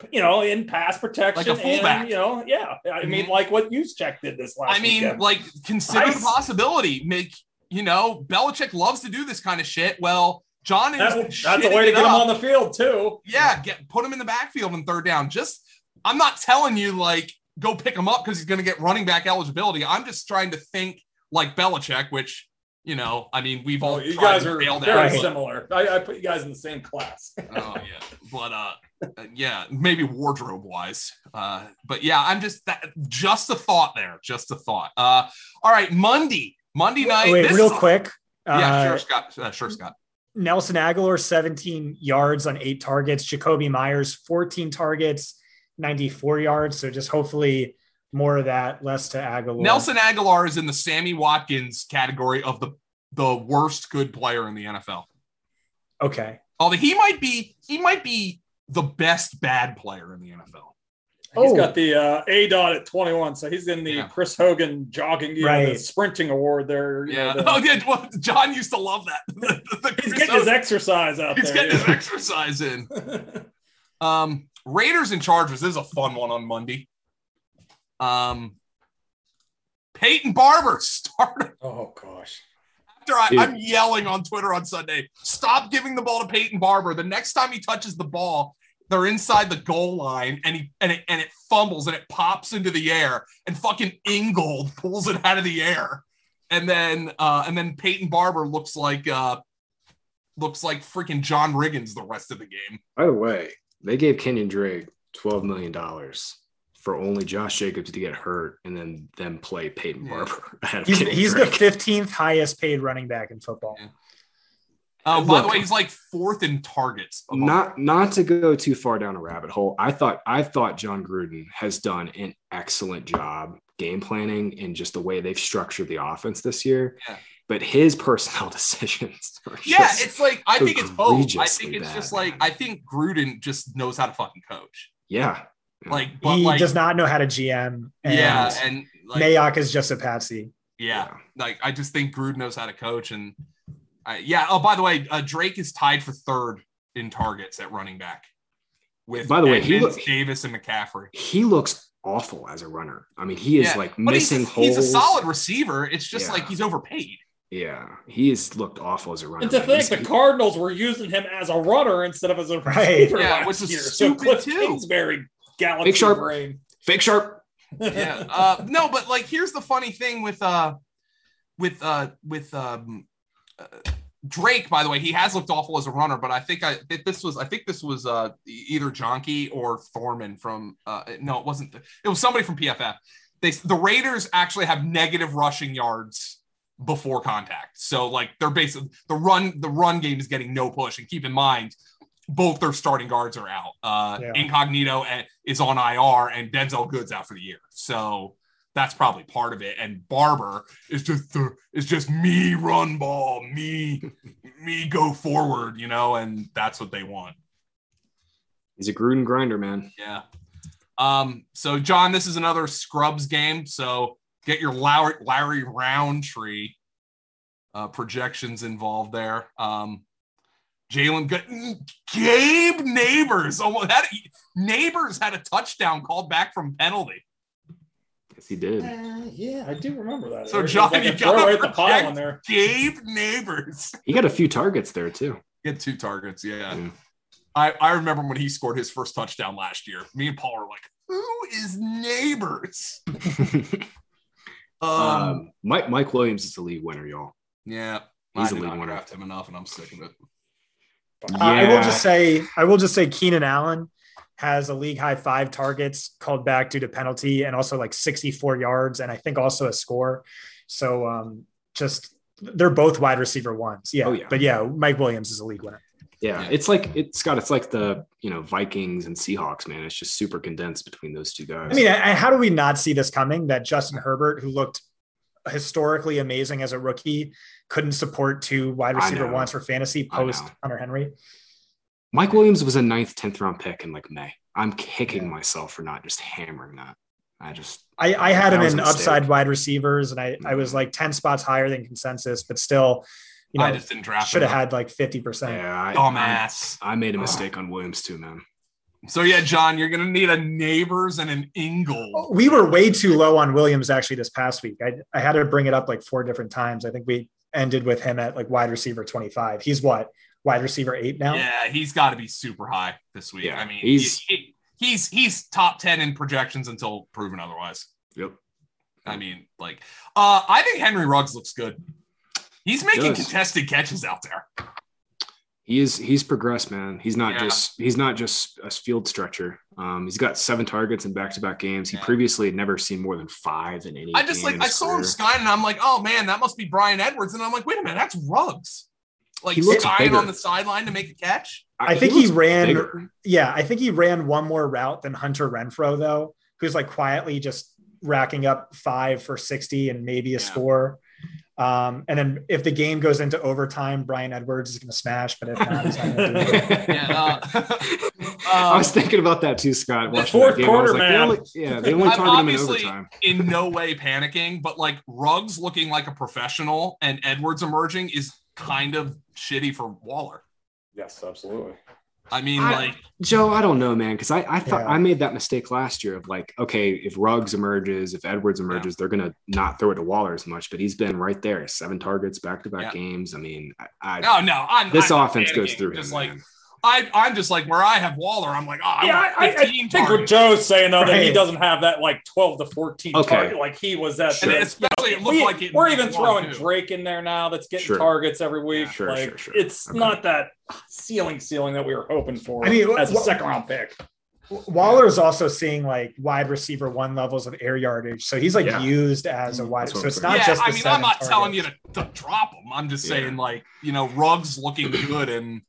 [SPEAKER 2] you know, in pass protection.
[SPEAKER 1] Like a fullback.
[SPEAKER 2] And, you know, yeah. I mean,
[SPEAKER 1] Mhm.
[SPEAKER 2] like what Juszczyk did this last
[SPEAKER 1] I mean,
[SPEAKER 2] weekend.
[SPEAKER 1] like, consider
[SPEAKER 2] I
[SPEAKER 1] the
[SPEAKER 2] s-
[SPEAKER 1] possibility. Make you know, Belichick loves to do this kind of shit. Well, John is
[SPEAKER 2] That- that's a way to get him on the field, too.
[SPEAKER 1] Yeah, get put him in the backfield on third down. Just I'm not telling you like go pick him up because he's going to get running back eligibility. I'm just trying to think like Belichick, which you know, I mean, we've all
[SPEAKER 2] Well, you
[SPEAKER 1] tried
[SPEAKER 2] guys
[SPEAKER 1] and
[SPEAKER 2] are
[SPEAKER 1] failed
[SPEAKER 2] very
[SPEAKER 1] at. but-
[SPEAKER 2] similar. I, I put you guys in the same class.
[SPEAKER 1] oh yeah, but uh, yeah, maybe wardrobe wise. Uh, but yeah, I'm just that just a thought there, just a thought. Uh, all right, Monday, Monday night.
[SPEAKER 4] Wait,
[SPEAKER 1] this
[SPEAKER 4] real
[SPEAKER 1] is a-
[SPEAKER 4] quick.
[SPEAKER 1] yeah,
[SPEAKER 4] uh,
[SPEAKER 1] sure, Scott. Uh, sure, Scott.
[SPEAKER 4] Nelson Aguilar, 17 yards on eight targets. Jacoby Myers, 14 targets, 94 yards. So just hopefully more of that, less to Aguilar.
[SPEAKER 1] Nelson Aguilar is in the Sammy Watkins category of the the worst good player in the NFL.
[SPEAKER 4] Okay.
[SPEAKER 1] Although he might be he might be the best bad player in the NFL.
[SPEAKER 2] He's
[SPEAKER 4] Oh.
[SPEAKER 2] got the uh, A dot at 21, so he's in the
[SPEAKER 1] Yeah.
[SPEAKER 2] Chris Hogan jogging, you know, the
[SPEAKER 4] Right.
[SPEAKER 2] sprinting award there. you know,
[SPEAKER 1] Yeah.
[SPEAKER 2] the-
[SPEAKER 1] Oh, yeah. Well, John used to love that. The- the- the
[SPEAKER 2] he's
[SPEAKER 1] Chris
[SPEAKER 2] getting
[SPEAKER 1] Hogan-
[SPEAKER 2] his exercise out
[SPEAKER 1] he's
[SPEAKER 2] there.
[SPEAKER 1] getting his exercise in. Um, Raiders and Chargers this is a fun one on Monday. Um, Peyton Barber starter.
[SPEAKER 2] oh gosh.
[SPEAKER 1] After I,
[SPEAKER 3] Dude.
[SPEAKER 1] I'm yelling on Twitter on Sunday, stop giving the ball to Peyton Barber. The next time he touches the ball, they're inside the goal line and he and it and it fumbles and it pops into the air and fucking Ingold pulls it out of the air. And then uh and then Peyton Barber looks like uh looks like freaking John Riggins the rest of the game.
[SPEAKER 3] By the way, they gave Kenyon Drake twelve million dollars for only Josh Jacobs to get hurt and then them play Peyton
[SPEAKER 1] Yeah.
[SPEAKER 3] Barber ahead of
[SPEAKER 4] He's,
[SPEAKER 3] Kenyon
[SPEAKER 4] he's the
[SPEAKER 3] Drake.
[SPEAKER 4] 15th highest paid running back in football.
[SPEAKER 1] Yeah. Uh, by the
[SPEAKER 3] Look.
[SPEAKER 1] way, he's like fourth in targets. among-
[SPEAKER 3] not not to go too far down a rabbit hole. I thought I thought John Gruden has done an excellent job game planning and just the way they've structured the offense this year.
[SPEAKER 1] Yeah.
[SPEAKER 3] But his personnel decisions are
[SPEAKER 1] yeah,
[SPEAKER 3] just-
[SPEAKER 1] it's like I think it's both. I
[SPEAKER 3] egregiously
[SPEAKER 1] think it's
[SPEAKER 3] bad,
[SPEAKER 1] just like
[SPEAKER 3] man.
[SPEAKER 1] I think Gruden just knows how to fucking coach.
[SPEAKER 3] yeah. Yeah.
[SPEAKER 1] Like, but
[SPEAKER 4] he
[SPEAKER 1] like
[SPEAKER 4] does not know how to GM. And
[SPEAKER 1] yeah, and like
[SPEAKER 4] Mayock is just a patsy.
[SPEAKER 1] yeah, like I just think Gruden knows how to coach, and I, yeah. Oh, by the way, uh, Drake is tied for third in targets at running back. With
[SPEAKER 3] By the way, he
[SPEAKER 1] Edmonds,
[SPEAKER 3] look-
[SPEAKER 1] Davis and McCaffrey.
[SPEAKER 3] He looks awful as a runner. I mean, he is
[SPEAKER 1] Yeah,
[SPEAKER 3] like
[SPEAKER 1] But he's,
[SPEAKER 3] missing holes.
[SPEAKER 1] he's a solid receiver. It's just
[SPEAKER 3] Yeah.
[SPEAKER 1] like he's overpaid.
[SPEAKER 3] Yeah, he has looked awful as a runner.
[SPEAKER 2] And to
[SPEAKER 3] man.
[SPEAKER 2] think
[SPEAKER 3] He's-
[SPEAKER 2] the Cardinals were using him as a runner instead of as a
[SPEAKER 4] Right.
[SPEAKER 2] receiver
[SPEAKER 1] Yeah,
[SPEAKER 2] last
[SPEAKER 1] which is
[SPEAKER 2] year.
[SPEAKER 1] stupid,
[SPEAKER 2] so Cliff
[SPEAKER 1] too.
[SPEAKER 2] Kingsbury galloped
[SPEAKER 3] Big Sharp.
[SPEAKER 2] brain.
[SPEAKER 3] fake sharp.
[SPEAKER 1] yeah. Uh, no, but like here's the funny thing with uh with uh with um uh, Drake. By the way, he has looked awful as a runner, but I think I th- this was I think this was uh e- either Jonky or Thorman from uh no it wasn't it was somebody from PFF. They the Raiders actually have negative rushing yards before contact, so like they're basically the run the run game is getting no push. And keep in mind. Both their starting guards are out. Uh,
[SPEAKER 4] Yeah.
[SPEAKER 1] Incognito and, is on IR, and Denzel Good's out for the year. So that's probably part of it. And Barber is just the is just me run ball, me me go forward, you know, and that's what they want.
[SPEAKER 3] He's a Gruden grinder, man.
[SPEAKER 1] Yeah. Um, so John, this is another Scrubs game. So get your Larry, Larry Roundtree uh, projections involved there. Um, Jalen Good, Gabe Neighbors almost had Neighbors had a touchdown called back from penalty.
[SPEAKER 3] Yes, he did.
[SPEAKER 2] Uh, yeah, I do remember that.
[SPEAKER 1] So
[SPEAKER 2] There's
[SPEAKER 1] John,
[SPEAKER 2] like a
[SPEAKER 1] you gotta
[SPEAKER 2] throw at the
[SPEAKER 1] protect-
[SPEAKER 2] pile in there.
[SPEAKER 1] Gabe Neighbors
[SPEAKER 3] He got a few targets there too.
[SPEAKER 1] get two targets. Yeah,
[SPEAKER 3] Yeah.
[SPEAKER 1] I I remember when he scored his first touchdown last year. Me and Paul were like, "Who is Neighbors?" Um,
[SPEAKER 3] um, Mike Mike Williams is the league winner, y'all.
[SPEAKER 1] yeah,
[SPEAKER 3] he's
[SPEAKER 1] I
[SPEAKER 3] a
[SPEAKER 1] did
[SPEAKER 3] league
[SPEAKER 1] not
[SPEAKER 3] winner.
[SPEAKER 1] draft him enough, and I'm sticking with.
[SPEAKER 4] Uh, I
[SPEAKER 3] Yeah.
[SPEAKER 4] will just say, I will just say, Keenan Allen has a league high five targets called back due to penalty, and also like 64 yards, and I think also a score. So um, just they're both wide receiver ones. Yeah.
[SPEAKER 3] Oh, yeah.
[SPEAKER 4] But yeah, Mike Williams is a league winner.
[SPEAKER 3] Yeah,
[SPEAKER 1] Yeah.
[SPEAKER 3] it's like it's Scott. It's like the you know Vikings and Seahawks, man. It's just super condensed between those two guys.
[SPEAKER 4] I mean, I- I- how do we not see this coming? That Justin Herbert, who looked historically amazing as a rookie, couldn't support two wide
[SPEAKER 3] I
[SPEAKER 4] receiver
[SPEAKER 3] know.
[SPEAKER 4] ones for fantasy
[SPEAKER 3] I know.
[SPEAKER 4] post Hunter Henry.
[SPEAKER 3] Mike Williams was a ninth, tenth round pick in like May. I'm kicking myself for not just hammering that. I just
[SPEAKER 4] I, I had
[SPEAKER 3] That
[SPEAKER 4] him
[SPEAKER 3] was
[SPEAKER 4] in
[SPEAKER 3] a mistake.
[SPEAKER 4] upside wide receivers, and I, I was
[SPEAKER 3] Mhm.
[SPEAKER 4] like 10 spots higher than consensus, but still, you know,
[SPEAKER 1] I just didn't draft
[SPEAKER 4] should have
[SPEAKER 1] him.
[SPEAKER 4] had like 50%.
[SPEAKER 3] yeah, I,
[SPEAKER 1] Oh, Dumbass.
[SPEAKER 3] I, I made a mistake on Williams too, man.
[SPEAKER 1] So yeah, John, you're gonna need a neighbors and an
[SPEAKER 3] Oh,
[SPEAKER 1] Ingle.
[SPEAKER 4] We were way too low on Williams actually this past week. I, I had to bring it up like four different times. I think we ended with him at like wide receiver 25. He's what? Wide receiver eight now?
[SPEAKER 1] Yeah, he's got to be super high this week.
[SPEAKER 3] Yeah,
[SPEAKER 1] I mean,
[SPEAKER 3] he's-
[SPEAKER 1] he- he- he's he's top ten in projections until proven otherwise.
[SPEAKER 3] Yep.
[SPEAKER 1] I mean, like, uh, I think Henry Ruggs looks good. He's making
[SPEAKER 3] does.
[SPEAKER 1] contested catches out there.
[SPEAKER 3] He is he's progressed, man. He's not
[SPEAKER 1] Yeah.
[SPEAKER 3] just he's not just a field stretcher. Um, he's got seven targets in back to back games. He
[SPEAKER 1] Yeah.
[SPEAKER 3] previously had never seen more than five in any.
[SPEAKER 1] I just
[SPEAKER 3] game
[SPEAKER 1] like
[SPEAKER 3] in
[SPEAKER 1] I
[SPEAKER 3] his
[SPEAKER 1] saw him
[SPEAKER 3] career.
[SPEAKER 1] skying, and I'm like, oh man, that must be Brian Edwards. And I'm like, wait a minute, that's Ruggs. Like
[SPEAKER 3] He looks
[SPEAKER 1] skying
[SPEAKER 3] bigger.
[SPEAKER 1] on the sideline to make a catch.
[SPEAKER 4] I think he,
[SPEAKER 3] looks
[SPEAKER 4] ran.
[SPEAKER 3] bigger.
[SPEAKER 4] Yeah, I think he ran one more route than Hunter Renfro though, who's like quietly just racking up five for sixty and maybe a
[SPEAKER 1] Yeah.
[SPEAKER 4] score. Um, and then if the game goes into overtime, Brian Edwards is going to smash. But if not, he's not gonna do it.
[SPEAKER 1] Yeah, uh, um,
[SPEAKER 3] I was thinking about that too, Scott.
[SPEAKER 1] The
[SPEAKER 3] watching
[SPEAKER 2] fourth
[SPEAKER 3] that game. I was
[SPEAKER 2] quarter,
[SPEAKER 3] like, they
[SPEAKER 2] man.
[SPEAKER 3] only- yeah, they only
[SPEAKER 1] I'm
[SPEAKER 3] targeted him in
[SPEAKER 1] obviously-
[SPEAKER 3] overtime.
[SPEAKER 1] in no way panicking, but like Ruggs looking like a professional and Edwards emerging is kind of shitty for Waller.
[SPEAKER 2] Yes, absolutely.
[SPEAKER 1] I mean,
[SPEAKER 3] I-
[SPEAKER 1] like,
[SPEAKER 3] Joe, I don't know, man, because I, I thought
[SPEAKER 4] Yeah.
[SPEAKER 3] I made that mistake last year of like, okay, if Ruggs emerges, if Edwards emerges, they're gonna not throw it to Waller as much. But he's been right there, seven targets, back to
[SPEAKER 1] Yeah.
[SPEAKER 3] back games. I mean, I, I
[SPEAKER 1] no, no, I'm
[SPEAKER 3] this
[SPEAKER 1] I'm
[SPEAKER 3] offense goes
[SPEAKER 1] panicking.
[SPEAKER 3] through him.
[SPEAKER 1] Just like
[SPEAKER 3] man.
[SPEAKER 1] I, I'm just like where I have Waller, I'm like, oh, I
[SPEAKER 2] Yeah, I- I- I
[SPEAKER 1] want 15
[SPEAKER 2] I think what
[SPEAKER 1] targets.
[SPEAKER 2] Joe's saying though that he
[SPEAKER 4] Right.
[SPEAKER 2] doesn't have that like twelve to fourteen
[SPEAKER 3] Okay.
[SPEAKER 2] target like he was that.
[SPEAKER 3] Sure.
[SPEAKER 1] And especially it looked
[SPEAKER 2] we,
[SPEAKER 1] like it.
[SPEAKER 2] are even throwing
[SPEAKER 1] too.
[SPEAKER 2] Drake in there now. That's getting
[SPEAKER 3] Sure.
[SPEAKER 2] targets every week.
[SPEAKER 1] Yeah.
[SPEAKER 3] Sure,
[SPEAKER 2] like
[SPEAKER 3] sure, sure.
[SPEAKER 2] it's
[SPEAKER 3] Okay.
[SPEAKER 2] not that ceiling ceiling that we were hoping for.
[SPEAKER 4] I mean,
[SPEAKER 2] as a
[SPEAKER 4] what-
[SPEAKER 2] second round pick.
[SPEAKER 4] Waller is also seeing like wide receiver one levels of air yardage, so he's like
[SPEAKER 3] Yeah. Mm,
[SPEAKER 4] used as a wide.
[SPEAKER 3] That's what
[SPEAKER 4] So
[SPEAKER 3] I'm
[SPEAKER 4] it's
[SPEAKER 3] saying.
[SPEAKER 4] not
[SPEAKER 1] yeah,
[SPEAKER 4] just. The
[SPEAKER 1] I mean, I'm
[SPEAKER 4] seven
[SPEAKER 1] not telling you
[SPEAKER 4] targets.
[SPEAKER 1] to, to drop him. I'm just
[SPEAKER 3] Yeah.
[SPEAKER 1] saying, like, you know, Ruggs looking good and,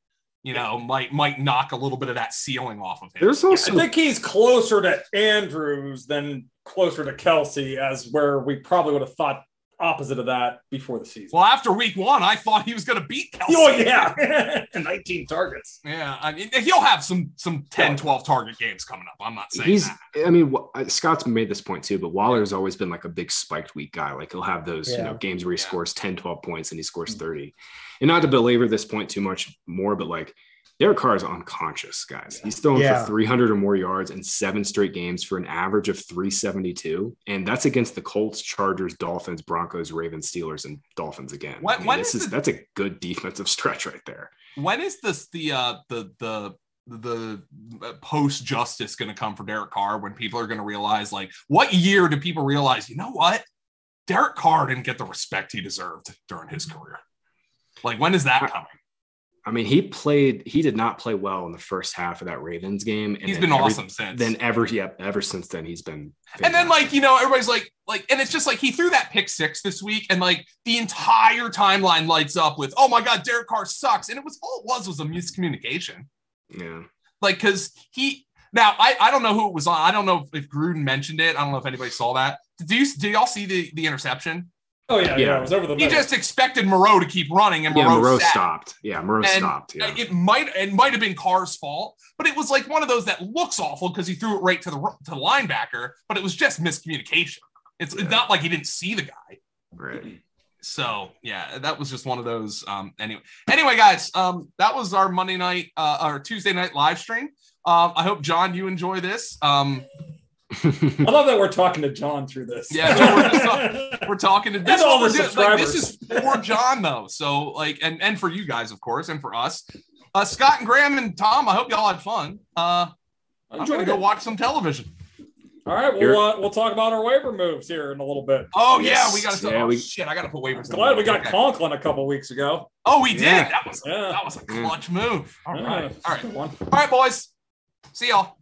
[SPEAKER 1] you know, might might knock a little bit of that ceiling off of him.
[SPEAKER 3] there's also
[SPEAKER 2] I think he's closer to Andrews than closer to Kelsey, as where we probably would have thought opposite of that before the season.
[SPEAKER 1] well, after week one, I thought he was going to beat Kelsey.
[SPEAKER 2] Oh yeah, and 19 targets.
[SPEAKER 1] Yeah, I mean, he'll have some some 10, 12 target games coming up. I'm not saying
[SPEAKER 3] he's
[SPEAKER 1] that.
[SPEAKER 3] i mean Wa- uh, scott's made this point too but waller's always been like a big spiked week guy like he'll have those you
[SPEAKER 4] Yeah.
[SPEAKER 3] know games where he
[SPEAKER 1] Yeah. Mm.
[SPEAKER 3] scores 10 12 points and he scores 30 and not to belabor this point too much more but like Derek Carr is unconscious, guys. He's throwing
[SPEAKER 4] Yeah.
[SPEAKER 3] for 300 or more yards in seven straight games for an average of 372. And that's against the Colts, Chargers, Dolphins, Broncos, Ravens, Steelers, and Dolphins again.
[SPEAKER 1] When-
[SPEAKER 3] I mean,
[SPEAKER 1] when
[SPEAKER 3] this
[SPEAKER 1] is
[SPEAKER 3] is,
[SPEAKER 1] the-
[SPEAKER 3] that's a good defensive stretch right there.
[SPEAKER 1] When is this the uh the the the post justice going to come for Derek Carr when people are going to realize like what year do people realize you know what Derek Carr didn't get the respect he deserved during his career like when is that coming
[SPEAKER 3] I mean, he played, he did not play well in the first half of that Ravens game. And
[SPEAKER 1] he's
[SPEAKER 3] then
[SPEAKER 1] been
[SPEAKER 3] every-
[SPEAKER 1] awesome since
[SPEAKER 3] then ever yep ever since then he's been
[SPEAKER 1] and then like you know everybody's like like and it's just like he threw that pick six this week and like the entire timeline lights up with oh my god Derek Carr sucks and it was all it was was a miscommunication
[SPEAKER 3] yeah
[SPEAKER 1] like because he now I, I don't know who it was on. I don't know if Gruden mentioned it. I don't know if anybody saw that. Do you do y'all see the the interception?
[SPEAKER 2] Oh yeah, yeah.
[SPEAKER 3] Yeah.
[SPEAKER 2] it was over the
[SPEAKER 1] He
[SPEAKER 2] middle.
[SPEAKER 1] just expected Moreau to keep running, and
[SPEAKER 3] Yeah,
[SPEAKER 1] Moreau,
[SPEAKER 3] Moreau
[SPEAKER 1] sat.
[SPEAKER 3] stopped. Yeah, Moreau
[SPEAKER 1] And-
[SPEAKER 3] stopped. Yeah.
[SPEAKER 1] It might it might have been Carr's fault, but it was like one of those that looks awful because he threw it right to the to the linebacker, but it was just miscommunication. It's
[SPEAKER 3] Yeah.
[SPEAKER 1] not like he didn't see the guy.
[SPEAKER 3] Right.
[SPEAKER 1] So yeah, that was just one of those. Um, anyway, anyway, guys, um, that was our Monday night, uh, our Tuesday night live stream. Um, I hope John, you enjoy this. Um,
[SPEAKER 2] I love that we're talking to John through this.
[SPEAKER 1] Yeah, we're we're talking to this.
[SPEAKER 2] And all
[SPEAKER 1] we're
[SPEAKER 2] the
[SPEAKER 1] doing- like, this is
[SPEAKER 2] subscribers.
[SPEAKER 1] for John though. So like, and and for you guys, of course, and for us. Uh, Scott and Graham and Tom, I hope y'all had fun. Uh, I'm
[SPEAKER 2] Enjoyed
[SPEAKER 1] gonna go
[SPEAKER 2] it.
[SPEAKER 1] watch some television.
[SPEAKER 2] All right,
[SPEAKER 3] You're-
[SPEAKER 2] we'll uh, we'll talk about our waiver moves here in a little bit.
[SPEAKER 1] Oh
[SPEAKER 3] Yes.
[SPEAKER 1] yeah, we got to.
[SPEAKER 3] Yeah,
[SPEAKER 1] oh,
[SPEAKER 3] we-
[SPEAKER 1] shit, I got to put waivers. in.
[SPEAKER 2] Glad we got
[SPEAKER 1] Okay.
[SPEAKER 2] Conklin a couple weeks ago.
[SPEAKER 1] Oh, we did.
[SPEAKER 3] Yeah.
[SPEAKER 1] That was
[SPEAKER 2] Yeah.
[SPEAKER 1] that was a clutch move. All right,
[SPEAKER 2] Yeah,
[SPEAKER 1] all right,
[SPEAKER 2] good one.
[SPEAKER 1] all right, boys. See y'all.